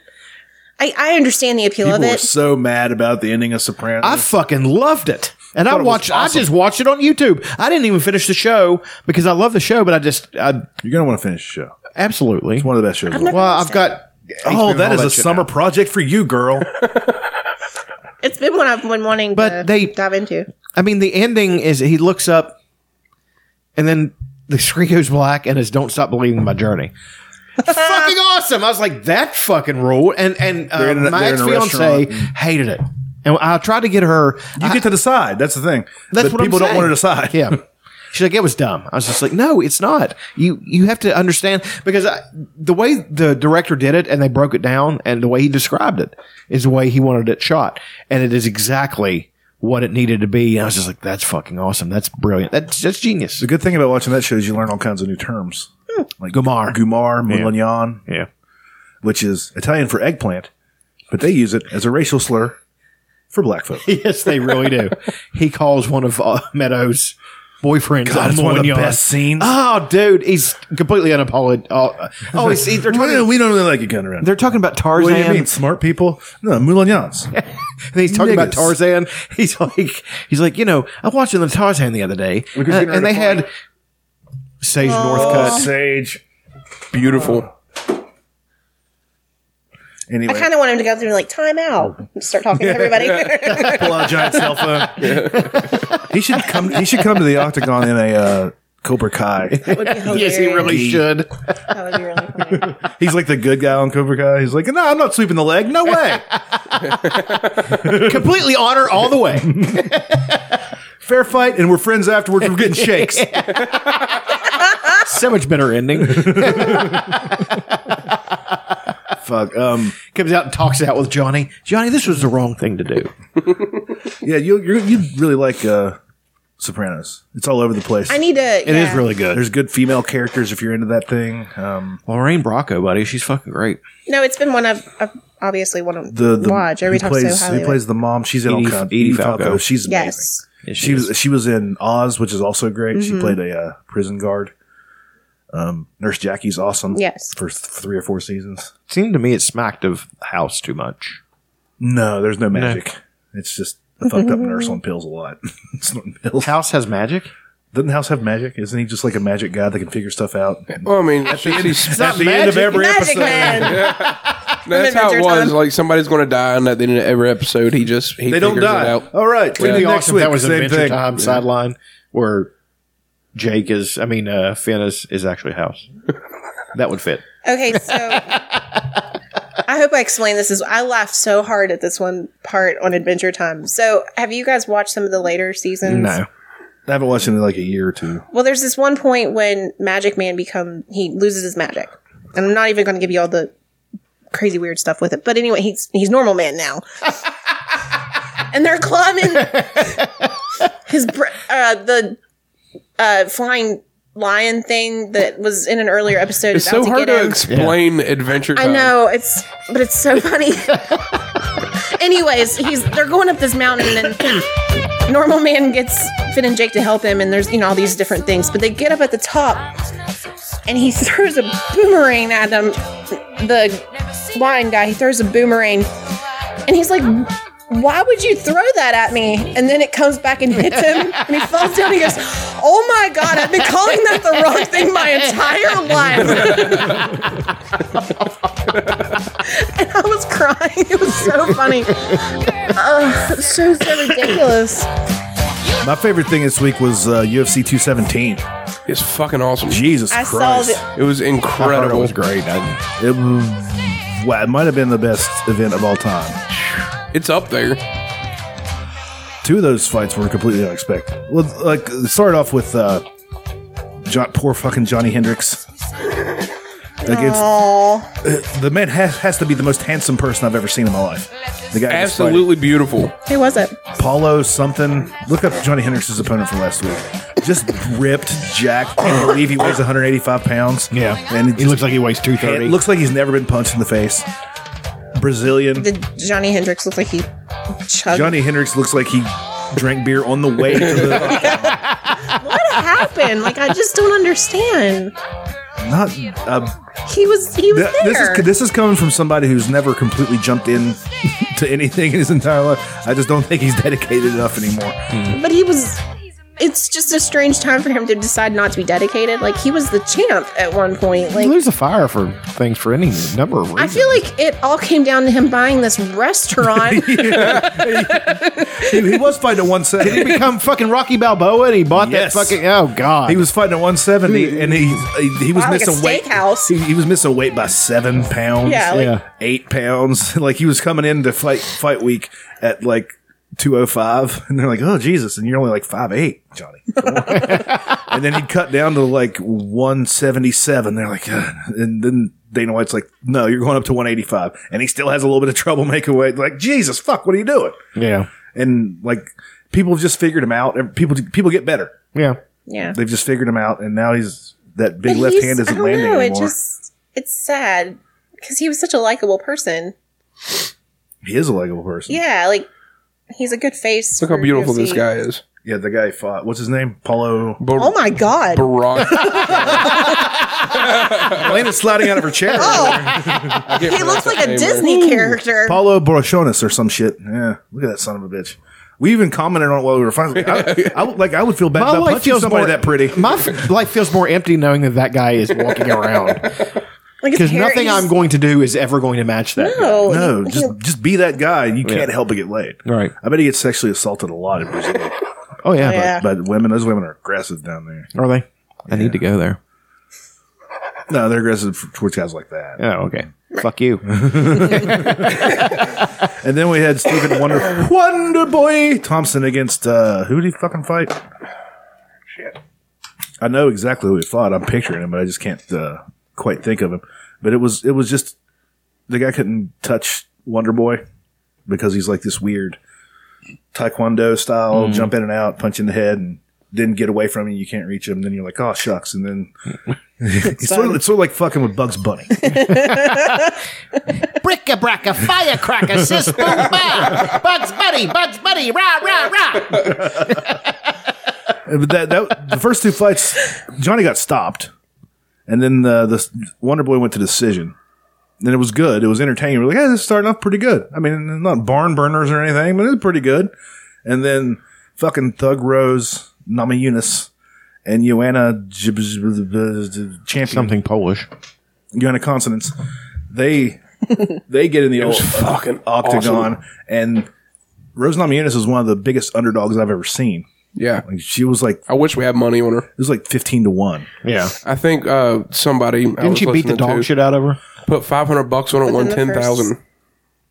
[SPEAKER 5] I, I understand the appeal
[SPEAKER 3] People
[SPEAKER 5] of
[SPEAKER 3] were
[SPEAKER 5] it.
[SPEAKER 3] so mad about the ending of Sopranos.
[SPEAKER 4] I fucking loved it. And I,
[SPEAKER 3] Thought it was
[SPEAKER 4] watched. I
[SPEAKER 3] awesome.
[SPEAKER 4] just watched it on YouTube. I didn't even finish the show because I love the show, but I just. I
[SPEAKER 3] You're gonna want to finish the show.
[SPEAKER 4] Absolutely, it's
[SPEAKER 3] one of the best shows. of all
[SPEAKER 4] well, I've got.
[SPEAKER 3] time.
[SPEAKER 4] HBO
[SPEAKER 3] Oh,
[SPEAKER 4] and
[SPEAKER 3] that
[SPEAKER 4] all
[SPEAKER 3] is a
[SPEAKER 4] shit
[SPEAKER 3] summer project for you, girl.
[SPEAKER 5] it's been one I've been wanting
[SPEAKER 4] But
[SPEAKER 5] to
[SPEAKER 4] they-
[SPEAKER 5] dive into.
[SPEAKER 4] now. I mean, the ending is he looks up, and then the screen goes black, and it's "Don't Stop Believing" by Journey. fucking awesome! I was like, that fucking rule. And and uh,
[SPEAKER 3] They're in a-
[SPEAKER 4] my
[SPEAKER 3] they're in
[SPEAKER 4] ex
[SPEAKER 3] a
[SPEAKER 4] fiance
[SPEAKER 3] restaurant.
[SPEAKER 4] hated it, and I tried to get her.
[SPEAKER 3] You get to decide. That's the thing.
[SPEAKER 4] That's
[SPEAKER 3] But
[SPEAKER 4] what I'm
[SPEAKER 3] people don't
[SPEAKER 4] saying.
[SPEAKER 3] want to decide.
[SPEAKER 4] Yeah. She's like, it was dumb. I was just like, no, it's not. You you have to understand because I, the way the director did it and they broke it down and the way he described it is the way he wanted it shot, and it is exactly what it needed to be. And I was just like, that's fucking awesome. That's brilliant. That's that's genius.
[SPEAKER 3] The good thing about watching that show is you learn all kinds of new terms, like
[SPEAKER 4] Gumar,
[SPEAKER 3] gumar, melignon,
[SPEAKER 4] Hmm. yeah,
[SPEAKER 3] which is Italian for eggplant, but they use it as a racial slur for black folk.
[SPEAKER 4] yes, they really do. he calls one of uh, Meadows' boyfriends.
[SPEAKER 3] God,
[SPEAKER 4] a
[SPEAKER 3] it's one of the
[SPEAKER 4] moignon.
[SPEAKER 3] best scenes.
[SPEAKER 4] Oh, dude, he's completely unapologetic. Oh, oh, he's, they're
[SPEAKER 3] we,
[SPEAKER 4] talking.
[SPEAKER 3] we don't really like it, kind around.
[SPEAKER 4] They're talking about
[SPEAKER 3] What
[SPEAKER 4] Tarzan.
[SPEAKER 3] do you mean, smart people? No, moulignons.
[SPEAKER 4] And he's talking about
[SPEAKER 13] Niggas.
[SPEAKER 4] Tarzan. He's like, he's like, you know, I'm watching the Tarzan the other day,
[SPEAKER 13] Because
[SPEAKER 4] and,
[SPEAKER 13] you know
[SPEAKER 4] and they
[SPEAKER 13] the
[SPEAKER 4] had Sage
[SPEAKER 3] Oh,
[SPEAKER 4] Northcutt.
[SPEAKER 3] Sage,
[SPEAKER 6] beautiful.
[SPEAKER 3] Anyway, Oh.
[SPEAKER 5] I kind of want him to go through and like time out and start talking to everybody.
[SPEAKER 3] pull out a giant cell phone. he should come. He should come to the octagon in a uh, Cobra Kai.
[SPEAKER 4] yes, he really
[SPEAKER 3] Gee.
[SPEAKER 4] should.
[SPEAKER 3] He's like the good guy on Cobra Kai. He's like, no, I'm not sweeping the leg. No way.
[SPEAKER 4] Completely honor all the way.
[SPEAKER 3] Fair fight, and we're friends afterwards. We're getting shakes.
[SPEAKER 4] so much better ending.
[SPEAKER 3] Fuck. Um,
[SPEAKER 4] comes out and talks it out with Johnny. Johnny, this was the wrong thing to do.
[SPEAKER 3] yeah, you you you really like uh, Sopranos. It's all over the place.
[SPEAKER 5] I need to. It
[SPEAKER 4] is really good.
[SPEAKER 3] There's good female characters if you're into that thing. Um,
[SPEAKER 4] Lorraine Bracco, buddy, she's fucking great.
[SPEAKER 5] No, it's been one I've, I've obviously want
[SPEAKER 3] the,
[SPEAKER 5] to
[SPEAKER 3] the
[SPEAKER 5] watch. Every
[SPEAKER 3] who
[SPEAKER 5] time
[SPEAKER 3] plays
[SPEAKER 5] so highly.
[SPEAKER 3] who plays the mom. She's in
[SPEAKER 4] Edie-
[SPEAKER 3] all kinds.
[SPEAKER 4] Edie Falco.
[SPEAKER 3] She's amazing.
[SPEAKER 5] Yes.
[SPEAKER 3] she, was she was in Oz, which is also great. She
[SPEAKER 5] Mhm.
[SPEAKER 3] played a uh, prison guard. Um, Nurse Jackie's awesome.
[SPEAKER 5] Yes.
[SPEAKER 3] for th- three or four seasons.
[SPEAKER 4] Seemed to me it smacked of house too much.
[SPEAKER 3] No, there's no magic. It's just a fucked up nurse on pills a lot. it's not pills.
[SPEAKER 4] House has magic.
[SPEAKER 3] Doesn't House have magic? Isn't he just like a magic guy that can figure stuff out?
[SPEAKER 6] Well, I mean, at the end,
[SPEAKER 3] It's not the end of magic. every Magic episode. man.
[SPEAKER 6] That's how it
[SPEAKER 3] Adventure
[SPEAKER 6] was.
[SPEAKER 3] Time.
[SPEAKER 6] Like somebody's going to die, and at the end of every episode, he just he
[SPEAKER 3] They don't
[SPEAKER 6] figures
[SPEAKER 3] die.
[SPEAKER 6] It out.
[SPEAKER 3] All right,
[SPEAKER 6] Yeah.
[SPEAKER 4] Wouldn't it be awesome if that was
[SPEAKER 6] Same
[SPEAKER 4] Adventure
[SPEAKER 6] thing.
[SPEAKER 4] Time
[SPEAKER 6] Yeah.
[SPEAKER 4] sideline where Jake is, I mean, uh, Finn is, is actually house. that would fit.
[SPEAKER 5] Okay, so I hope I explained this. Is I laughed so hard at this one part on Adventure Time. So, have you guys watched some of the later seasons?
[SPEAKER 3] No, I haven't watched it in like a year or two.
[SPEAKER 5] Well, there's this one point when Magic Man become he loses his magic, and I'm not even going to give you all the crazy weird stuff with it. But anyway, he's he's normal man now, and they're climbing his br- uh, the uh, flying lion thing that was in an earlier episode.
[SPEAKER 6] It's
[SPEAKER 5] about
[SPEAKER 6] so hard
[SPEAKER 5] get
[SPEAKER 6] to
[SPEAKER 5] him.
[SPEAKER 6] explain Adventure
[SPEAKER 5] I
[SPEAKER 6] Time.
[SPEAKER 5] know it's, but it's so funny. Anyways, he's they're going up this mountain, and then normal man gets Finn and Jake to help him, and there's you know all these different things, but they get up at the top, and he throws a boomerang at them. The lion guy, he throws a boomerang, and he's like. Why would you throw that at me? And then it comes back and hits him, and he falls down. And he goes, "Oh my god! I've been calling that the wrong thing my entire life." and I was crying. It was so funny. Ugh, it's so so ridiculous.
[SPEAKER 3] My favorite thing this week was uh, UFC 217.
[SPEAKER 6] It's fucking awesome.
[SPEAKER 3] Jesus
[SPEAKER 5] I saw
[SPEAKER 3] Christ.
[SPEAKER 5] the-
[SPEAKER 6] It was incredible.
[SPEAKER 3] I heard it was great. I- it, was- wow, it might have been the best event of all time.
[SPEAKER 6] It's up there.
[SPEAKER 3] Two of those fights were completely unexpected. Well, like it started off with uh, John, poor fucking Johnny Hendricks. Like it's, uh, the man has, has to be the most handsome person I've ever seen in my life. The guy who's fighting.
[SPEAKER 6] Absolutely beautiful.
[SPEAKER 5] Who was it?
[SPEAKER 3] Paulo something. Look up Johnny Hendricks' opponent from last week. Just ripped, jacked. Can't believe he weighs 185 pounds. Yeah, and he looks like he weighs 230. looks like he's never been punched in the face. Brazilian.
[SPEAKER 5] Did Johnny Hendrix look like he chugged?
[SPEAKER 3] Johnny Hendricks looks like he drank beer on the way to the.
[SPEAKER 5] What happened? Like I just don't understand.
[SPEAKER 3] Not. Uh,
[SPEAKER 5] He was he was
[SPEAKER 3] th-
[SPEAKER 5] there.
[SPEAKER 3] this is this is coming from somebody who's never completely jumped in to anything in his entire life. I just don't think he's dedicated enough anymore.
[SPEAKER 5] but he was. It's just a strange time for him to decide not to be dedicated. Like he was the champ at one point. Like
[SPEAKER 4] you lose a fire for things for any number of
[SPEAKER 5] I
[SPEAKER 4] reasons.
[SPEAKER 5] feel like it all came down to him buying this restaurant.
[SPEAKER 3] he, he was fighting at 170.
[SPEAKER 4] Did he become fucking Rocky Balboa and he bought
[SPEAKER 3] Yes.
[SPEAKER 4] that fucking oh god.
[SPEAKER 3] He was fighting at 170, and he he, he was
[SPEAKER 5] Wow, like a
[SPEAKER 3] missing weight. He, he was missing weight by seven pounds,
[SPEAKER 5] Yeah, like- Yeah.
[SPEAKER 3] eight pounds. Like he was coming in to fight fight week at like 205, and they're like, "Oh Jesus!" And you're only like five eight, Johnny. Come on. and then he'd cut down to like 177. They're like, "Ugh." and then Dana White's like, "No, you're going up to 185," and he still has a little bit of trouble making weight. Like Jesus, fuck, what are you doing?
[SPEAKER 4] Yeah.
[SPEAKER 3] And like people have just figured him out. and People people get better.
[SPEAKER 4] Yeah.
[SPEAKER 5] yeah.
[SPEAKER 3] They've just figured him out, and now he's that big
[SPEAKER 5] But
[SPEAKER 3] left
[SPEAKER 5] he's-
[SPEAKER 3] hand
[SPEAKER 5] I
[SPEAKER 3] isn't
[SPEAKER 5] don't
[SPEAKER 3] landing
[SPEAKER 5] know, It
[SPEAKER 3] anymore.
[SPEAKER 5] just it's sad because he was such a likable person.
[SPEAKER 3] he is a likable person.
[SPEAKER 5] Yeah, like he's a good face.
[SPEAKER 6] Look how
[SPEAKER 5] for
[SPEAKER 6] beautiful this
[SPEAKER 5] UFC.
[SPEAKER 6] guy is.
[SPEAKER 3] Yeah, the guy he fought. What's his name? Paulo.
[SPEAKER 5] Oh my God.
[SPEAKER 3] Elena's sliding out of her chair.
[SPEAKER 5] Oh, he looks like a Disney character.
[SPEAKER 3] Paulo Boroshonis or some shit. Yeah, look at that son of a bitch. We even commented on it while we were finally. I, I would- like I would feel bad
[SPEAKER 4] My
[SPEAKER 3] about
[SPEAKER 4] life
[SPEAKER 3] punching
[SPEAKER 4] feels
[SPEAKER 3] somebody
[SPEAKER 4] more
[SPEAKER 3] that pretty.
[SPEAKER 4] My f- life feels more empty knowing that that guy is walking around
[SPEAKER 5] Like his
[SPEAKER 4] because
[SPEAKER 5] hair-
[SPEAKER 4] nothing
[SPEAKER 5] he's-
[SPEAKER 4] I'm going to do is ever going to match that.
[SPEAKER 5] No,
[SPEAKER 3] No,
[SPEAKER 5] he-
[SPEAKER 3] just just be that guy. You can't help but get laid.
[SPEAKER 4] Right.
[SPEAKER 3] I bet he gets sexually assaulted a lot in Brazil.
[SPEAKER 4] Oh yeah,
[SPEAKER 3] But-
[SPEAKER 4] yeah.
[SPEAKER 3] But, women, those women are aggressive down there.
[SPEAKER 4] Are they? I need to go there.
[SPEAKER 3] No, they're aggressive towards guys like that.
[SPEAKER 4] Oh, okay. Fuck you.
[SPEAKER 3] And then we had Stephen Wonder Wonder Boy Thompson against uh, who did he fucking fight? Shit. I know exactly who he fought. I'm picturing him, but I just can't uh, quite think of him. But it was it was just the guy couldn't touch Wonder Boy because he's like this weird taekwondo style,
[SPEAKER 2] Mm.
[SPEAKER 3] jump in and out, punch in the head, and then get away from you. You can't reach him. Then you're like, oh shucks, and then it's sort of it's sort of like fucking with Bugs Bunny.
[SPEAKER 13] Bric-a-brac-a, firecracker, sis, boom, bow. Bugs Bunny, Bugs Bunny, rah, rah, rah.
[SPEAKER 3] but that, that the first two fights, Johnny got stopped, and then the, the Wonder Boy went to decision. And it was good. It was entertaining. We're like, hey, this is starting off pretty good. I mean, not barn burners or anything, but it's pretty good. And then fucking Thug Rose, Nama Yunus, and Joanna Jib- Jib- Jib- Champion. Something
[SPEAKER 4] Polish.
[SPEAKER 3] Joanna Consonants. They they get in the old fucking octagon, and Rose Nama Yunus is one of the biggest underdogs I've ever seen.
[SPEAKER 6] Yeah.
[SPEAKER 3] Like, she was like,
[SPEAKER 6] I wish we had money on her. It
[SPEAKER 3] was like fifteen to one.
[SPEAKER 4] Yeah,
[SPEAKER 6] I think uh, somebody I
[SPEAKER 4] Didn't
[SPEAKER 6] was
[SPEAKER 4] she beat the
[SPEAKER 6] listening
[SPEAKER 4] dog
[SPEAKER 6] to
[SPEAKER 4] shit out of her?
[SPEAKER 6] Put five hundred bucks on it, won
[SPEAKER 5] Within
[SPEAKER 6] ten
[SPEAKER 5] the
[SPEAKER 6] thousand.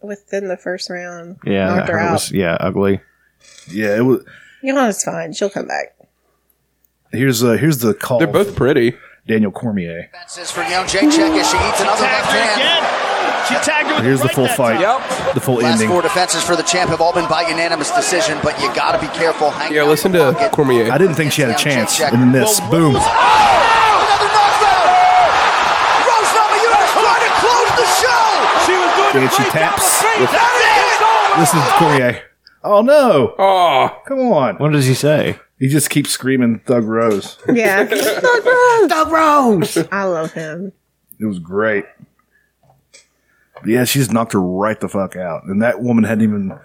[SPEAKER 5] Within the first round.
[SPEAKER 4] Yeah,
[SPEAKER 5] Knocked
[SPEAKER 4] that
[SPEAKER 5] her
[SPEAKER 4] hurt
[SPEAKER 5] out.
[SPEAKER 4] was yeah ugly.
[SPEAKER 3] Yeah, it was.
[SPEAKER 5] Yana's fine. She'll come back.
[SPEAKER 3] Here's uh, here's the call. They're both
[SPEAKER 6] pretty.
[SPEAKER 3] Daniel Cormier.
[SPEAKER 13] That's it for young Jay Check as she eats another left hand. She tagged her
[SPEAKER 3] Here's the full fight. The full
[SPEAKER 13] Last
[SPEAKER 3] ending.
[SPEAKER 13] four defenses for the champ have all been by unanimous decision, but you got to be careful. Hang
[SPEAKER 6] Yeah, listen to Cormier.
[SPEAKER 3] I didn't think she had a chance, and then this, boom.
[SPEAKER 13] Rose Namajunas trying to close the show. She was going
[SPEAKER 3] And she taps.
[SPEAKER 13] That
[SPEAKER 3] This is Cormier. Oh no!
[SPEAKER 6] Oh,
[SPEAKER 3] come on!
[SPEAKER 4] What does he say?
[SPEAKER 3] He just keeps screaming Thug Rose.
[SPEAKER 5] Yeah. Doug Rose. Doug Rose. I love him.
[SPEAKER 3] It was great. Yeah, she just knocked her right the fuck out, and that woman hadn't even.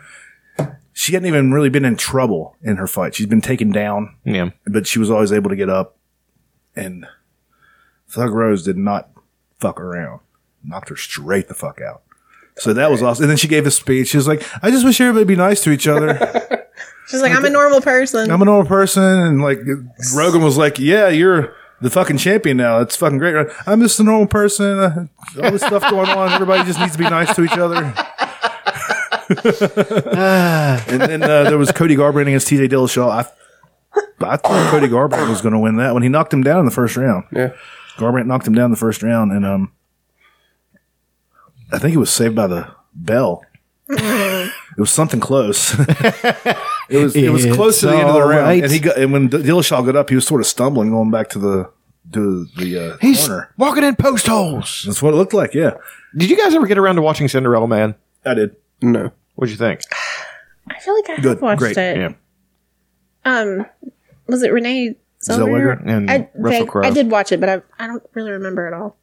[SPEAKER 3] She hadn't even really been in trouble in her fight. She's been taken down,
[SPEAKER 4] Yeah.
[SPEAKER 3] but she was always able to get up. And Thug Rose did not fuck around. Knocked her straight the fuck out. So that was awesome. And then she gave a speech. She was like, I just wish everybody be nice to each other.
[SPEAKER 5] She's like, I'm a normal person.
[SPEAKER 3] I'm a normal person. And like Rogan was like, Yeah, you're the fucking champion now. It's fucking great. I'm just a normal person. Uh, All this stuff going on. Everybody just needs to be nice to each other. and then uh, there was Cody Garbrandt against TJ Dillashaw. I, I thought Cody Garbrandt was going to win that when he knocked him down in the first round.
[SPEAKER 6] Yeah.
[SPEAKER 3] Garbrandt knocked him down in the first round, and um, I think it was saved by the bell. It was something close. it was it was
[SPEAKER 2] It's
[SPEAKER 3] close to the end of the
[SPEAKER 2] all
[SPEAKER 3] round,
[SPEAKER 2] right.
[SPEAKER 3] and he got, and when D- Dillashaw got up, he was sort of stumbling going back to the to the uh,
[SPEAKER 4] He's
[SPEAKER 3] corner.
[SPEAKER 4] walking in post holes.
[SPEAKER 3] That's what it looked like. Yeah.
[SPEAKER 4] Did you guys ever get around to watching Cinderella Man?
[SPEAKER 3] I did.
[SPEAKER 6] No.
[SPEAKER 4] What'd you think?
[SPEAKER 5] I feel like I have watched it.
[SPEAKER 4] Yeah.
[SPEAKER 5] Um, was it Renee Zellweger?
[SPEAKER 3] Zellweger and
[SPEAKER 5] I,
[SPEAKER 3] Russell
[SPEAKER 5] think-
[SPEAKER 3] Crowe.
[SPEAKER 5] I did watch it, but I, I don't really remember it all.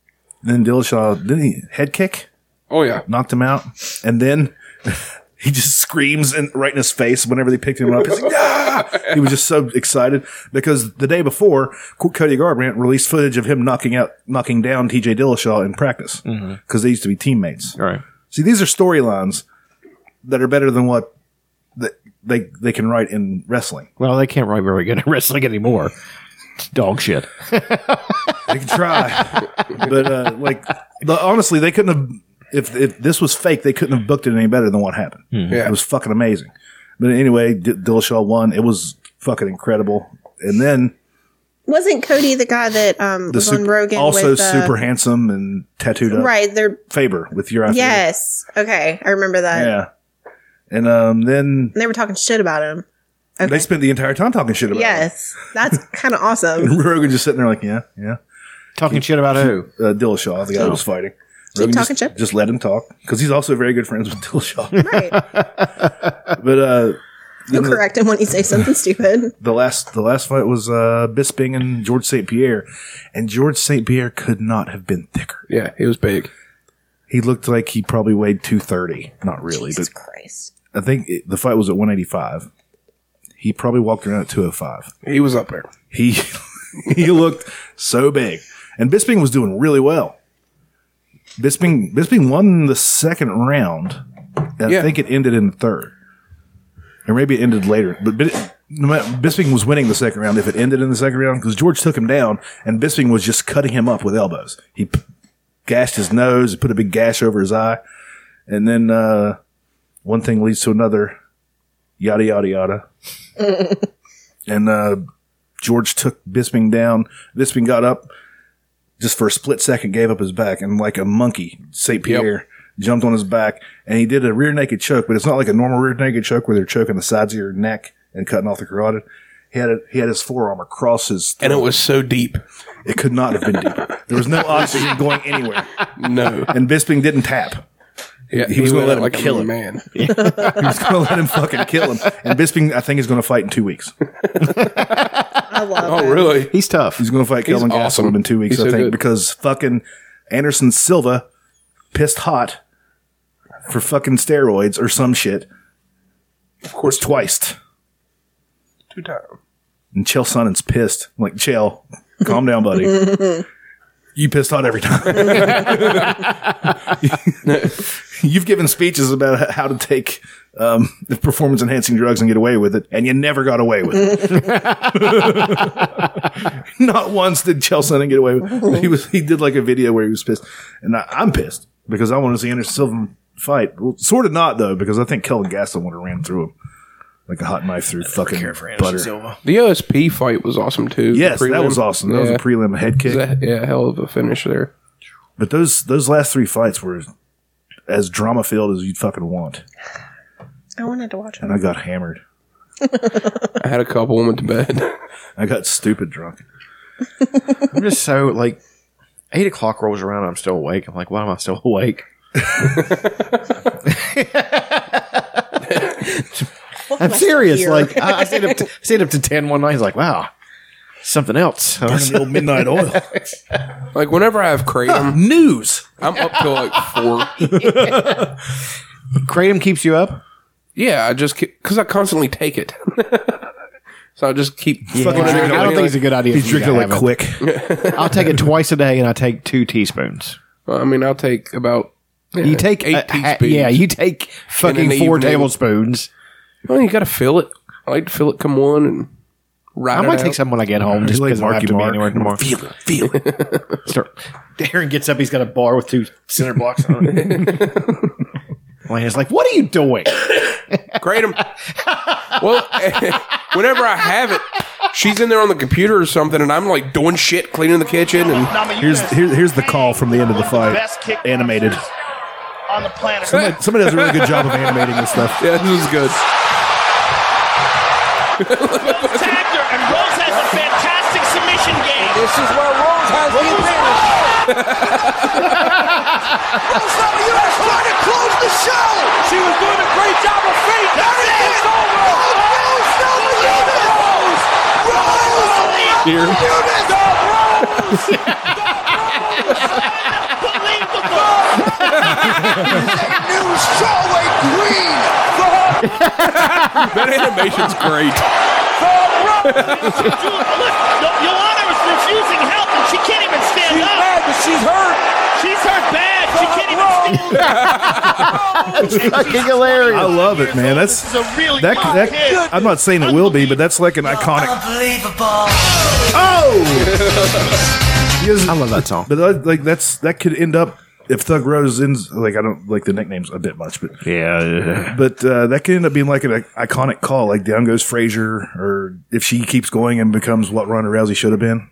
[SPEAKER 3] Then Dillashaw didn't he head kick?
[SPEAKER 6] Oh yeah,
[SPEAKER 3] knocked him out, and then he just screams and right in his face whenever they picked him up. He's like, "Ah!" He was just so excited because the day before, Co- Cody Garbrandt released footage of him knocking out, knocking down T.J. Dillashaw in practice because they used to be teammates.
[SPEAKER 4] Right.
[SPEAKER 3] See, these are storylines that are better than what th- they they can write in wrestling.
[SPEAKER 4] Well, they can't write very good at wrestling anymore. It's dog shit.
[SPEAKER 3] They can try, but uh, like the, honestly, they couldn't have. If, if this was fake, they couldn't have booked it any better than what happened.
[SPEAKER 6] Yeah.
[SPEAKER 3] It was fucking amazing. But anyway, D- Dillashaw won. It was fucking incredible. And then
[SPEAKER 5] Wasn't Cody the guy that um,
[SPEAKER 3] the
[SPEAKER 5] was
[SPEAKER 3] sup-
[SPEAKER 5] on Rogan?
[SPEAKER 3] also
[SPEAKER 5] with, uh,
[SPEAKER 3] super handsome and tattooed up,
[SPEAKER 5] Right. They're,
[SPEAKER 3] Faber with your
[SPEAKER 5] yes. Okay. I remember that.
[SPEAKER 3] yeah. And um, then
[SPEAKER 5] And they were talking shit about him.
[SPEAKER 3] they spent the entire time talking shit about. it.
[SPEAKER 5] Yes. That's kind of awesome.
[SPEAKER 3] And Rogan just sitting there like, yeah, yeah,
[SPEAKER 4] talking shit about who?
[SPEAKER 3] Uh, Dillashaw, the guy who was fighting.
[SPEAKER 5] Oh. Keep talking
[SPEAKER 3] just,
[SPEAKER 5] shit.
[SPEAKER 3] just let him talk because he's also very good friends with Dillashaw. Right. but uh,
[SPEAKER 5] I'll correct him when he says something stupid.
[SPEAKER 3] the last the last fight was uh, Bisping and George St Pierre, and George St Pierre could not have been thicker.
[SPEAKER 6] Yeah, he was big.
[SPEAKER 3] He looked like he probably weighed two thirty. Not really, but I think it, the fight was at one eighty five. He probably walked around at two hundred five.
[SPEAKER 6] He was up there.
[SPEAKER 3] He he looked so big, and Bisping was doing really well. Bisping Bisping won the second round. And I think it ended in the third, or maybe it ended later. But, but no matter- Bisping was winning the second round if it ended in the second round because George took him down and Bisping was just cutting him up with elbows. He p- gashed his nose, he put a big gash over his eye, and then uh, one thing leads to another. Yada yada yada and uh, George took Bisping down. Bisping got up just for a split second, gave up his back, and like a monkey, St. Pierre jumped on his back and he did a rear naked choke, but it's not like a normal rear naked choke where they're choking the sides of your neck and cutting off the carotid. He had, it, he had his forearm across his
[SPEAKER 6] And it was so deep.
[SPEAKER 3] It could not have been deeper. There was no oxygen going anywhere.
[SPEAKER 6] No.
[SPEAKER 3] And Bisping didn't tap.
[SPEAKER 6] Yeah,
[SPEAKER 3] he, was
[SPEAKER 6] he
[SPEAKER 3] going to
[SPEAKER 6] went
[SPEAKER 3] let
[SPEAKER 6] out
[SPEAKER 3] him
[SPEAKER 6] like a
[SPEAKER 3] kill him.
[SPEAKER 6] man.
[SPEAKER 3] he was going to let him fucking kill him. And Bisping, I think, is going to fight in two weeks.
[SPEAKER 5] I love
[SPEAKER 6] Oh, really?
[SPEAKER 4] He's tough.
[SPEAKER 3] He's going to fight
[SPEAKER 6] He's
[SPEAKER 3] Kelvin Gastelum
[SPEAKER 6] awesome.
[SPEAKER 3] in two weeks,
[SPEAKER 6] He's
[SPEAKER 3] I
[SPEAKER 6] so
[SPEAKER 3] think,
[SPEAKER 6] good.
[SPEAKER 3] because fucking Anderson Silva pissed hot for fucking steroids or some shit. Of
[SPEAKER 6] course,
[SPEAKER 3] twice.
[SPEAKER 6] Two times.
[SPEAKER 3] And Chael Sonnen's pissed. I'm like, Chael, calm down, buddy. you pissed hot every time. You've given speeches about how to take um, performance enhancing drugs and get away with it, and you never got away with it. Not once did Chael Sonnen get away with it. But He was he did like a video where he was pissed, and I, I'm pissed because I want to see Anderson Silva fight. Well, sort of not though, because I think Kelvin Gastelum would have ran through him like a hot knife through fucking butter.
[SPEAKER 6] The OSP fight was awesome too. The
[SPEAKER 3] Yes, that
[SPEAKER 6] prelim.
[SPEAKER 3] was awesome. That was a prelim head kick.
[SPEAKER 6] It was a- yeah, hell of a finish there.
[SPEAKER 3] But those those last three fights were as drama filled as you'd fucking want,
[SPEAKER 5] I wanted to watch him.
[SPEAKER 3] and I got hammered.
[SPEAKER 6] I had a couple and went to bed.
[SPEAKER 3] I got stupid drunk.
[SPEAKER 4] I'm just so like eight o'clock rolls around. and I'm still awake. I'm like, why am I still awake? I'm serious. Like I, I stayed up, to, stayed up to ten one night. He's like, wow, something else.
[SPEAKER 3] Burning the old midnight oil.
[SPEAKER 6] Like whenever I have kratom,
[SPEAKER 3] news.
[SPEAKER 6] I'm up till like four.
[SPEAKER 4] Kratom keeps you up.
[SPEAKER 6] Yeah, I just because I constantly take it, so I just keep.
[SPEAKER 4] Yeah.
[SPEAKER 6] fucking drinking
[SPEAKER 4] I don't
[SPEAKER 6] away,
[SPEAKER 4] think it's a good idea
[SPEAKER 6] You
[SPEAKER 4] for you to
[SPEAKER 6] drink
[SPEAKER 4] have it. I'll take it twice a day, and I take two teaspoons.
[SPEAKER 6] Well, I mean, I'll take about.
[SPEAKER 4] you take
[SPEAKER 6] eight
[SPEAKER 4] a ha-
[SPEAKER 6] teaspoons.
[SPEAKER 4] yeah, you take
[SPEAKER 6] in
[SPEAKER 4] fucking
[SPEAKER 6] the
[SPEAKER 4] four
[SPEAKER 6] evening.
[SPEAKER 4] tablespoons.
[SPEAKER 6] Well, you got to feel it. I like to feel it come on and. Right
[SPEAKER 4] I'm gonna take some when I get home, just because I don't have to be anywhere tomorrow.
[SPEAKER 3] Feel it, feel
[SPEAKER 4] it. Start. Darren gets up. He's got a bar with two center blocks on it. Elena's like, "What are you doing?"
[SPEAKER 6] Kratom. well, whenever I have it, she's in there on the computer or something, and I'm like doing shit, cleaning the kitchen, and
[SPEAKER 3] Here's here, here's the call from the end of the fight. Animated.
[SPEAKER 13] on the planet.
[SPEAKER 3] Somebody, somebody does a really good job of animating this stuff.
[SPEAKER 6] Yeah, this is good.
[SPEAKER 13] Tagner and Rose has a fantastic submission game. This is where Rose has the advantage. Rose Lever, you are trying to close the show. She was doing a great job of feet. Everything's over. Rose Lever, Rose, Rose, Rose,
[SPEAKER 6] Here.
[SPEAKER 13] Eunice, Rose, News show a queen.
[SPEAKER 6] that animation's great.
[SPEAKER 13] Yolanda was refusing help and she can't even stand up. She's bad, but she's hurt. She's hurt bad. She can't even
[SPEAKER 3] It's
[SPEAKER 13] fucking
[SPEAKER 3] hilarious. I love it, man. That's
[SPEAKER 13] This is a really
[SPEAKER 3] that,
[SPEAKER 13] good
[SPEAKER 3] that-
[SPEAKER 13] kid.
[SPEAKER 3] I'm not saying it will be, but that's like an iconic.
[SPEAKER 13] Unbelievable.
[SPEAKER 3] Oh! I love that
[SPEAKER 4] song.
[SPEAKER 3] But uh, like that's that could end up if Thug Rose ends like I don't like the nicknames a bit much, but
[SPEAKER 4] yeah,
[SPEAKER 3] but uh, that could end up being like an iconic call, like down goes Frazier, or if she keeps going and becomes what Ronda Rousey should have been,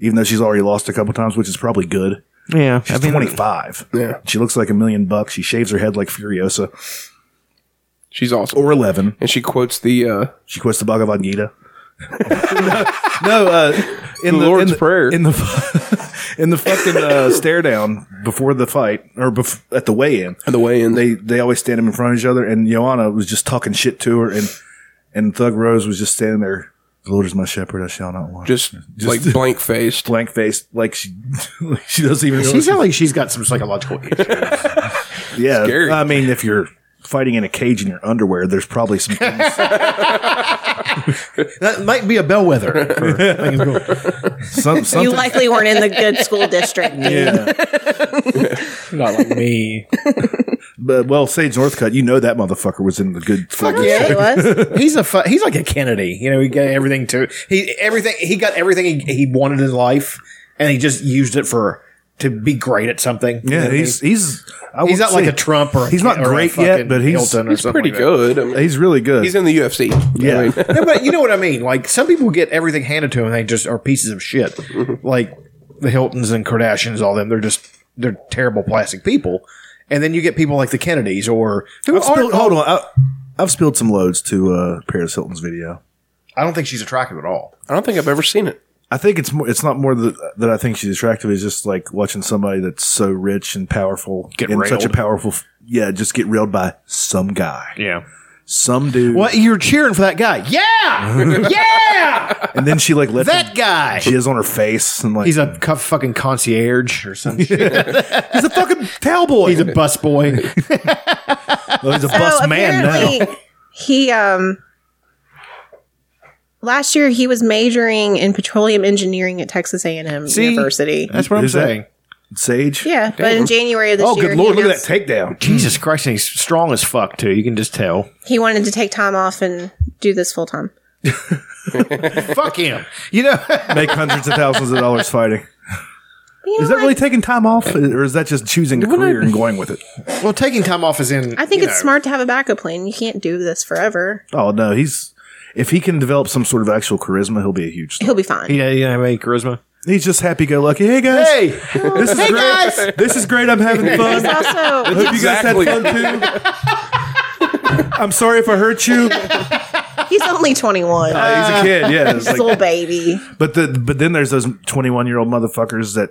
[SPEAKER 3] even though she's already lost a couple times, which is probably good.
[SPEAKER 4] Yeah,
[SPEAKER 3] She's
[SPEAKER 4] I mean,
[SPEAKER 3] 25. Yeah. She looks like a million bucks. She shaves her head like Furiosa.
[SPEAKER 6] She's awesome.
[SPEAKER 3] Or 11.
[SPEAKER 6] And she quotes the. Uh,
[SPEAKER 3] she quotes the Bhagavad Gita. no, uh, in the, Lord's Prayer. In the, fu- in the fucking uh, stare down before the fight, or bef- at the weigh in.
[SPEAKER 6] At the weigh in.
[SPEAKER 3] They, they always stand them in front of each other, and Joanna was just talking shit to her, and And Thug Rose was just standing there. The Lord is my shepherd; I shall not want.
[SPEAKER 6] Just, like blank faced,
[SPEAKER 3] blank faced, like she, like she doesn't even.
[SPEAKER 4] She
[SPEAKER 3] realize-
[SPEAKER 4] sounds like she's got some psychological issues.
[SPEAKER 3] yeah, I mean, if you're fighting in a cage in your underwear, there's probably some.
[SPEAKER 4] that might be a bellwether. for things going-
[SPEAKER 3] Some,
[SPEAKER 5] You
[SPEAKER 3] something-
[SPEAKER 5] likely weren't in the good school district.
[SPEAKER 3] Yeah.
[SPEAKER 4] Not like me.
[SPEAKER 3] But well, Sage Northcutt, you know that motherfucker was in the good.
[SPEAKER 4] Fuck yeah, he's a fu- he's like a Kennedy. You know, he got everything to he everything he got everything he, he wanted in life, and he just used it for to be great at something. You know
[SPEAKER 3] Yeah,
[SPEAKER 4] what I
[SPEAKER 3] he's
[SPEAKER 4] mean?
[SPEAKER 3] he's. I
[SPEAKER 4] he's not
[SPEAKER 3] wouldn't
[SPEAKER 4] like a
[SPEAKER 3] say-
[SPEAKER 4] Trump or a
[SPEAKER 3] he's not
[SPEAKER 4] Ke- or a
[SPEAKER 3] great
[SPEAKER 4] fucking
[SPEAKER 3] yet, but he's
[SPEAKER 4] Hilton or
[SPEAKER 6] he's
[SPEAKER 4] something
[SPEAKER 6] pretty
[SPEAKER 4] like that.
[SPEAKER 6] good. I mean,
[SPEAKER 3] he's really good.
[SPEAKER 6] He's in the UFC.
[SPEAKER 3] Yeah.
[SPEAKER 6] I mean,
[SPEAKER 4] no, but you know what I mean. Like some people get everything handed to them, and they just are pieces of shit. Like the Hiltons and Kardashians, all them. They're just they're terrible plastic people. And then you get people like the Kennedys or who
[SPEAKER 3] I've
[SPEAKER 4] aren't- oh,
[SPEAKER 3] spilled, hold on, I, I've spilled some loads to uh, Paris Hilton's video.
[SPEAKER 4] I don't think she's attractive at all.
[SPEAKER 6] I don't think I've ever seen it.
[SPEAKER 3] I think it's more. It's not more that, that I think she's attractive. It's just like watching somebody that's so rich and powerful
[SPEAKER 4] Get
[SPEAKER 3] in such a
[SPEAKER 4] railed.
[SPEAKER 3] powerful. f- Yeah, just get railed by some guy,
[SPEAKER 4] Yeah.
[SPEAKER 3] some dude.
[SPEAKER 4] Well, you're cheering for that guy. Yeah, yeah.
[SPEAKER 3] And then she like left
[SPEAKER 4] That guy!
[SPEAKER 3] She is on her face and like
[SPEAKER 4] He's a cu- fucking concierge or something.
[SPEAKER 3] he's a fucking cowboy.
[SPEAKER 4] He's a bus boy.
[SPEAKER 3] Well, he's a
[SPEAKER 5] So Oh,
[SPEAKER 3] Oh,
[SPEAKER 5] apparently, He um last year he was majoring in petroleum engineering at Texas A and M
[SPEAKER 4] See?
[SPEAKER 5] University.
[SPEAKER 4] That's what I'm
[SPEAKER 3] Who's that?
[SPEAKER 4] saying.
[SPEAKER 3] Sage.
[SPEAKER 5] Yeah, but in January of this
[SPEAKER 3] oh,
[SPEAKER 5] year,
[SPEAKER 3] good lord!
[SPEAKER 5] he,
[SPEAKER 3] Look at
[SPEAKER 5] announced
[SPEAKER 3] that takedown.
[SPEAKER 4] Jesus Christ, and he's strong as fuck too. You can just tell.
[SPEAKER 5] he wanted to take time off and do this full time.
[SPEAKER 4] fuck him. You know.
[SPEAKER 3] Make hundreds of thousands of dollars fighting. is that really taking time off, or is that just choosing a career and going with it?
[SPEAKER 4] well, taking time off is in.
[SPEAKER 5] I think
[SPEAKER 4] you
[SPEAKER 5] it's
[SPEAKER 4] know,
[SPEAKER 5] smart to have a backup plan. You can't do this forever.
[SPEAKER 3] Oh no, he's if he can develop some sort of actual charisma, he'll be a huge. Star.
[SPEAKER 5] He'll be fine.
[SPEAKER 4] He he doesn't have any charisma.
[SPEAKER 3] He's just happy go lucky. Hey guys,
[SPEAKER 4] Hey,
[SPEAKER 3] this is
[SPEAKER 4] Hey,
[SPEAKER 3] great.
[SPEAKER 4] guys!
[SPEAKER 3] This is great. I'm having
[SPEAKER 5] He's
[SPEAKER 3] fun. I
[SPEAKER 5] also
[SPEAKER 3] hope you guys
[SPEAKER 6] Exactly.
[SPEAKER 3] had fun too. I'm sorry if I hurt you.
[SPEAKER 5] he's only twenty one.
[SPEAKER 3] He's a kid, yeah. It's
[SPEAKER 5] he's a little
[SPEAKER 3] like,
[SPEAKER 5] baby.
[SPEAKER 3] but the but then there's those 21 year old motherfuckers that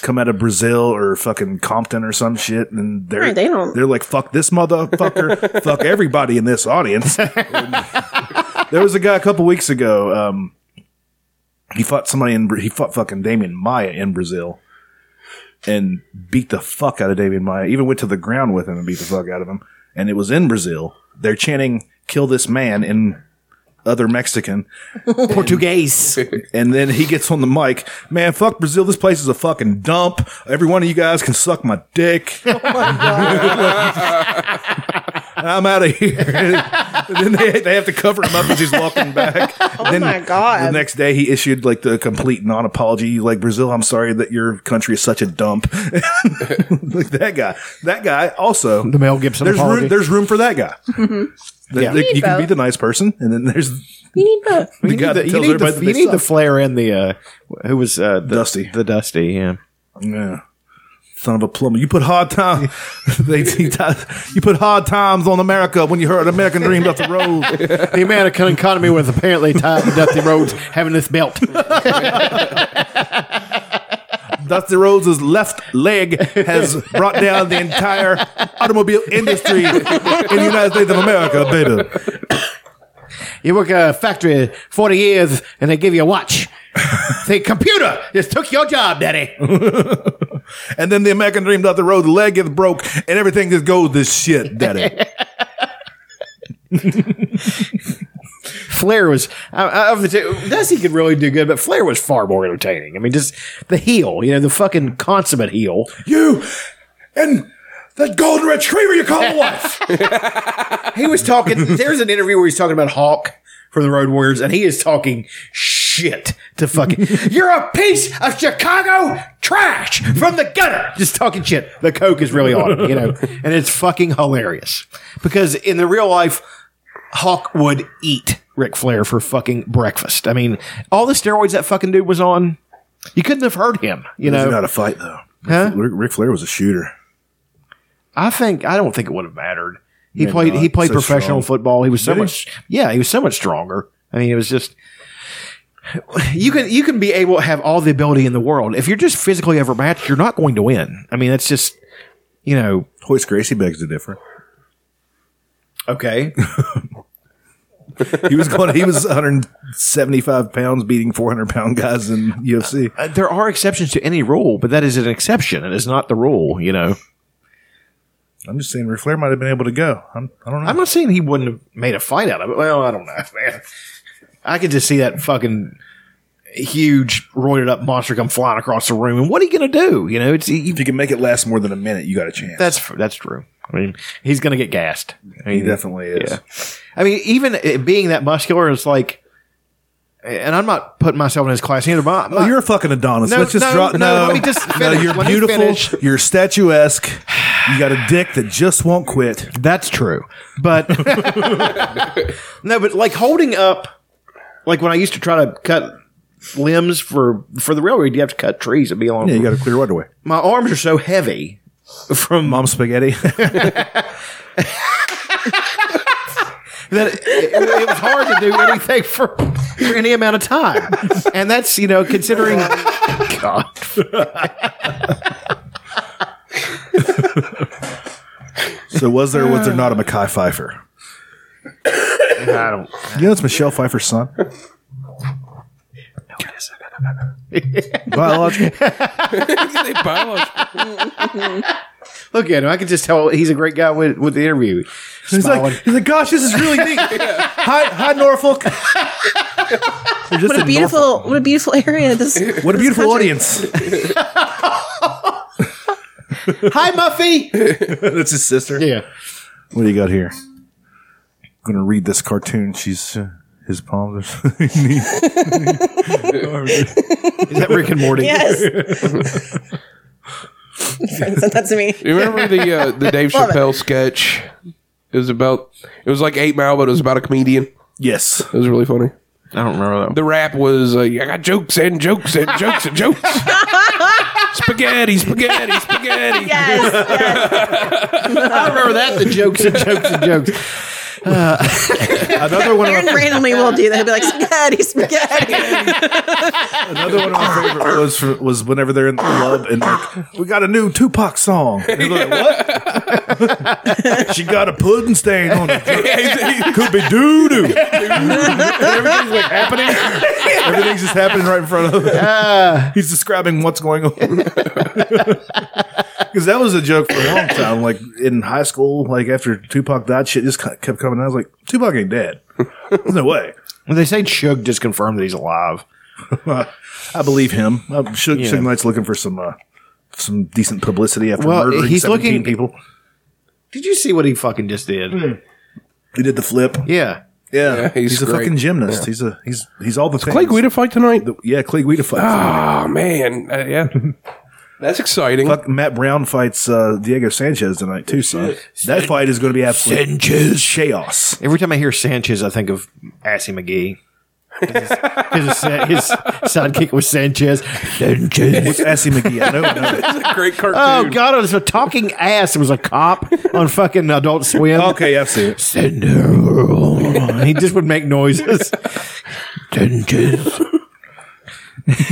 [SPEAKER 3] come out of Brazil or fucking Compton or some shit, and they're
[SPEAKER 5] Right, they don't-
[SPEAKER 3] are like fuck this motherfucker, fuck everybody in this audience. there was a guy a couple weeks ago. Um, he fought somebody in Bra- he fought fucking Damian Maya in Brazil. And beat the fuck out of Damian Maya. Even went to the ground with him and beat the fuck out of him. And it was in Brazil. They're chanting "Kill this man" in other Mexican.
[SPEAKER 4] Portuguese.
[SPEAKER 3] And then he gets on the mic, man, fuck Brazil. This place is a fucking dump. Every one of you guys can suck my dick.
[SPEAKER 5] Oh
[SPEAKER 3] I'm out of here. And then they, they have to cover him up as he's walking back. Oh
[SPEAKER 5] my
[SPEAKER 3] The
[SPEAKER 5] God.
[SPEAKER 3] next day he issued like the complete non apology, like Brazil, I'm sorry that your country is such a dump. like that guy. That guy also.
[SPEAKER 4] The Mel Gibson
[SPEAKER 3] There's
[SPEAKER 4] apology.
[SPEAKER 3] room, there's room for that guy. That-
[SPEAKER 4] Yeah.
[SPEAKER 3] that
[SPEAKER 5] Need
[SPEAKER 3] you can be
[SPEAKER 5] both.
[SPEAKER 3] the nice person, and then there's
[SPEAKER 5] You need both.
[SPEAKER 3] the
[SPEAKER 4] You
[SPEAKER 3] guy
[SPEAKER 4] need the,
[SPEAKER 3] that
[SPEAKER 4] you
[SPEAKER 3] tells
[SPEAKER 4] need the,
[SPEAKER 3] everybody that
[SPEAKER 4] you
[SPEAKER 3] they
[SPEAKER 4] need the
[SPEAKER 3] suck.
[SPEAKER 4] flair in the uh, who was uh, the,
[SPEAKER 3] Dusty.
[SPEAKER 4] The Dusty. Yeah.
[SPEAKER 3] Yeah. Son of a plumber. You put hard time. they, he t- you put hard times on America when you heard American Dream up the road.
[SPEAKER 4] The American economy was apparently tied to Dusty Rhodes having this belt.
[SPEAKER 3] Dusty Rhodes' left leg has brought down the entire automobile industry in the United States of America, baby.
[SPEAKER 4] You work at a factory 40 years and they give you a watch. Say, computer, just took your job, daddy.
[SPEAKER 3] And then the American Dream up the road, the leg gets broke, and everything just goes to shit, daddy.
[SPEAKER 4] Flair was, I, I, of the two, Dusty could really do good, but Flair was far more entertaining. I mean, just the heel, you know, the fucking consummate heel.
[SPEAKER 3] you and that golden retriever you call a wife.
[SPEAKER 4] He was talking, there's an interview where he's talking about Hawk from the Road Warriors, and he is talking shit to fucking, you're a piece of Chicago trash from the gutter. Just talking shit. The Coke is really on, him, you know, and it's fucking hilarious because in the real life, Hawk would eat Ric Flair for fucking breakfast. I mean, all the steroids that fucking dude was on, you couldn't have hurt him, you know.
[SPEAKER 3] not a fight, though.
[SPEAKER 4] Huh?
[SPEAKER 3] Ric, Ric Flair was a shooter.
[SPEAKER 4] I think I don't think it would have mattered. He
[SPEAKER 3] Maybe
[SPEAKER 4] played
[SPEAKER 3] not.
[SPEAKER 4] he played
[SPEAKER 3] So
[SPEAKER 4] professional
[SPEAKER 3] strong.
[SPEAKER 4] football. He was so
[SPEAKER 3] Did he?
[SPEAKER 4] much yeah, he was so much stronger. I mean, it was just you can you can be able to have all the ability in the world. If you're just physically overmatched, you're not going to win. I mean, that's just you know
[SPEAKER 3] Hoist Gracie begs to differ.
[SPEAKER 4] okay.
[SPEAKER 3] he was going. He was 175 pounds beating 400 pound guys in UFC.
[SPEAKER 4] Uh, there are exceptions to any rule, but that is an exception. It is not the rule, you know.
[SPEAKER 3] I'm just saying, Ric Flair might have been able to go. I'm, I don't know.
[SPEAKER 4] I'm not saying he wouldn't have made a fight out of it. Well, I don't know, man. I could just see that fucking huge roided up monster come flying across the room, and what are you going to do? You know, it's
[SPEAKER 3] if you can make it last more than a minute, you got a chance.
[SPEAKER 4] That's that's true. I mean, he's going to get gassed. I
[SPEAKER 3] He
[SPEAKER 4] mean,
[SPEAKER 3] definitely is.
[SPEAKER 4] I mean, even it being that muscular, it's like, and I'm not putting myself in his class either. But
[SPEAKER 3] Oh, you're a fucking Adonis.
[SPEAKER 4] No,
[SPEAKER 3] Let's just
[SPEAKER 4] no,
[SPEAKER 3] drop.
[SPEAKER 4] no,
[SPEAKER 3] No,
[SPEAKER 4] let me just
[SPEAKER 3] no,
[SPEAKER 4] finish.
[SPEAKER 3] you're
[SPEAKER 4] Let me finish.
[SPEAKER 3] beautiful. You're statuesque. You got a dick that just won't quit.
[SPEAKER 4] That's true. But no, but like holding up, like when I used to try to cut limbs for for the railroad, you have to cut trees and be along.
[SPEAKER 3] Yeah, you got to clear right away.
[SPEAKER 4] My arms are so heavy from
[SPEAKER 3] mom spaghetti
[SPEAKER 4] that it, it was hard to do anything for, for any amount of time. And that's you know considering God.
[SPEAKER 3] So was there? or Was there not a Mackay Pfeiffer?
[SPEAKER 4] I don't.
[SPEAKER 3] You know, it's Michelle Pfeiffer's son. Biological.
[SPEAKER 4] Look at him. I can just tell he's a great guy with, with the interview.
[SPEAKER 3] He's like, he's like, gosh, this is really neat. hi, hi, Norfolk. They're just
[SPEAKER 5] what a
[SPEAKER 3] in
[SPEAKER 5] beautiful, what a beautiful area. This,
[SPEAKER 3] What a
[SPEAKER 5] this
[SPEAKER 3] beautiful
[SPEAKER 5] country.
[SPEAKER 3] audience.
[SPEAKER 4] Hi, Muffy.
[SPEAKER 3] That's his sister.
[SPEAKER 4] Yeah.
[SPEAKER 3] What do you got here? I'm gonna read this cartoon. She's uh, his palms are.
[SPEAKER 4] Is that Rick and Morty?
[SPEAKER 5] Yes. Friend sent that to me.
[SPEAKER 6] You remember the uh, the Dave
[SPEAKER 5] Love it.
[SPEAKER 6] Chappelle sketch? It was about it was like Eight Mile, but it was about a comedian.
[SPEAKER 3] Yes,
[SPEAKER 6] it was really funny.
[SPEAKER 4] I don't remember that.
[SPEAKER 6] The rap was uh, I got jokes and jokes and jokes and jokes. spaghetti, spaghetti, spaghetti.
[SPEAKER 4] I remember that the jokes and jokes and jokes.
[SPEAKER 3] Another one.
[SPEAKER 5] Aaron randomly will do that. He'll be like, spaghetti, spaghetti.
[SPEAKER 3] Another one of my favorite was for, was whenever they're in the club and like, we got a new Tupac song. And they're like, what? she got a pudding stain on her. Could be doo doo. everything's like happening. Everything's just happening right in front of him. He's describing what's going on. Because that was a joke for a long time. Like in high school, like after Tupac died, shit just kept coming. I was like, Tupac ain't dead. There's no way.
[SPEAKER 4] When they say Shug just confirmed that he's alive.
[SPEAKER 3] I believe him. Uh, Shug,
[SPEAKER 4] Yeah.
[SPEAKER 3] Shug Knight's looking for some uh, some decent publicity after
[SPEAKER 4] Well,
[SPEAKER 3] murdering
[SPEAKER 4] he's
[SPEAKER 3] 17
[SPEAKER 4] looking-
[SPEAKER 3] people.
[SPEAKER 4] Did you see what he fucking just did?
[SPEAKER 3] He did the flip.
[SPEAKER 4] Yeah.
[SPEAKER 3] Yeah,
[SPEAKER 6] Yeah, he's
[SPEAKER 3] he's, a
[SPEAKER 6] great.
[SPEAKER 3] fucking gymnast.
[SPEAKER 6] Yeah.
[SPEAKER 3] He's a he's he's all the things.
[SPEAKER 6] Clay Guida fight tonight?
[SPEAKER 3] The- yeah, Clay Guida fights.
[SPEAKER 6] Oh man, uh, yeah, that's exciting.
[SPEAKER 3] Fuck, Matt Brown fights uh, Diego Sanchez tonight too. Son, that fight is going to be absolute
[SPEAKER 4] Sanchez.
[SPEAKER 3] chaos.
[SPEAKER 4] Every time I hear Sanchez, I think of Assy McGee. 'Cause his, sa- his sidekick was Sanchez.
[SPEAKER 3] What's
[SPEAKER 4] Sanchez.
[SPEAKER 3] Assy McGee? I know. I know.
[SPEAKER 6] That's a great cartoon.
[SPEAKER 4] Oh God! It was a talking ass. It was a cop on fucking Adult Swim.
[SPEAKER 3] Okay, I've seen it.
[SPEAKER 4] Sanchez. he just would make noises. Sanchez.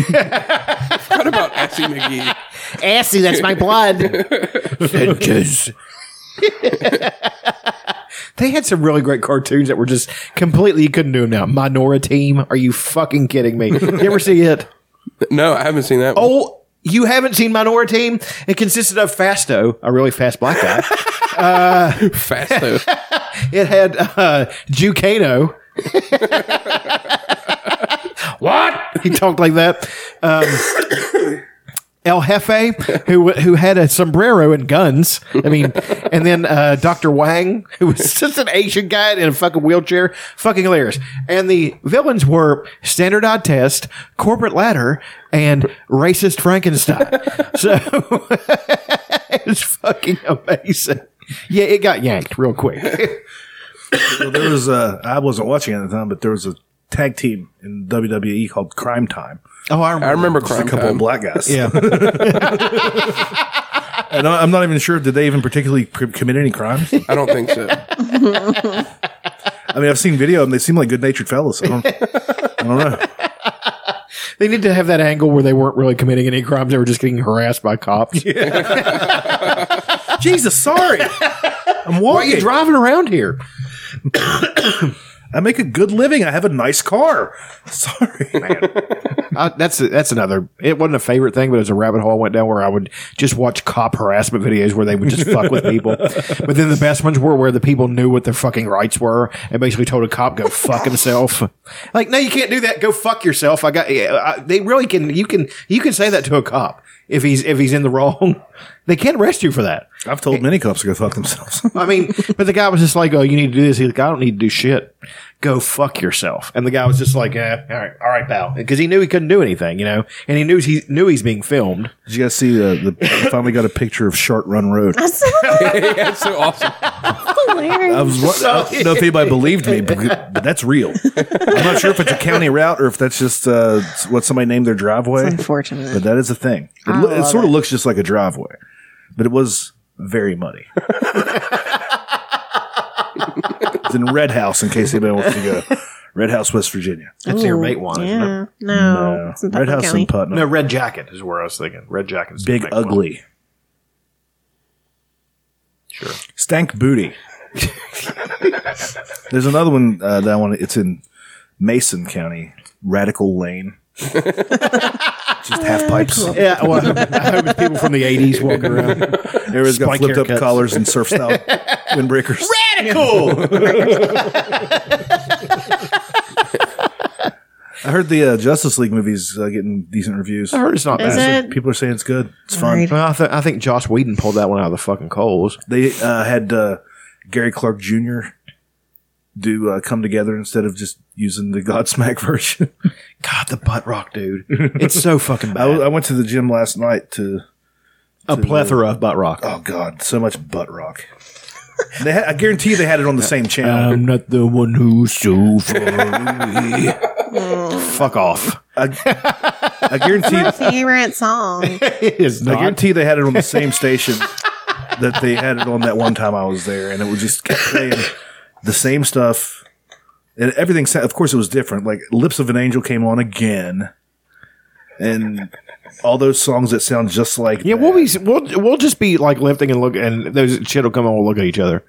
[SPEAKER 6] What about Assy McGee?
[SPEAKER 4] Assy, that's my blood. Sanchez. they had some really great cartoons that were just completely you couldn't do them now. Minora Team, are you fucking kidding me? You ever see it?
[SPEAKER 6] No, I haven't seen that. one.
[SPEAKER 4] Oh, you haven't seen Minora Team? It consisted of Fasto, a really fast black guy.
[SPEAKER 6] fast though.
[SPEAKER 4] it had uh, Jucano. what? He talked like that. Um, El Jefe, who who had a sombrero and guns. I mean, and then uh, Doctor Wang, who was just an Asian guy in a fucking wheelchair, fucking hilarious. And the villains were Standard Odd Test, Corporate Ladder, and Racist Frankenstein. so it's fucking amazing. Yeah, it got yanked real quick.
[SPEAKER 3] Well, there was a. I wasn't watching it at the time, but there was a tag team in WWE called Crime Time.
[SPEAKER 4] Oh, I remember.
[SPEAKER 6] I remember
[SPEAKER 3] Just a
[SPEAKER 6] crime
[SPEAKER 3] couple
[SPEAKER 6] time.
[SPEAKER 3] of black guys.
[SPEAKER 4] Yeah.
[SPEAKER 3] and I, I'm not even sure did they even particularly c- commit any crimes.
[SPEAKER 6] I don't think so.
[SPEAKER 3] I mean, I've seen video and they seem like good natured fellas. I don't, I don't know.
[SPEAKER 4] They need to have that angle where they weren't really committing any crimes; they were just getting harassed by cops.
[SPEAKER 3] Jesus, sorry. I'm
[SPEAKER 4] Why are you
[SPEAKER 3] walking.
[SPEAKER 4] driving around here?
[SPEAKER 3] I make a good living. I have a nice car. Sorry,
[SPEAKER 4] I, Uh, that's that's another. It wasn't a favorite thing, but it was a rabbit hole I went down where I would just watch cop harassment videos where they would just fuck with people. But then the best ones were where the people knew what their fucking rights were and basically told a cop go fuck himself. Like, no, you can't do that. Go fuck yourself. I got. yeah, I, they really can. You can. You can say that to a cop if he's if he's in the wrong. They can't arrest you for that.
[SPEAKER 3] I've told many cops to go fuck themselves.
[SPEAKER 4] I mean, but the guy was just like, "Oh, you need to do this." He's like, "I don't need to do shit. Go fuck yourself." And the guy was just like, eh, "All right, all right, pal," because he knew he couldn't do anything, you know, and he knew he knew he's being filmed.
[SPEAKER 3] Did you guys see uh, the? I finally got a picture of Short Run Road.
[SPEAKER 6] that's so awesome.
[SPEAKER 3] I was. I don't know if anybody believed me, but, but that's real. I'm not sure if it's a county route or if that's just uh, what somebody named their driveway.
[SPEAKER 5] It's unfortunate.
[SPEAKER 3] but that is a thing. It,
[SPEAKER 5] I
[SPEAKER 3] lo- it
[SPEAKER 5] love
[SPEAKER 3] sort
[SPEAKER 5] it.
[SPEAKER 3] of looks just like a driveway, but it was very muddy. it's in Red House, in case anybody wants to go. Red House, West Virginia.
[SPEAKER 4] That's near Matewan. isn't it?
[SPEAKER 5] Yeah. No. It's in
[SPEAKER 3] Red
[SPEAKER 5] Putnam
[SPEAKER 3] House
[SPEAKER 5] County.
[SPEAKER 3] in Putnam.
[SPEAKER 4] No, Red Jacket is where I was thinking. Red Jacket,
[SPEAKER 3] Big Ugly.
[SPEAKER 4] Sure.
[SPEAKER 3] Stank Booty. There's another one uh, that I want. It's in Mason County, Radical Lane. Just half pipes.
[SPEAKER 4] Yeah, well, I hope it's people from the '80s walking around.
[SPEAKER 3] Everyone's got
[SPEAKER 4] Spike
[SPEAKER 3] flipped up
[SPEAKER 4] haircuts.
[SPEAKER 3] collars and surf style windbreakers. I heard the uh, Justice League movies uh, getting decent reviews.
[SPEAKER 4] I heard it's not Is bad. it?
[SPEAKER 3] People are saying it's good. It's fun.
[SPEAKER 4] Well, I, th- I think Josh Whedon pulled that one out of the fucking coals.
[SPEAKER 3] They uh, had uh, Gary Clark Jr. do uh, come together instead of just using the Godsmack version.
[SPEAKER 4] God, the butt rock, dude. It's so fucking bad.
[SPEAKER 3] I, I went to the gym last night to
[SPEAKER 4] A
[SPEAKER 3] to-
[SPEAKER 4] plethora of butt rock.
[SPEAKER 3] Oh God, so much butt rock. They had, I guarantee they had it on the same channel.
[SPEAKER 4] I'm not the one who's so funny. Fuck off.
[SPEAKER 3] I guarantee.
[SPEAKER 5] My favorite song.
[SPEAKER 4] It is
[SPEAKER 3] I guarantee they had it on the same station that they had it on that one time I was there, and it was just kept playing the same stuff. And everything, sa- of course, it was different. Like "Lips of an Angel" came on again, and all those songs that sound just like
[SPEAKER 4] Yeah, we'll be we'll we'll just be like lifting and look, and those shit will come on. We'll look at each other.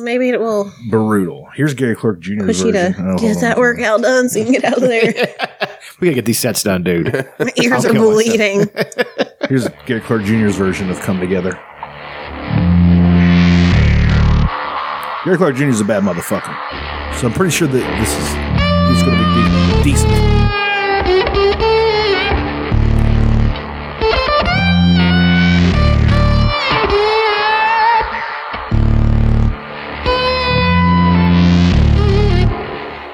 [SPEAKER 5] Maybe it will
[SPEAKER 3] brutal. Here's Gary Clark Jr.'s
[SPEAKER 5] push you to
[SPEAKER 3] version. Oh, hold
[SPEAKER 5] get
[SPEAKER 3] on.
[SPEAKER 5] that workout done so you can get out of there.
[SPEAKER 4] We gotta get these sets done, dude.
[SPEAKER 5] My ears
[SPEAKER 4] I'll
[SPEAKER 5] are
[SPEAKER 4] kill myself.
[SPEAKER 5] bleeding.
[SPEAKER 3] Here's Gary Clark Jr.'s version of "Come Together." Gary Clark Jr. is a bad motherfucker, so I'm pretty sure that this is this is going to be de- decent.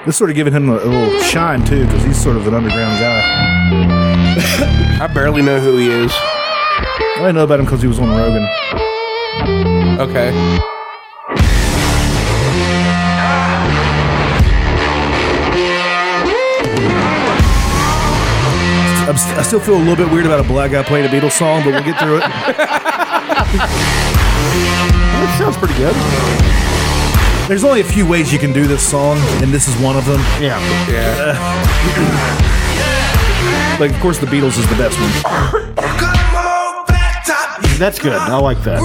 [SPEAKER 3] This sort of giving him a, a little shine too, because he's sort of an underground guy.
[SPEAKER 6] I barely know who he is.
[SPEAKER 3] I didn't know about him because he was on Rogan.
[SPEAKER 6] Okay.
[SPEAKER 3] I'm st- I still feel a little bit weird about a black guy playing a Beatles song, but we'll get through it.
[SPEAKER 4] That sounds pretty good.
[SPEAKER 3] There's only a few ways you can do this song, and this is one of them.
[SPEAKER 4] Yeah.
[SPEAKER 6] Yeah.
[SPEAKER 3] Like, of course, the Beatles is the best one.
[SPEAKER 4] That's good. I like that.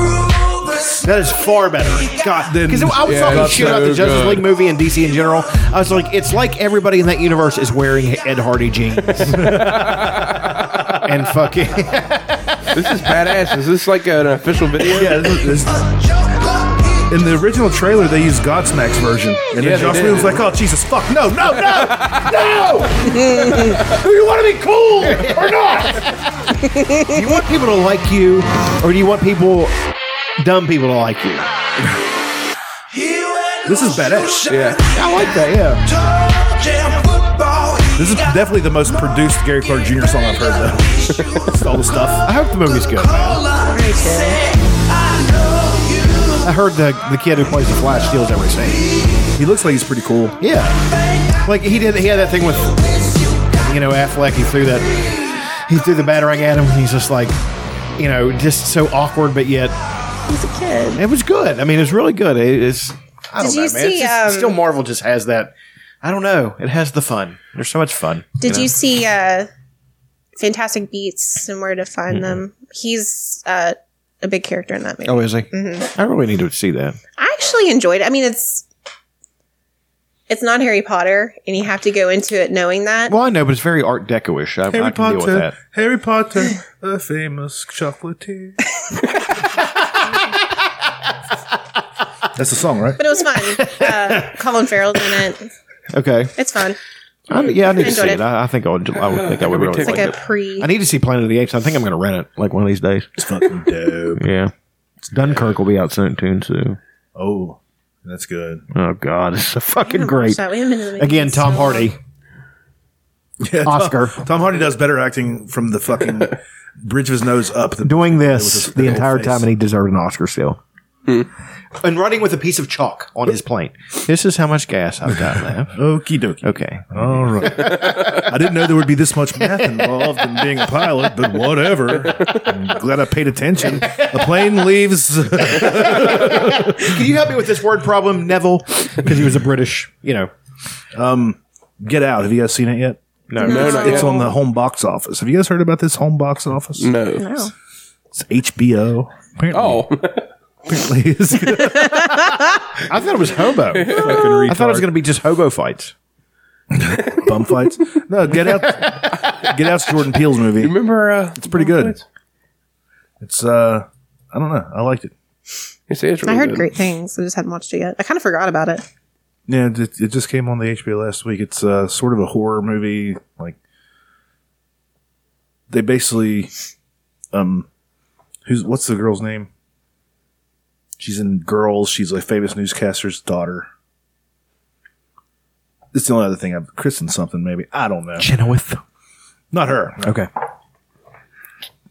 [SPEAKER 4] That is far better. God,
[SPEAKER 3] Then-
[SPEAKER 4] because I was
[SPEAKER 6] Yeah,
[SPEAKER 4] talking
[SPEAKER 6] that's
[SPEAKER 4] shit about
[SPEAKER 6] so
[SPEAKER 4] the Justice
[SPEAKER 6] good.
[SPEAKER 4] League movie and DC in general. I was like, it's like everybody in that universe is wearing Ed Hardy jeans and fucking.
[SPEAKER 6] This is badass. Is this like an official video?
[SPEAKER 3] Yeah, this is, this, in the original trailer, they used Godsmack's version, and
[SPEAKER 6] Yeah,
[SPEAKER 3] then
[SPEAKER 6] they
[SPEAKER 3] Josh
[SPEAKER 6] did.
[SPEAKER 3] Whedon was like, "Oh Jesus, fuck, no, no, no!"
[SPEAKER 4] Do you want to be cool or not? do you want people to like you, or do you want people, dumb people, to like you?
[SPEAKER 3] This is badass.
[SPEAKER 6] Yeah.
[SPEAKER 4] I like that. Yeah.
[SPEAKER 3] This is definitely the most produced Gary Clark Jr. song I've heard though. Just all the stuff.
[SPEAKER 4] I hope the movie's good. I heard the the kid who plays the Flash steals every scene.
[SPEAKER 3] He looks like he's pretty cool.
[SPEAKER 4] Yeah, like he did. He had that thing with you know Affleck. He threw that. He threw the battering at him, and he's just like, you know, just so awkward, but yet
[SPEAKER 5] He's a kid.
[SPEAKER 4] it was good. I mean, it's really good. It- it's. I don't
[SPEAKER 5] Did
[SPEAKER 4] know,
[SPEAKER 5] you
[SPEAKER 4] man. It's
[SPEAKER 5] see,
[SPEAKER 4] just-
[SPEAKER 5] um,
[SPEAKER 4] still, Marvel just has that. I don't know. It has the fun. There's so much fun.
[SPEAKER 5] Did
[SPEAKER 4] know?
[SPEAKER 5] you see uh Fantastic Beats and where to find them? He's uh a big character in that movie.
[SPEAKER 4] Oh, is he? I really need to see that.
[SPEAKER 5] I actually enjoyed it. I mean, it's It's not Harry Potter, and you have to go into it knowing that.
[SPEAKER 4] Well, I know, but it's very Art Decoish. I, I
[SPEAKER 3] Harry
[SPEAKER 4] can deal with
[SPEAKER 3] Potter,
[SPEAKER 4] that.
[SPEAKER 3] Harry Potter, the famous chocolatier.
[SPEAKER 4] That's the song, right?
[SPEAKER 5] But it was fun. uh, Colin Farrell's in it.
[SPEAKER 4] Okay.
[SPEAKER 5] It's fun.
[SPEAKER 4] I, yeah, I need
[SPEAKER 5] I
[SPEAKER 4] to see
[SPEAKER 5] Mm-hmm. enjoyed
[SPEAKER 4] it.
[SPEAKER 5] it.
[SPEAKER 4] I, I think I would. I would think I would
[SPEAKER 5] It's
[SPEAKER 4] really
[SPEAKER 5] like
[SPEAKER 4] like
[SPEAKER 5] a
[SPEAKER 4] it.
[SPEAKER 5] pre.
[SPEAKER 4] I need to see Planet of the Apes. I think I'm going to rent it like one of these days. It's
[SPEAKER 3] fucking dope.
[SPEAKER 4] Yeah, Dunkirk will be out soon too. too.
[SPEAKER 3] Oh, that's good.
[SPEAKER 4] Oh God, it's so fucking
[SPEAKER 3] haven't
[SPEAKER 4] great.
[SPEAKER 3] watched that. We haven't been to the movies
[SPEAKER 4] Again,
[SPEAKER 3] in
[SPEAKER 4] Tom
[SPEAKER 3] so
[SPEAKER 4] Hardy.
[SPEAKER 3] Yeah,
[SPEAKER 4] Oscar.
[SPEAKER 3] Tom, Tom Hardy does better acting from the fucking bridge of his nose up. than
[SPEAKER 4] doing
[SPEAKER 3] with
[SPEAKER 4] this
[SPEAKER 3] his
[SPEAKER 4] the
[SPEAKER 3] whole
[SPEAKER 4] entire
[SPEAKER 3] face.
[SPEAKER 4] time, and he deserved an Oscar still. And running with a piece of chalk on his plane. This is how much gas I've got left.
[SPEAKER 3] Okie dokie.
[SPEAKER 4] Okay.
[SPEAKER 3] All right. I didn't know there would be this much math involved in being a pilot, but whatever. I'm glad I paid attention. The plane leaves.
[SPEAKER 4] Can you help me with this word problem, Neville? Because he was a British, you know.
[SPEAKER 3] Um, Get Out. Have you guys seen it yet?
[SPEAKER 4] No. No,
[SPEAKER 3] it's,
[SPEAKER 4] not
[SPEAKER 3] it's
[SPEAKER 4] yet.
[SPEAKER 3] on the home box office. Have you guys heard about this home box office?
[SPEAKER 6] No.
[SPEAKER 5] No.
[SPEAKER 3] It's HBO. Apparently,
[SPEAKER 6] Oh.
[SPEAKER 3] apparently it's
[SPEAKER 4] I thought it was hobo. I thought it was going to be just hobo fights.
[SPEAKER 3] bum fights. No, Get Out. Get Out's Jordan Peele's movie.
[SPEAKER 6] remember? Uh,
[SPEAKER 3] it's pretty good. It's uh, I don't know. I liked it.
[SPEAKER 6] It's, it's
[SPEAKER 5] I heard great things. I just hadn't watched it yet. I kind of forgot about it.
[SPEAKER 3] Yeah, it, it just came on the HBO last week. It's uh, sort of a horror movie. Like they basically, um, who's what's the girl's name? She's in Girls. She's a famous newscaster's daughter. It's the only other thing I've Kristen something maybe I don't know.
[SPEAKER 4] Chenoweth,
[SPEAKER 3] not her.
[SPEAKER 4] Okay.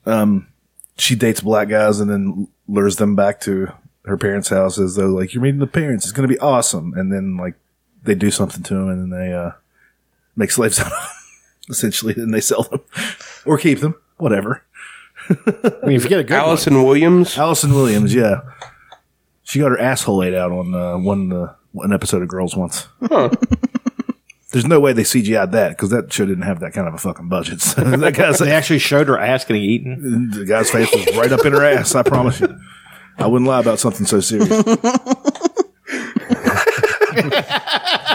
[SPEAKER 3] Um, she dates black guys and then lures them back to her parents' house as though like you're meeting the parents. It's gonna be awesome. And then like they do something to them and then they uh, make slaves out of them essentially, and they sell them or keep them, whatever.
[SPEAKER 4] I mean, if you get a good
[SPEAKER 6] Allison Williams.
[SPEAKER 3] Allison Williams, yeah. She got her asshole laid out on uh, one uh, one episode of Girls once. There's no way they CGI'd that because that show didn't have that kind of a fucking budget. So that guy's
[SPEAKER 4] they actually showed her ass getting eaten.
[SPEAKER 3] the guy's face was right up in her ass. I promise you, I wouldn't lie about something so serious. Fucking-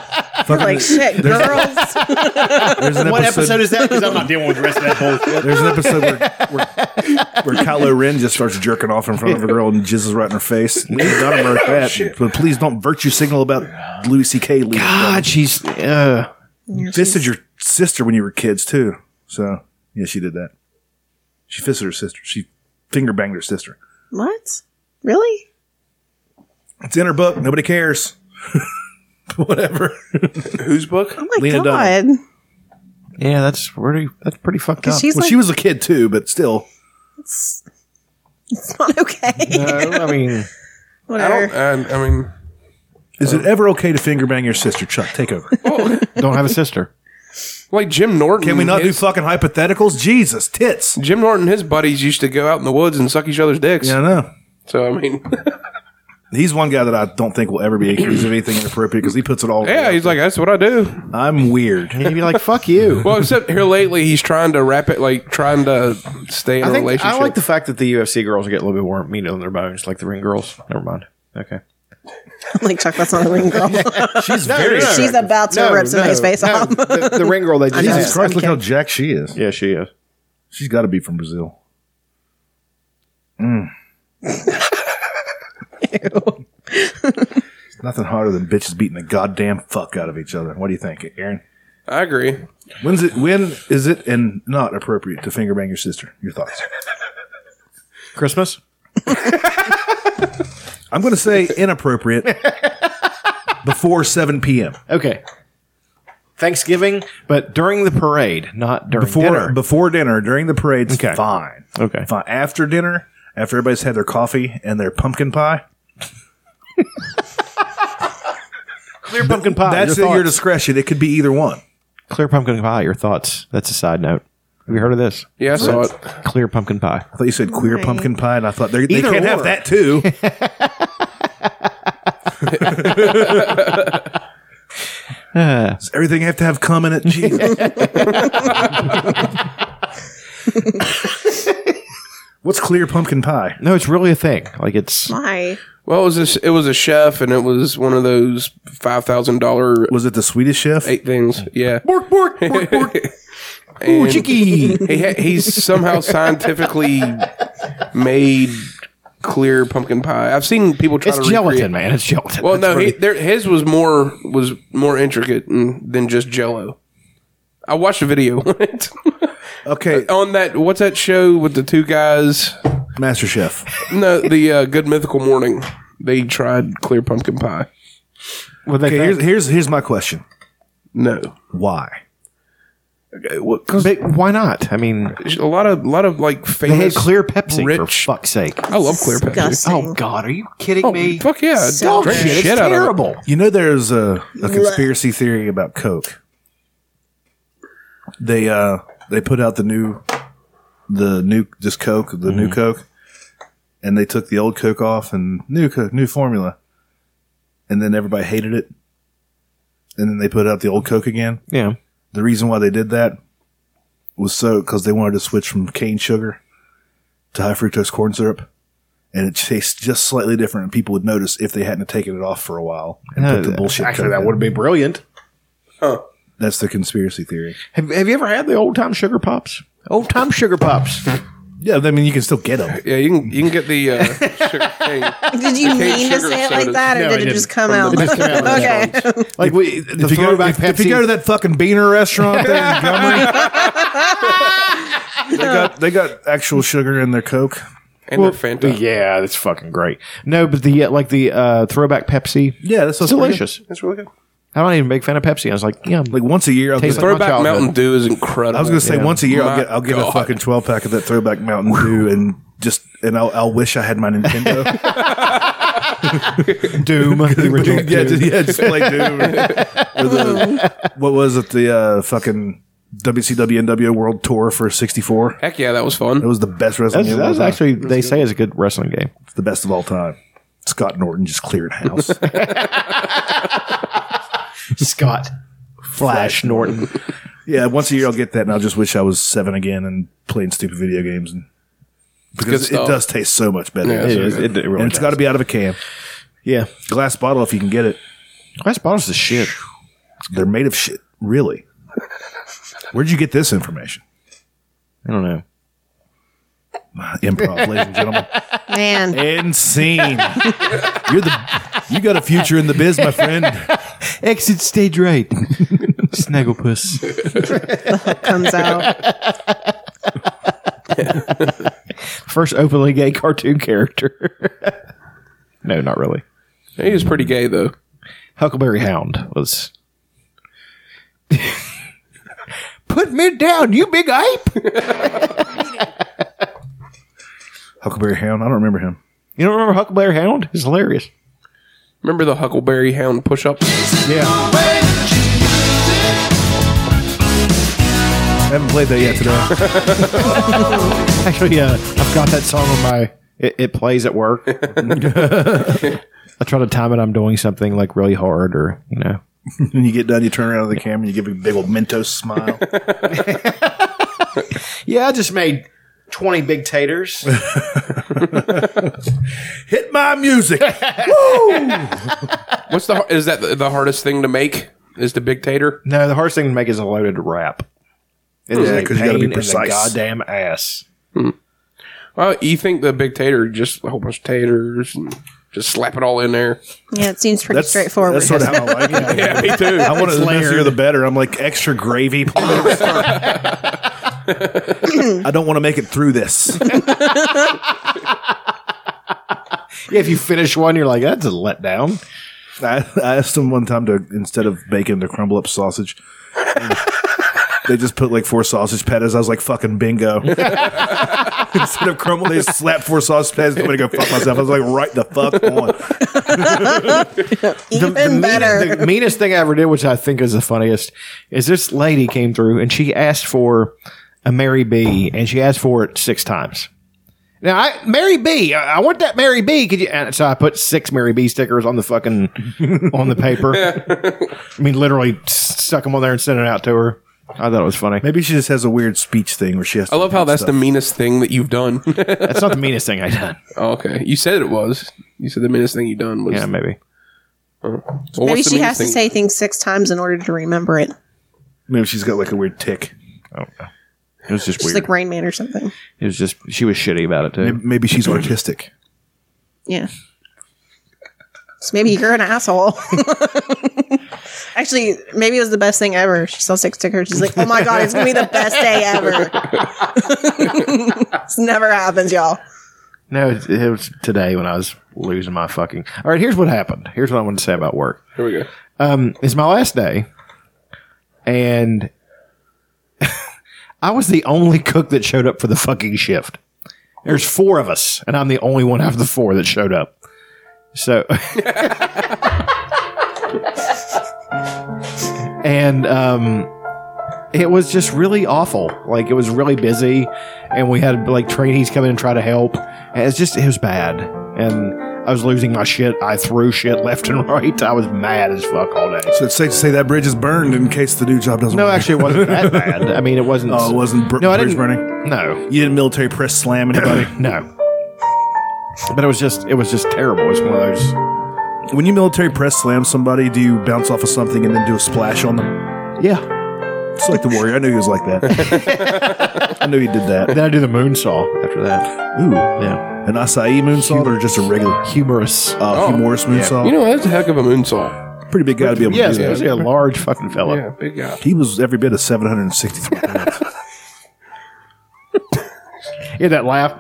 [SPEAKER 5] Like shit,
[SPEAKER 3] there's-
[SPEAKER 5] girls.
[SPEAKER 3] There's an
[SPEAKER 14] what
[SPEAKER 3] episode-
[SPEAKER 14] episode is that? Because I'm not dealing with the rest of that bullshit.
[SPEAKER 3] There's an episode where, where, where Kylo Ren just starts jerking off in front of a girl and jizzes right in her face. We've done him like that. but please don't virtue signal about Louis C.K. leaving.
[SPEAKER 4] God, she's. Uh,
[SPEAKER 3] fisted your sister when you were kids, too. So, yeah, she did that. She fisted her sister. She finger banged her sister.
[SPEAKER 5] What? Really?
[SPEAKER 3] It's in her book. Nobody cares. Whatever.
[SPEAKER 6] Whose book?
[SPEAKER 5] Oh my
[SPEAKER 3] Lena
[SPEAKER 5] god.
[SPEAKER 3] Dunham.
[SPEAKER 4] Yeah, that's pretty. That's pretty fucked
[SPEAKER 5] 'Cause
[SPEAKER 4] up.
[SPEAKER 5] she's
[SPEAKER 3] well,
[SPEAKER 5] like-
[SPEAKER 3] she was a kid, too, but still.
[SPEAKER 5] It's, it's not okay.
[SPEAKER 4] I mean,
[SPEAKER 5] Whatever.
[SPEAKER 6] I, don't, I, I mean,
[SPEAKER 3] Is it ever okay to finger bang your sister, Chuck? Take over.
[SPEAKER 4] don't have a sister.
[SPEAKER 6] like Jim Norton.
[SPEAKER 3] Can we not do
[SPEAKER 6] his-
[SPEAKER 3] fucking hypotheticals? Jesus, tits.
[SPEAKER 6] Jim Norton and his buddies used to go out in the woods and suck each other's dicks.
[SPEAKER 3] Yeah, I know.
[SPEAKER 6] So I mean,
[SPEAKER 3] He's one guy that I don't think will ever be accused of anything inappropriate because he puts it all.
[SPEAKER 6] yeah, he's like, that's what I do.
[SPEAKER 3] I'm weird.
[SPEAKER 4] And you'd be like, "Fuck you."
[SPEAKER 6] Well, except here lately, he's trying to wrap it, like trying to stay in
[SPEAKER 4] I
[SPEAKER 6] a
[SPEAKER 4] think
[SPEAKER 6] relationship.
[SPEAKER 4] I like the fact that the UFC girls get a little bit more meat on their bones, like the ring girls. Never mind. Okay.
[SPEAKER 5] I'm like Chuck, that's not a ring girl.
[SPEAKER 3] She's
[SPEAKER 4] very
[SPEAKER 5] She's
[SPEAKER 4] attractive.
[SPEAKER 5] about to
[SPEAKER 4] No,
[SPEAKER 5] rip somebody's
[SPEAKER 4] no,
[SPEAKER 5] face
[SPEAKER 4] no.
[SPEAKER 5] off.
[SPEAKER 4] The, the ring girl they just
[SPEAKER 3] Jesus
[SPEAKER 4] had.
[SPEAKER 3] Christ, look how jack she is.
[SPEAKER 4] Yeah, she is.
[SPEAKER 3] She's got to be from Brazil. Mm. Nothing harder than bitches beating the goddamn fuck out of each other. What do you think, Aaron?
[SPEAKER 6] I agree.
[SPEAKER 3] When's it? When is it and not appropriate to finger bang your sister? Your thoughts?
[SPEAKER 4] Christmas.
[SPEAKER 3] I'm going to say inappropriate before 7 p.m.
[SPEAKER 4] Okay. Thanksgiving, but during the parade, not during
[SPEAKER 3] before
[SPEAKER 4] dinner.
[SPEAKER 3] before dinner during the parade. Fine,
[SPEAKER 4] Okay.
[SPEAKER 3] fine. After dinner, after everybody's had their coffee and their pumpkin pie,
[SPEAKER 4] Clear pumpkin pie.
[SPEAKER 3] that's
[SPEAKER 4] your
[SPEAKER 3] at your
[SPEAKER 4] thoughts.
[SPEAKER 3] discretion. It could be either one.
[SPEAKER 4] Clear pumpkin pie. Your thoughts. That's a side note. Have you heard of this?
[SPEAKER 6] Yeah, I saw it.
[SPEAKER 4] Clear pumpkin pie.
[SPEAKER 3] I thought you said queer
[SPEAKER 5] Right.
[SPEAKER 3] pumpkin pie, and I thought they, they
[SPEAKER 4] Either
[SPEAKER 3] can't
[SPEAKER 4] or.
[SPEAKER 3] have that too. Does everything have to have cum in it? Jesus. What's clear pumpkin pie?
[SPEAKER 4] No, it's really a thing. Like it's
[SPEAKER 5] Why?
[SPEAKER 6] Well, it was this, it was a chef, and it was one of those five thousand dollar. Was it the Swedish chef? Eight things, yeah.
[SPEAKER 4] Bork, bork, bork, bork.
[SPEAKER 6] And He ha- he's somehow scientifically made clear pumpkin pie. I've seen people try
[SPEAKER 4] It's
[SPEAKER 6] to
[SPEAKER 4] gelatin,
[SPEAKER 6] recreate-
[SPEAKER 4] man. It's gelatin.
[SPEAKER 6] Well, no,
[SPEAKER 4] That's
[SPEAKER 6] he,
[SPEAKER 4] pretty-
[SPEAKER 6] there, his was more was more intricate and- than just Jello. I watched a video on it.
[SPEAKER 3] okay,
[SPEAKER 6] on that what's that show with the two guys?
[SPEAKER 3] Master Chef.
[SPEAKER 6] No, the uh, Good Mythical Morning. They tried clear pumpkin pie.
[SPEAKER 3] okay, here's, here's here's my question.
[SPEAKER 6] No,
[SPEAKER 3] why?
[SPEAKER 6] Okay, well, cause
[SPEAKER 4] why not? I mean,
[SPEAKER 6] a lot of lot of like famous
[SPEAKER 4] they had clear Pepsi for
[SPEAKER 6] rich-
[SPEAKER 4] fuck's sake.
[SPEAKER 6] I love clear Pepsi. Disgusting.
[SPEAKER 4] Oh God, are you kidding me?
[SPEAKER 6] Fuck yeah,
[SPEAKER 4] dog
[SPEAKER 3] Drink
[SPEAKER 4] shit. It's
[SPEAKER 3] shit out of it.
[SPEAKER 4] terrible.
[SPEAKER 3] You know, there's a, a conspiracy theory about Coke. They uh they put out the new, the new this Coke the new Coke, and they took the old Coke off and new Coke new formula, and then everybody hated it, and then they put out the old Coke again.
[SPEAKER 4] Yeah.
[SPEAKER 3] The reason why they did that was so because they wanted to switch from cane sugar to high fructose corn syrup, and it tastes just slightly different, and people would notice if they hadn't taken it off for a while and
[SPEAKER 4] No,
[SPEAKER 3] put the
[SPEAKER 4] that-
[SPEAKER 3] bullshit.
[SPEAKER 4] actually, that would
[SPEAKER 3] be
[SPEAKER 4] brilliant.
[SPEAKER 3] That's the conspiracy theory.
[SPEAKER 4] Have, have you ever had the old time sugar pops? Old time sugar pops.
[SPEAKER 3] Yeah, I mean you can still get them.
[SPEAKER 6] Yeah, you can you can get the uh, sugar cane.
[SPEAKER 5] Did you
[SPEAKER 6] the cane
[SPEAKER 5] mean to
[SPEAKER 6] sugar
[SPEAKER 5] say it like
[SPEAKER 6] sodas.
[SPEAKER 5] that, or did it just come out?
[SPEAKER 6] It just came out.
[SPEAKER 5] okay.
[SPEAKER 4] Like we,
[SPEAKER 3] if, you go, if, if you go to that fucking beaner restaurant, there in Montgomery, they got they got actual sugar in their Coke.
[SPEAKER 6] And
[SPEAKER 4] Well,
[SPEAKER 6] they're
[SPEAKER 4] Yeah, that's fucking great. No, but the uh, like the uh, throwback Pepsi.
[SPEAKER 3] Yeah, that's
[SPEAKER 4] it's delicious.
[SPEAKER 6] That's really good.
[SPEAKER 4] I'm not even a big fan of Pepsi. I was like, yeah,
[SPEAKER 3] like once a year, I'll
[SPEAKER 4] Tastes
[SPEAKER 3] get-
[SPEAKER 4] like my
[SPEAKER 3] Throwback
[SPEAKER 4] childhood.
[SPEAKER 6] Mountain Dew is incredible.
[SPEAKER 3] I was gonna say
[SPEAKER 4] Yeah.
[SPEAKER 3] once a year
[SPEAKER 6] My
[SPEAKER 3] I'll get I'll get a
[SPEAKER 6] God.
[SPEAKER 3] fucking twelve pack of that throwback Mountain Dew and just and I'll, I'll wish I had my Nintendo.
[SPEAKER 4] Doom.
[SPEAKER 3] But yeah, just, yeah, just play Doom. or the, what was it? The uh, fucking WCW NWO World Tour for '64.
[SPEAKER 6] Heck yeah, that was fun.
[SPEAKER 3] It was the best wrestling.
[SPEAKER 4] That's,
[SPEAKER 3] game of
[SPEAKER 4] that's
[SPEAKER 3] all time.
[SPEAKER 4] actually they say is a good wrestling game.
[SPEAKER 3] It's the best of all time. Scott Norton just cleared house.
[SPEAKER 4] Scott Flash Norton.
[SPEAKER 3] yeah, once a year I'll get that, and I'll just wish I was seven again and playing stupid video games. And because
[SPEAKER 4] good
[SPEAKER 3] it
[SPEAKER 4] stuff.
[SPEAKER 3] does taste so much better.
[SPEAKER 4] Yeah, it is. It- it really
[SPEAKER 3] and it's
[SPEAKER 4] does.
[SPEAKER 3] got to be out of a can.
[SPEAKER 4] Yeah,
[SPEAKER 3] glass bottle if you can get it.
[SPEAKER 4] Glass bottles is shit.
[SPEAKER 3] They're made of shit. Really? Where'd you get this information?
[SPEAKER 4] I don't know.
[SPEAKER 3] Improv, ladies and gentlemen.
[SPEAKER 5] Man.
[SPEAKER 3] And scene. You're the you got a future in the biz, my friend.
[SPEAKER 4] Exit stage right. Snagglepuss.
[SPEAKER 5] The hook comes out.
[SPEAKER 4] First openly gay cartoon character. no, not really.
[SPEAKER 6] He was pretty gay though.
[SPEAKER 4] Huckleberry Hound was. Put me down, you big ape.
[SPEAKER 3] Huckleberry Hound. I don't remember him.
[SPEAKER 4] You don't remember Huckleberry Hound? It's hilarious.
[SPEAKER 6] Remember the Huckleberry Hound push up?
[SPEAKER 4] Yeah.
[SPEAKER 3] I haven't played that yet today.
[SPEAKER 4] Actually, uh, I've got that song on my. It, it plays at work. I try to time it. I'm doing something like really hard, or you know,
[SPEAKER 3] when you get done, you turn around to the camera and you give a big old Mentos smile.
[SPEAKER 4] yeah, I just made twenty big taters.
[SPEAKER 3] Hit my music.
[SPEAKER 6] What's the har- is that the, the hardest thing to make? Is the big tater?
[SPEAKER 4] No, the hardest thing to make is a loaded wrap. It is
[SPEAKER 6] Yeah,
[SPEAKER 4] a
[SPEAKER 6] 'cause you gotta be
[SPEAKER 4] pain in the
[SPEAKER 6] precise.
[SPEAKER 4] goddamn ass.
[SPEAKER 6] Well, you think the big tater just a whole bunch of taters and just slap it all in there.
[SPEAKER 5] Yeah, it seems pretty
[SPEAKER 6] That's-
[SPEAKER 5] straightforward.
[SPEAKER 6] that's sort of how I like it. Yeah, me too.
[SPEAKER 3] I want it
[SPEAKER 6] It's
[SPEAKER 3] the messier
[SPEAKER 6] layered.
[SPEAKER 3] the better. I'm like extra gravy. please. I don't want to make it through this.
[SPEAKER 4] Yeah, if you finish one, you're like, that's a letdown.
[SPEAKER 3] I, I asked them one time to instead of bacon to crumble up sausage. and they just put like four sausage patties. I was like, fucking bingo. instead of crumble, they just slapped four sausage patties. I'm gonna go fuck myself. I was like, right the fuck on.
[SPEAKER 4] Even better. The meanest thing I ever did, which I think is the funniest, is this lady came through and she asked for a Mary B, and she asked for it six times. Now, I, Mary B, I I want that Mary B. Could you? And so I put six Mary B stickers on the fucking on the paper. I mean, literally stuck them on there and sent it out to her. I thought it was funny.
[SPEAKER 3] Maybe she just has a weird speech thing where she has.
[SPEAKER 6] I love how that's the meanest thing that you've done.
[SPEAKER 4] that's not the meanest thing I've done.
[SPEAKER 6] Oh, okay, you said it was. You said the meanest thing you done was yeah,
[SPEAKER 4] maybe.
[SPEAKER 5] Maybe she has to say things six times in order to remember it.
[SPEAKER 3] Maybe she's got like a weird tick.
[SPEAKER 4] I don't know. It was just
[SPEAKER 5] She's
[SPEAKER 4] weird.
[SPEAKER 5] like Rain Man or something.
[SPEAKER 4] it was just she was shitty about it too. Maybe,
[SPEAKER 3] she's artistic.
[SPEAKER 5] Yeah. So maybe you're an asshole. Actually, maybe it was the best thing ever. She saw six tickers. She's like, oh my God, it's going to be the best day ever. this never happens, y'all.
[SPEAKER 4] No, it, it was today when I was losing my fucking. All right, here's what happened. Here's what I wanted to say about work.
[SPEAKER 6] Here we go.
[SPEAKER 4] Um, it's my last day, and I was the only cook that showed up for the fucking shift. There's four of us, and I'm the only one out of the four that showed up. So, and um, it was just really awful. Like it was really busy, and we had like trainees come in and try to help. And it's just it was bad, and I was losing my shit. I threw shit left and right. I was mad as fuck all day.
[SPEAKER 3] So it's safe to say that bridge is burned in case the new job doesn't.
[SPEAKER 4] No,
[SPEAKER 3] work.
[SPEAKER 4] actually, it wasn't that bad. I mean, it wasn't.
[SPEAKER 3] Oh, it wasn't br-
[SPEAKER 4] no, I
[SPEAKER 3] bridge
[SPEAKER 4] didn't,
[SPEAKER 3] burning?
[SPEAKER 4] No,
[SPEAKER 3] You didn't military press slam anybody.
[SPEAKER 4] no. But it was just it was just terrible. It's one of those.
[SPEAKER 3] When you military press slam somebody, do you bounce off of something and then do a splash on them?
[SPEAKER 4] Yeah.
[SPEAKER 3] It's like the warrior. I knew he was like that. I knew he did that.
[SPEAKER 4] Then I do the moonsaw after that.
[SPEAKER 3] Ooh,
[SPEAKER 4] yeah.
[SPEAKER 3] An acai moonsault or just a regular
[SPEAKER 4] humorous,
[SPEAKER 3] uh, humorous moonsault?
[SPEAKER 6] You know, that's a heck of a moonsault.
[SPEAKER 3] pretty big guy to be able
[SPEAKER 4] Yes,
[SPEAKER 3] to
[SPEAKER 4] he
[SPEAKER 3] do
[SPEAKER 4] was
[SPEAKER 3] that.
[SPEAKER 4] a large fucking fella.
[SPEAKER 6] Yeah, big guy.
[SPEAKER 3] He was every bit of seven hundred and sixty-three pounds.
[SPEAKER 4] He had that laugh.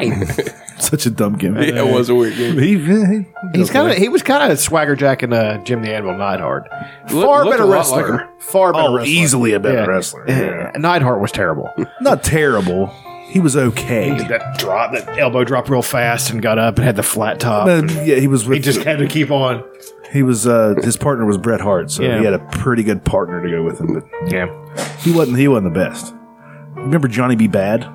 [SPEAKER 3] Such a dumb gimmick.
[SPEAKER 6] Yeah, it was a weird gimmick.
[SPEAKER 3] He, he-
[SPEAKER 4] He's kind of he was kind of swagger jacking uh, Jim the Anvil Neidhart.
[SPEAKER 6] Look-
[SPEAKER 4] Far
[SPEAKER 6] looked
[SPEAKER 4] better
[SPEAKER 6] a lot
[SPEAKER 4] wrestler.
[SPEAKER 6] like him.
[SPEAKER 4] Far better
[SPEAKER 3] Oh,
[SPEAKER 4] wrestler.
[SPEAKER 3] easily a better wrestler, yeah.
[SPEAKER 4] Neidhart was terrible.
[SPEAKER 3] not terrible. He was okay.
[SPEAKER 4] He did that drop, that elbow drop real fast, and got up and had the flat top.
[SPEAKER 3] Uh, yeah, he was. With,
[SPEAKER 4] he just had to keep on.
[SPEAKER 3] He was. Uh, his partner was Bret Hart, so
[SPEAKER 4] Yeah.
[SPEAKER 3] he had a pretty good partner to go with him. But
[SPEAKER 4] Yeah,
[SPEAKER 3] he wasn't. He wasn't the best. Remember Johnny B. Bad?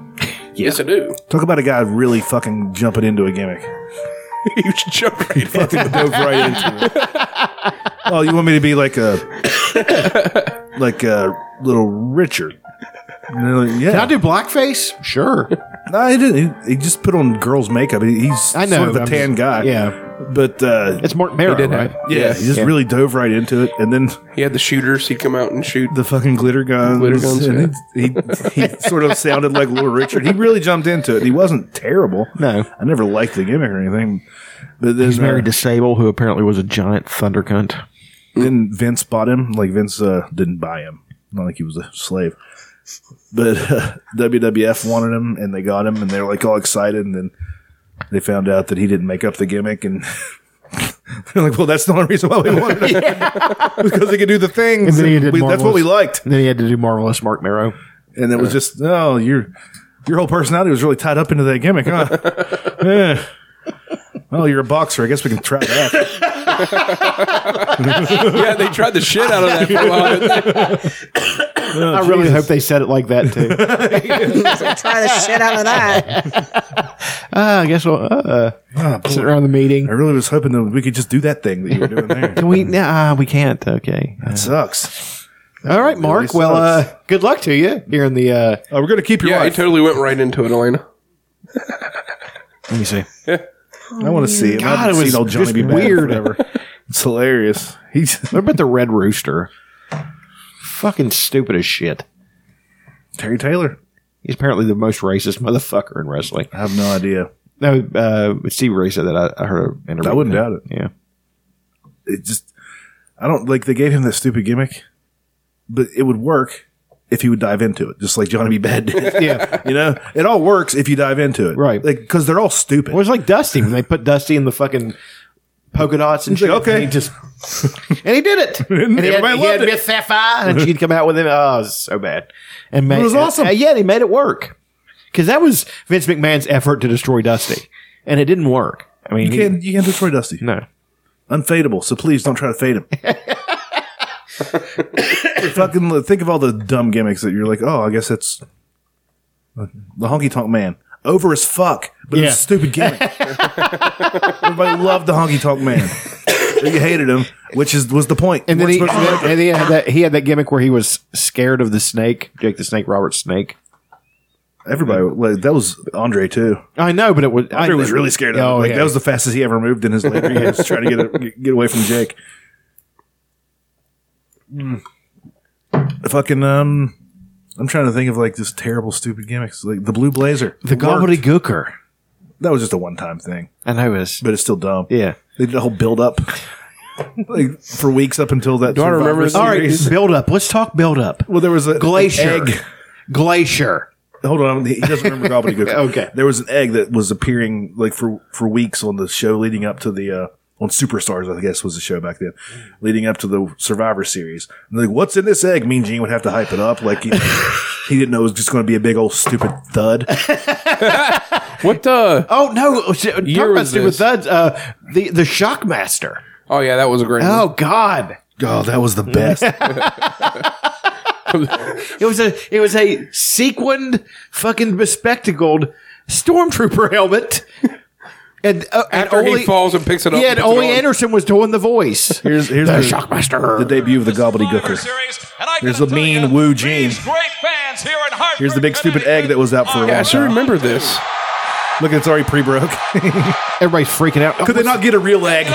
[SPEAKER 6] Yes, I do.
[SPEAKER 3] Talk about a guy really fucking jumping into a gimmick.
[SPEAKER 6] he was jumping.
[SPEAKER 3] fucking dove right into it. Oh, you want me to be like a like a little Richard? And they're like, yeah,
[SPEAKER 4] Can I do blackface? Sure.
[SPEAKER 3] no, he didn't. He, he just put on girls' makeup. He, he's
[SPEAKER 4] I know,
[SPEAKER 3] sort of a
[SPEAKER 4] I'm
[SPEAKER 3] tan
[SPEAKER 4] just-
[SPEAKER 3] guy.
[SPEAKER 4] yeah.
[SPEAKER 3] but uh,
[SPEAKER 4] It's Mark Mero,
[SPEAKER 6] did
[SPEAKER 4] right?
[SPEAKER 6] have-
[SPEAKER 3] yeah,
[SPEAKER 6] yeah,
[SPEAKER 3] he just
[SPEAKER 6] yeah.
[SPEAKER 3] really dove right into it, and then
[SPEAKER 6] He had the shooters. He'd come out and shoot.
[SPEAKER 3] the fucking glitter guns.
[SPEAKER 6] Glitter guns,
[SPEAKER 3] and he, he, he sort of sounded like Little Richard. He really jumped into it. He wasn't terrible.
[SPEAKER 4] No.
[SPEAKER 3] I never liked the gimmick or anything. But then,
[SPEAKER 4] He's married
[SPEAKER 3] uh,
[SPEAKER 4] to Sable, who apparently was a giant thunder cunt.
[SPEAKER 3] then Vince bought him. Like Vince uh, didn't buy him. Not like he was a slave. But uh, WWF wanted him, and they got him, and they're like all excited, and then they found out that he didn't make up the gimmick, and they're like, "Well, that's the only reason why we wanted him because he could do the things.
[SPEAKER 4] And then he did
[SPEAKER 3] we- that's what we
[SPEAKER 4] Marvelous.
[SPEAKER 3] liked."
[SPEAKER 4] And then he had to do marvelous Mark Mero.
[SPEAKER 3] And it
[SPEAKER 4] Uh.
[SPEAKER 3] was just, "No, your your whole personality was really tied up into that gimmick, huh?" Eh. Well, you're a boxer. I guess we can try that.
[SPEAKER 6] yeah, they tried the shit out of that for a while. didn't they?
[SPEAKER 3] Oh,
[SPEAKER 4] I really hope they said it like that too.
[SPEAKER 5] Try the shit out of that.
[SPEAKER 4] Ah, I guess we'll uh, uh, sit around the meeting.
[SPEAKER 3] I really was hoping that we could just do that thing that you were doing there.
[SPEAKER 4] Can we? Nah, we can't. Okay.
[SPEAKER 3] That sucks.
[SPEAKER 4] All right, Mark.
[SPEAKER 3] really
[SPEAKER 4] Well,
[SPEAKER 3] sucks.
[SPEAKER 4] uh, good luck to you here in the. Uh,
[SPEAKER 3] Oh, we're gonna keep your
[SPEAKER 6] Yeah, he
[SPEAKER 3] wife.
[SPEAKER 6] totally went right into it, Elena.
[SPEAKER 4] let me see.
[SPEAKER 3] I want to see him.
[SPEAKER 4] Oh, God,
[SPEAKER 3] I haven't
[SPEAKER 4] it was
[SPEAKER 3] seen old Johnny
[SPEAKER 4] just
[SPEAKER 3] B. Bad
[SPEAKER 4] weird.
[SPEAKER 3] Forever. It's hilarious. He's
[SPEAKER 4] What about the Red Rooster? Fucking stupid as shit.
[SPEAKER 3] Terry Taylor.
[SPEAKER 4] He's apparently the most racist motherfucker in wrestling.
[SPEAKER 3] I have no idea.
[SPEAKER 4] No, uh, Steve Ray said that. I, I heard an interview.
[SPEAKER 3] I wouldn't
[SPEAKER 4] with
[SPEAKER 3] doubt
[SPEAKER 4] him.
[SPEAKER 3] it.
[SPEAKER 4] Yeah.
[SPEAKER 3] It just, I don't like. They gave him that stupid gimmick, but it would work if he would dive into it, just like Johnny B. Bad did.
[SPEAKER 4] Yeah.
[SPEAKER 3] you know, it all works if you dive into it,
[SPEAKER 4] Right.
[SPEAKER 3] Like because they're all stupid.
[SPEAKER 4] Well, it's like Dusty when they put Dusty in the fucking polka dots and
[SPEAKER 3] He's
[SPEAKER 4] shit.
[SPEAKER 3] like, okay.
[SPEAKER 4] And he just. and he did it. and he had,
[SPEAKER 3] everybody
[SPEAKER 4] he had
[SPEAKER 3] loved it.
[SPEAKER 4] Miss Sapphire, and she'd come out with him. Oh, it was so bad. And made,
[SPEAKER 3] It was awesome.
[SPEAKER 4] And, yeah, he made it work. Because that was Vince McMahon's effort to destroy Dusty. And it didn't work. I mean,
[SPEAKER 3] you
[SPEAKER 4] he-
[SPEAKER 3] can't, you can't destroy Dusty.
[SPEAKER 4] no.
[SPEAKER 3] Unfadable. So please don't try to fade him. Fucking think of all the dumb gimmicks that you're like, oh, I guess that's the honky tonk man. Over as fuck, but
[SPEAKER 4] Yeah.
[SPEAKER 3] it's a stupid gimmick. Everybody loved the honky tonk man. you hated him, which is was the point.
[SPEAKER 4] And then,
[SPEAKER 3] You
[SPEAKER 4] he,
[SPEAKER 3] weren't
[SPEAKER 4] and
[SPEAKER 3] supposed to like
[SPEAKER 4] then he had that he had that gimmick where he was scared of the snake, Jake the Snake, Robert Snake.
[SPEAKER 3] Everybody, like, that was Andre too.
[SPEAKER 4] I know, but it was
[SPEAKER 3] Andre
[SPEAKER 4] I-
[SPEAKER 3] was really scared of
[SPEAKER 4] Oh,
[SPEAKER 3] him. Like
[SPEAKER 4] yeah.
[SPEAKER 3] that was the fastest he ever moved in his later years, trying to get get away from Jake. Mm. Fucking um, I'm trying to think of like just terrible, stupid gimmicks, like the Blue Blazer,
[SPEAKER 4] The gobbledygooker.
[SPEAKER 3] That was just a one time thing.
[SPEAKER 4] I know it was,
[SPEAKER 3] but it's still dumb.
[SPEAKER 4] Yeah,
[SPEAKER 3] they did a whole build up like for weeks up until that.
[SPEAKER 4] Do I remember? All right, build up. Let's talk build up.
[SPEAKER 3] Well, there was a
[SPEAKER 4] glacier.
[SPEAKER 3] egg.
[SPEAKER 4] Glacier.
[SPEAKER 3] Hold on, he doesn't remember gobbledygook.
[SPEAKER 4] Okay.
[SPEAKER 3] there was an egg that was appearing like for for weeks on the show leading up to the uh, on Superstars, I guess was the show back then, leading up to the Survivor Series. And they're like, what's in this egg? Mean Gene would have to hype it up, like he, he didn't know it was just going to be a big old stupid thud.
[SPEAKER 6] what the?
[SPEAKER 4] Oh no! Talk
[SPEAKER 6] Year
[SPEAKER 4] about
[SPEAKER 6] was
[SPEAKER 4] stupid
[SPEAKER 6] this?
[SPEAKER 4] thuds. Uh, the the Shockmaster.
[SPEAKER 6] Oh yeah, that was a
[SPEAKER 3] Mm-hmm.
[SPEAKER 6] great.
[SPEAKER 4] Oh God!
[SPEAKER 3] Oh, that was the best.
[SPEAKER 4] it was a it was a sequined, fucking bespectacled stormtrooper helmet. And, uh,
[SPEAKER 6] After
[SPEAKER 4] and
[SPEAKER 6] he
[SPEAKER 4] Ole-
[SPEAKER 6] falls and picks it up
[SPEAKER 4] Yeah,
[SPEAKER 6] and
[SPEAKER 4] and
[SPEAKER 6] puts it
[SPEAKER 4] Ole
[SPEAKER 6] on.
[SPEAKER 4] Anderson was doing the voice.
[SPEAKER 3] Here's here's
[SPEAKER 4] the, Shockmaster.
[SPEAKER 3] the debut of the gobbledygooker. Here's the mean Woo Gene. Here's the big stupid egg that was out for a
[SPEAKER 6] Yeah, I
[SPEAKER 3] long
[SPEAKER 6] should
[SPEAKER 3] time.
[SPEAKER 6] remember this.
[SPEAKER 3] Look, it's already pre broke.
[SPEAKER 4] Everybody's freaking out.
[SPEAKER 3] Could they not get a real egg?
[SPEAKER 13] so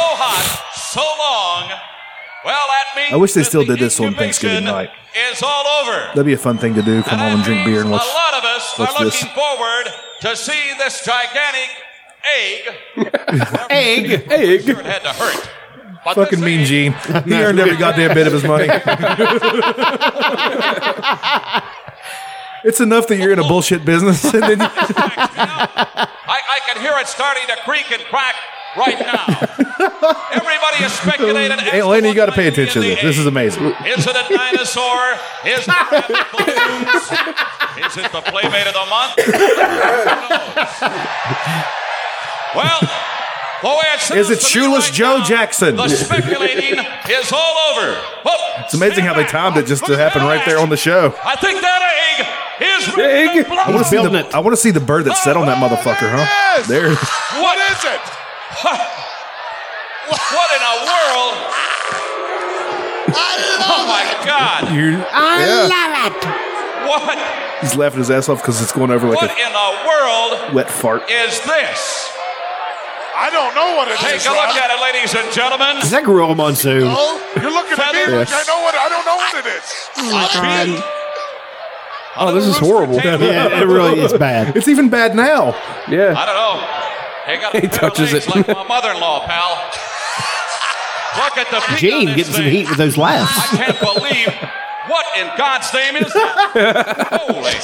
[SPEAKER 13] hot, so long. Well, that means
[SPEAKER 3] I wish they still did this on Thanksgiving night.
[SPEAKER 13] it's all over.
[SPEAKER 3] That'd be a fun thing to do. Come home and drink beer and watch.
[SPEAKER 13] A lot of us
[SPEAKER 3] watch
[SPEAKER 13] are
[SPEAKER 3] this.
[SPEAKER 13] looking forward to seeing this gigantic egg.
[SPEAKER 4] egg,
[SPEAKER 13] egg. Sure it had to hurt. But
[SPEAKER 3] Fucking mean Gene. He earned every goddamn bit of his money. It's enough that you're in a bullshit business. And then
[SPEAKER 13] I, I can hear it starting to creak and crack right now. Everybody is speculating.
[SPEAKER 3] hey, Elena, you got to pay attention to this. This is amazing.
[SPEAKER 13] Is it a dinosaur? Is it a balloons? Is it the playmate of the month? Who knows? well, boy, it
[SPEAKER 3] Is
[SPEAKER 13] sounds
[SPEAKER 3] it
[SPEAKER 13] to me
[SPEAKER 3] shoeless
[SPEAKER 13] like uh,
[SPEAKER 3] Joe Jackson?
[SPEAKER 13] The speculating is all over. Whoop.
[SPEAKER 3] It's amazing how they timed it just to happen right there on the show.
[SPEAKER 13] I think that egg is big.
[SPEAKER 3] I want to see the I want to see the bird that sat on that motherfucker, huh? There.
[SPEAKER 13] What is it? What, what in a world? oh my God!
[SPEAKER 3] You're- I Yeah.
[SPEAKER 13] love it. What?
[SPEAKER 3] He's laughing his ass off because it's going over like
[SPEAKER 13] what
[SPEAKER 3] a
[SPEAKER 13] in the world
[SPEAKER 3] wet fart.
[SPEAKER 13] is this? I don't know what it Take
[SPEAKER 14] is,
[SPEAKER 13] a look
[SPEAKER 14] Rob.
[SPEAKER 13] at it, ladies and gentlemen.
[SPEAKER 4] Is that Gorilla Monsoon?
[SPEAKER 13] you're looking
[SPEAKER 4] at me like I know
[SPEAKER 13] what I don't know what it is.
[SPEAKER 4] Oh, this is horrible. yeah, it really is bad.
[SPEAKER 3] It's even bad now.
[SPEAKER 6] Yeah.
[SPEAKER 13] I don't know. They got he touches it like my mother-in-law, pal. Look at the feet on
[SPEAKER 4] Gene
[SPEAKER 13] this
[SPEAKER 4] getting some
[SPEAKER 13] thing.
[SPEAKER 4] heat with those laughs.
[SPEAKER 13] I can't believe what in God's name is that? Holy!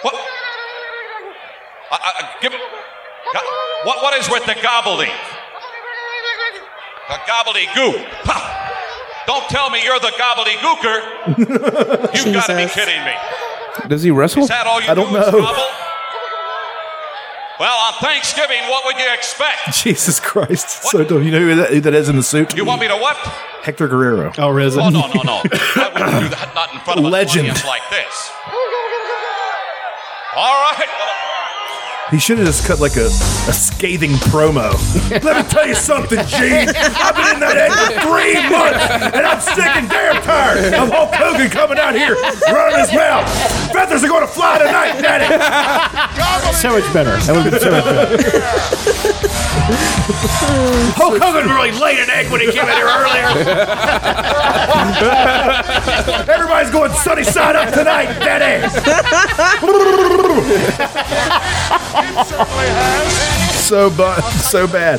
[SPEAKER 13] What? I, I, I- give, God, what? What is with the gobbleding? The gobbledygook. Ha! Don't tell me you're the gobbledygooker. You've got to be kidding me.
[SPEAKER 6] Does he wrestle?
[SPEAKER 13] Is that all you
[SPEAKER 6] I don't
[SPEAKER 13] do is gobble? Well, on Thanksgiving, what would you expect?
[SPEAKER 3] Jesus Christ. So dumb. You know who that, who that is in the suit?
[SPEAKER 13] You want me to what?
[SPEAKER 3] Hector Guerrero.
[SPEAKER 4] Oh, really?
[SPEAKER 13] Oh no, no, no! I wouldn't do that. Not in front of
[SPEAKER 3] Legend.
[SPEAKER 13] an audience like this. All right.
[SPEAKER 3] He should have just cut like a, a scathing promo. Let me tell you something, Gene. I've been in that egg for three months, and I'm sick and damn tired of Hulk Hogan coming out here running his mouth. Feathers are going to fly tonight, Daddy.
[SPEAKER 4] so much better. That would have been so much better.
[SPEAKER 3] Hulk Hogan really laid an egg when he came in here earlier. Everybody's going sunny side up tonight, Daddy. so bu- so bad.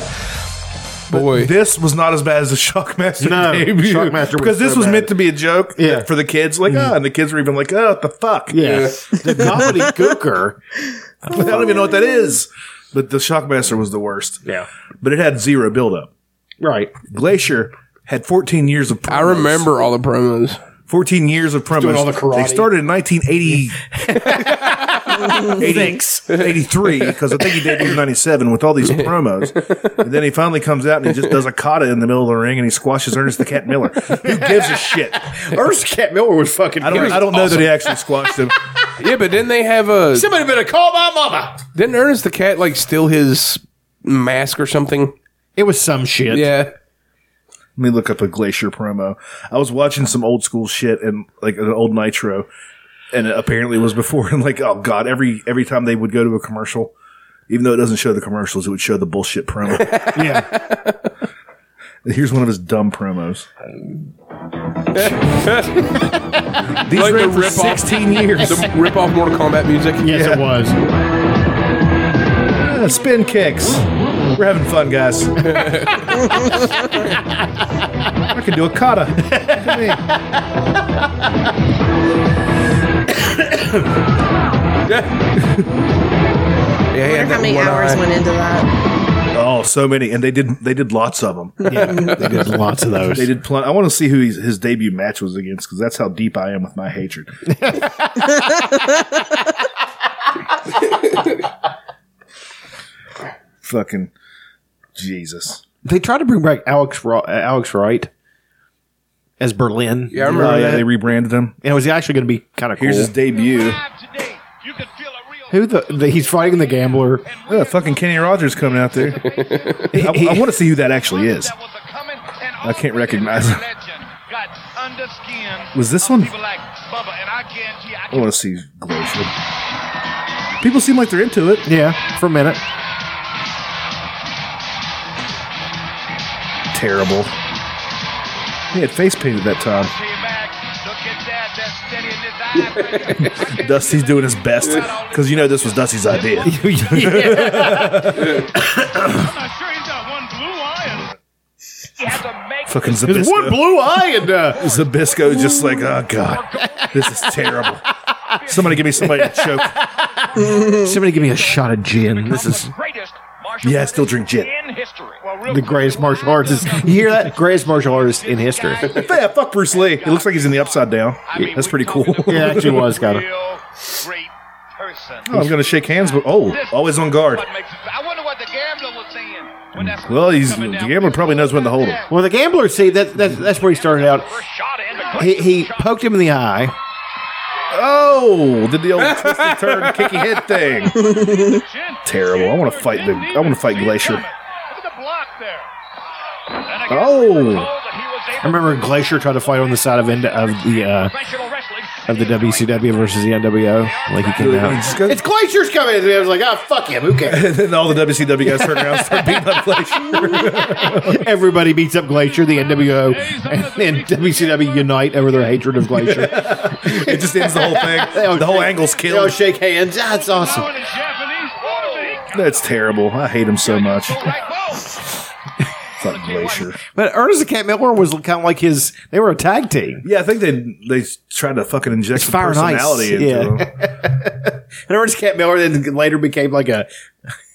[SPEAKER 3] Boy, this was not as bad as the Shockmaster
[SPEAKER 14] No,
[SPEAKER 3] debut
[SPEAKER 14] Shockmaster was
[SPEAKER 3] because this
[SPEAKER 14] so
[SPEAKER 3] was
[SPEAKER 14] bad.
[SPEAKER 3] meant to be a joke
[SPEAKER 14] Yeah. Mm-hmm.
[SPEAKER 3] for the kids, like ah, and the kids were even like, oh, what the fuck,
[SPEAKER 14] Yeah.
[SPEAKER 4] the comedy gooker.
[SPEAKER 3] I don't even know what that is, but the Shockmaster was the worst.
[SPEAKER 4] Yeah,
[SPEAKER 3] but it had zero buildup.
[SPEAKER 4] Right,
[SPEAKER 3] Glacier had 14 years of. Promos. I
[SPEAKER 6] remember all the promos.
[SPEAKER 3] 14 years of promos.
[SPEAKER 6] doing all the karate.
[SPEAKER 3] They started in 1980. 83 because I think he debuted in 97 with all these promos. And then he finally comes out and he just does a kata in the middle of the ring and he squashes Ernest the Cat Miller. Who gives a shit?
[SPEAKER 4] Ernest Cat Miller was fucking
[SPEAKER 3] I don't, I don't know that he actually squashed him.
[SPEAKER 6] yeah, but didn't they have a?
[SPEAKER 4] Somebody better call my mama.
[SPEAKER 6] Didn't Ernest the Cat like steal his mask or something?
[SPEAKER 4] It was some shit.
[SPEAKER 6] Yeah.
[SPEAKER 3] Let me look up a Glacier promo. I was watching some old school shit and like an old Nitro. and it apparently was before. And like, oh god, every every time they would go to a commercial, even though it doesn't show the commercials, it would show the bullshit promo. yeah. Here's one of his dumb promos.
[SPEAKER 6] These
[SPEAKER 3] These ran for 16 years.
[SPEAKER 6] The rip off Mortal Kombat music.
[SPEAKER 3] Yes, it
[SPEAKER 6] was.
[SPEAKER 3] Uh, spin kicks. We're having fun, guys. I can do a kata.
[SPEAKER 6] Yeah, he
[SPEAKER 5] I
[SPEAKER 6] had
[SPEAKER 5] wonder how
[SPEAKER 6] that
[SPEAKER 5] many
[SPEAKER 6] one
[SPEAKER 5] hours
[SPEAKER 6] eye.
[SPEAKER 5] went into that.
[SPEAKER 3] Oh, so many, and they did they did lots of them.
[SPEAKER 5] Yeah,
[SPEAKER 14] they did lots of those.
[SPEAKER 3] They did. Pl- I want to see who he's, his debut match was against because that's how deep I am with my hatred. Fucking Jesus!
[SPEAKER 4] They tried to bring back Alex Ro- uh, Alex Wright as Berlin.
[SPEAKER 3] Yeah, I remember Oh, yeah, that. they rebranded him.
[SPEAKER 4] And it was actually going to be kind of cool.
[SPEAKER 3] Here's his debut.
[SPEAKER 4] Who the, the he's fighting the gambler?
[SPEAKER 3] Yeah, Oh, fucking Kenny Rogers coming out there. I, I want to see who that actually is. I can't recognize him. Was this one? I want to see Glacier. People seem like they're into it.
[SPEAKER 4] Yeah, for a minute.
[SPEAKER 3] Terrible. He had face paint at that time. Dusty's doing his best because you know this was Dusty's idea. Fucking Zabisco.
[SPEAKER 4] There's one blue eye and uh,
[SPEAKER 3] Zabisco just like, oh god, this is terrible. Somebody give me somebody to choke.
[SPEAKER 4] Somebody give me a shot of gin. This is
[SPEAKER 3] yeah, I still drink gin.
[SPEAKER 4] the greatest martial artist. You hear that? Greatest martial artist in history.
[SPEAKER 3] yeah, fuck Bruce Lee. It looks like he's in the upside down. That's pretty cool.
[SPEAKER 4] Yeah, it actually was kind of.
[SPEAKER 3] I was Oh, gonna shake hands, but oh, always on guard. Well, he's the gambler probably knows when to hold him.
[SPEAKER 4] Well, the gambler. See, that, that that's where he started out. He, he poked him in the eye.
[SPEAKER 3] Oh, did the old twisted turn kicky head thing? Terrible. I want to fight the. I want to fight Glacier. Oh,
[SPEAKER 4] I remember Glacier tried to fight on the side of end of the uh, of the WCW versus the NWO. Like he came out.
[SPEAKER 3] It's
[SPEAKER 4] Glacier's coming. And I was like, ah, fuck him. Who cares?
[SPEAKER 3] and then all the WCW guys turn around and start beating up Glacier.
[SPEAKER 4] Everybody beats up Glacier, the NWO, and, and WCW unite over their hatred of Glacier.
[SPEAKER 3] it just ends the whole
[SPEAKER 4] Oh,
[SPEAKER 3] thing. The whole angle's
[SPEAKER 4] They all
[SPEAKER 3] killed.
[SPEAKER 4] shake hands. That's awesome.
[SPEAKER 3] That's terrible. I hate him so much. Fuck Glacier.
[SPEAKER 4] But Ernest and Cat Miller was kind of like his. They were a tag team.
[SPEAKER 3] Yeah, I think they they tried to fucking inject
[SPEAKER 4] It's
[SPEAKER 3] some
[SPEAKER 4] fire and ice.
[SPEAKER 3] personality into
[SPEAKER 4] Yeah.
[SPEAKER 3] him.
[SPEAKER 4] And Ernest Cat Miller then later became like a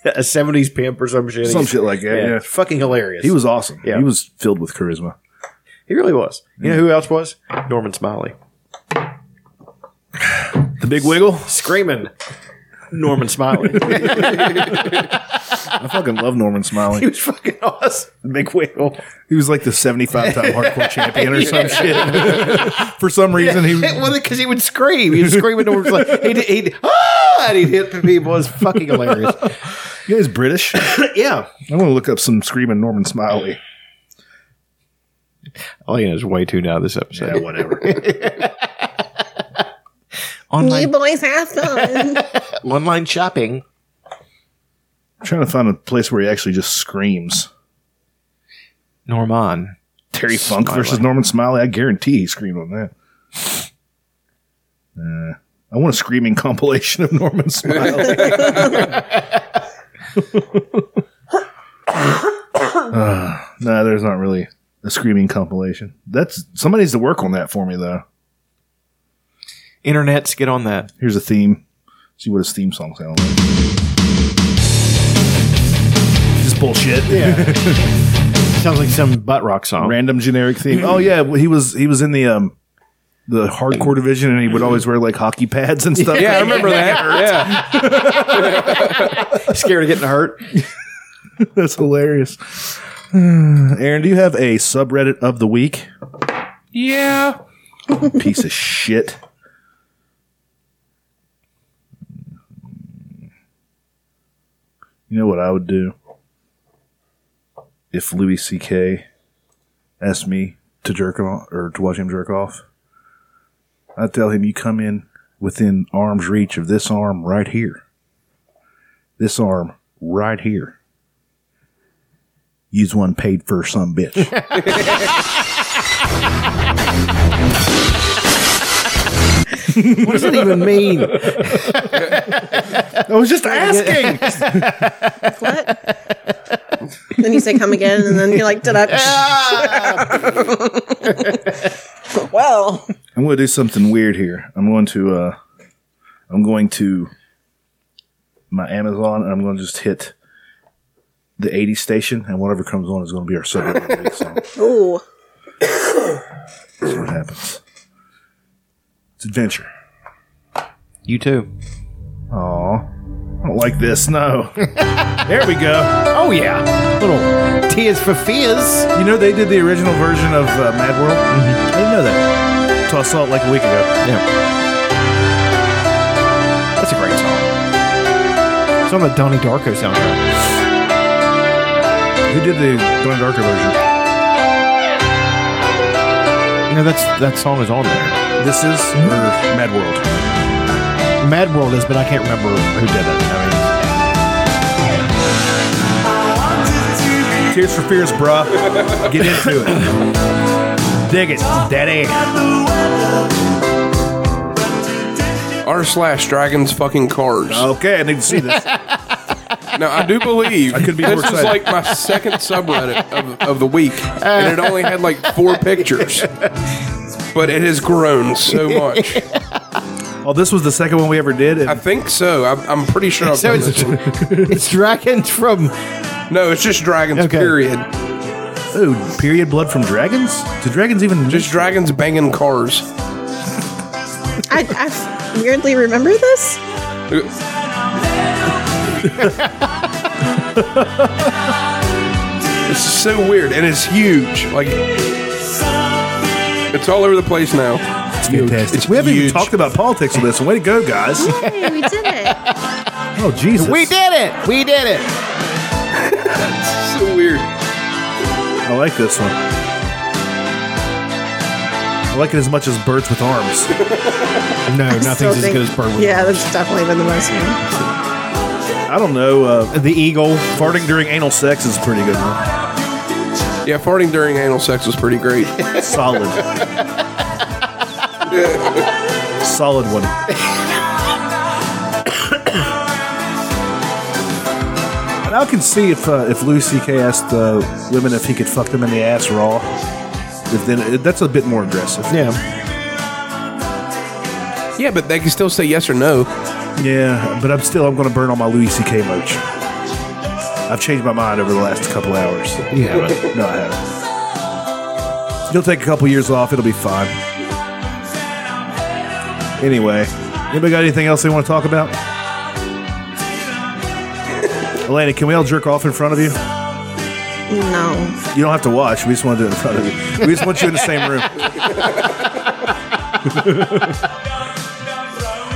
[SPEAKER 4] a seventies pimp or some shit.
[SPEAKER 3] Some shit like that, yeah.
[SPEAKER 4] fucking hilarious.
[SPEAKER 3] He was awesome. He was filled with charisma.
[SPEAKER 4] He really was. You know who else was? Norman Smiley.
[SPEAKER 3] The Big Wiggle?
[SPEAKER 4] Screaming. Norman Smiley.
[SPEAKER 3] I fucking love Norman Smiley.
[SPEAKER 4] he was fucking awesome. Big wiggle.
[SPEAKER 3] He was like the 75 time hardcore champion or some shit.
[SPEAKER 4] Yeah.
[SPEAKER 3] For some reason, he
[SPEAKER 4] well, because he would scream. He would scream at Norman Smiley. He'd, he'd, ah! and he'd hit people. It was fucking hilarious.
[SPEAKER 3] Yeah, he's British.
[SPEAKER 4] yeah.
[SPEAKER 3] I want to look up some screaming Norman Smiley.
[SPEAKER 4] All you know is way too now this episode.
[SPEAKER 3] Yeah, whatever.
[SPEAKER 5] You
[SPEAKER 4] online,
[SPEAKER 5] boys have fun.
[SPEAKER 4] online shopping.
[SPEAKER 3] I'm trying to find a place where he actually just screams.
[SPEAKER 4] Norman.
[SPEAKER 3] Terry Funk
[SPEAKER 4] Smiley.
[SPEAKER 3] versus Norman Smiley. I guarantee he screamed on that. Uh, I want a screaming compilation of Norman Smiley. Uh, no, there's not really a screaming compilation. That's somebody needs to work on that for me though.
[SPEAKER 4] Internets, get on that.
[SPEAKER 3] Here's a theme. See what his theme song sounds like. Just bullshit.
[SPEAKER 4] Yeah. Sounds like some butt rock song.
[SPEAKER 3] Random generic theme. Oh yeah, well, he was he was in the um the hardcore division and he would always wear like hockey pads and stuff.
[SPEAKER 6] Yeah, I remember that.
[SPEAKER 4] Scared of getting hurt.
[SPEAKER 3] That's hilarious. Aaron, do you have a subreddit of the week?
[SPEAKER 6] Yeah. Yeah.
[SPEAKER 3] Piece of shit. You know what I would do if Louis C.K. asked me to jerk him off, or to watch him jerk off? I'd tell him, "You come in within arm's reach of this arm right here. This arm right here. Use one paid for some bitch.
[SPEAKER 4] what does that even mean?
[SPEAKER 3] I was just asking.
[SPEAKER 5] then you say come again, and then you're like, did I? well,
[SPEAKER 3] I'm going to do something weird here. I'm going to, uh, I'm going to my Amazon, and I'm going to just hit the 80s station, and whatever comes on is going to be our subject of the week song.
[SPEAKER 5] ooh,
[SPEAKER 3] That's what happens. It's adventure.
[SPEAKER 4] You too.
[SPEAKER 3] Aw. I don't like this. No. there we go.
[SPEAKER 4] Oh yeah. Little tears for fears.
[SPEAKER 3] You know they did the original version of uh, Mad World. Mm-hmm. I didn't know that. Until I saw it like a week ago.
[SPEAKER 4] Yeah. That's a great song. It's on the Donnie Darko soundtrack.
[SPEAKER 3] Who did the Donnie Darko version?
[SPEAKER 4] You know that's that song is on there.
[SPEAKER 3] This is Mad World.
[SPEAKER 4] Mad World is, but I can't remember who did it. I
[SPEAKER 3] Tears for Fears, bruh. Get into it. Dig it, daddy.
[SPEAKER 6] R slash dragons fucking cars.
[SPEAKER 3] Okay, I need to see this.
[SPEAKER 6] now I do believe
[SPEAKER 3] I couldn't be
[SPEAKER 6] this
[SPEAKER 3] more
[SPEAKER 6] is
[SPEAKER 3] excited.
[SPEAKER 6] like my second subreddit of, of the week, and it only had like four pictures, but it has grown so much.
[SPEAKER 3] Oh, this was the second one we ever did.
[SPEAKER 6] I think so. I'm, I'm pretty sure. I've
[SPEAKER 4] So
[SPEAKER 6] done
[SPEAKER 4] it's-
[SPEAKER 6] this one.
[SPEAKER 4] mean, it's dragons from
[SPEAKER 6] No, it's just dragons.
[SPEAKER 4] Okay.
[SPEAKER 6] Period.
[SPEAKER 3] Ooh, period blood from dragons? Do dragons even
[SPEAKER 6] just dragons banging cars?
[SPEAKER 5] I, I weirdly remember this.
[SPEAKER 6] It's so weird, and it's huge. Like it's all over the place now.
[SPEAKER 3] It's fantastic. we haven't even talked about politics with this. Way to go, guys.
[SPEAKER 5] Hey, we did it.
[SPEAKER 3] Oh, Jesus.
[SPEAKER 4] We did it. We did it.
[SPEAKER 6] So weird.
[SPEAKER 3] I like this one. I like it as much as birds with arms.
[SPEAKER 4] No,
[SPEAKER 5] Still
[SPEAKER 4] nothing's as
[SPEAKER 5] think-
[SPEAKER 4] good as Bird. with-
[SPEAKER 5] Yeah, that's definitely been the most. Fun.
[SPEAKER 3] I don't know. Uh,
[SPEAKER 4] the eagle
[SPEAKER 3] farting during anal sex is a pretty good one.
[SPEAKER 6] Yeah, farting during anal sex was pretty great.
[SPEAKER 3] Solid. Solid one. And I can see if uh, if Louis C.K. asked uh, women if he could fuck them in the ass raw, if then uh, that's a bit more aggressive.
[SPEAKER 4] Yeah,
[SPEAKER 6] Yeah, but they can still say yes or no.
[SPEAKER 3] yeah. But I'm still I'm going to burn all my Louis C.K. merch. I've changed my mind over the last couple hours.
[SPEAKER 4] Yeah, right.
[SPEAKER 3] No, I haven't. You'll take a couple years off. It'll be fine. Anyway, anybody got anything else they want to talk about? Elena, can we all jerk off in front of you?
[SPEAKER 5] No,
[SPEAKER 3] You don't have to watch. We just want to do it in front of you. We just want you in the same room.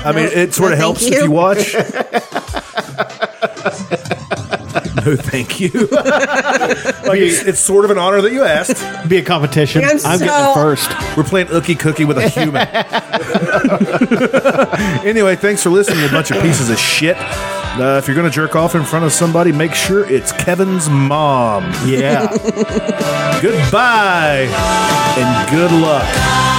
[SPEAKER 3] I mean, it sort
[SPEAKER 5] No,
[SPEAKER 3] of
[SPEAKER 5] thank
[SPEAKER 3] helps
[SPEAKER 5] you.
[SPEAKER 3] if you watch. no, thank you. like it's, it's sort of an honor that you asked.
[SPEAKER 4] be a competition.
[SPEAKER 5] I'm
[SPEAKER 4] I'm, getting
[SPEAKER 5] so-
[SPEAKER 4] the first.
[SPEAKER 3] We're playing Ookie Cookie with a human. anyway, thanks for listening, you bunch of pieces of shit. Uh, if you're going to jerk off in front of somebody, make sure it's Kevin's mom. Yeah. Goodbye and good luck.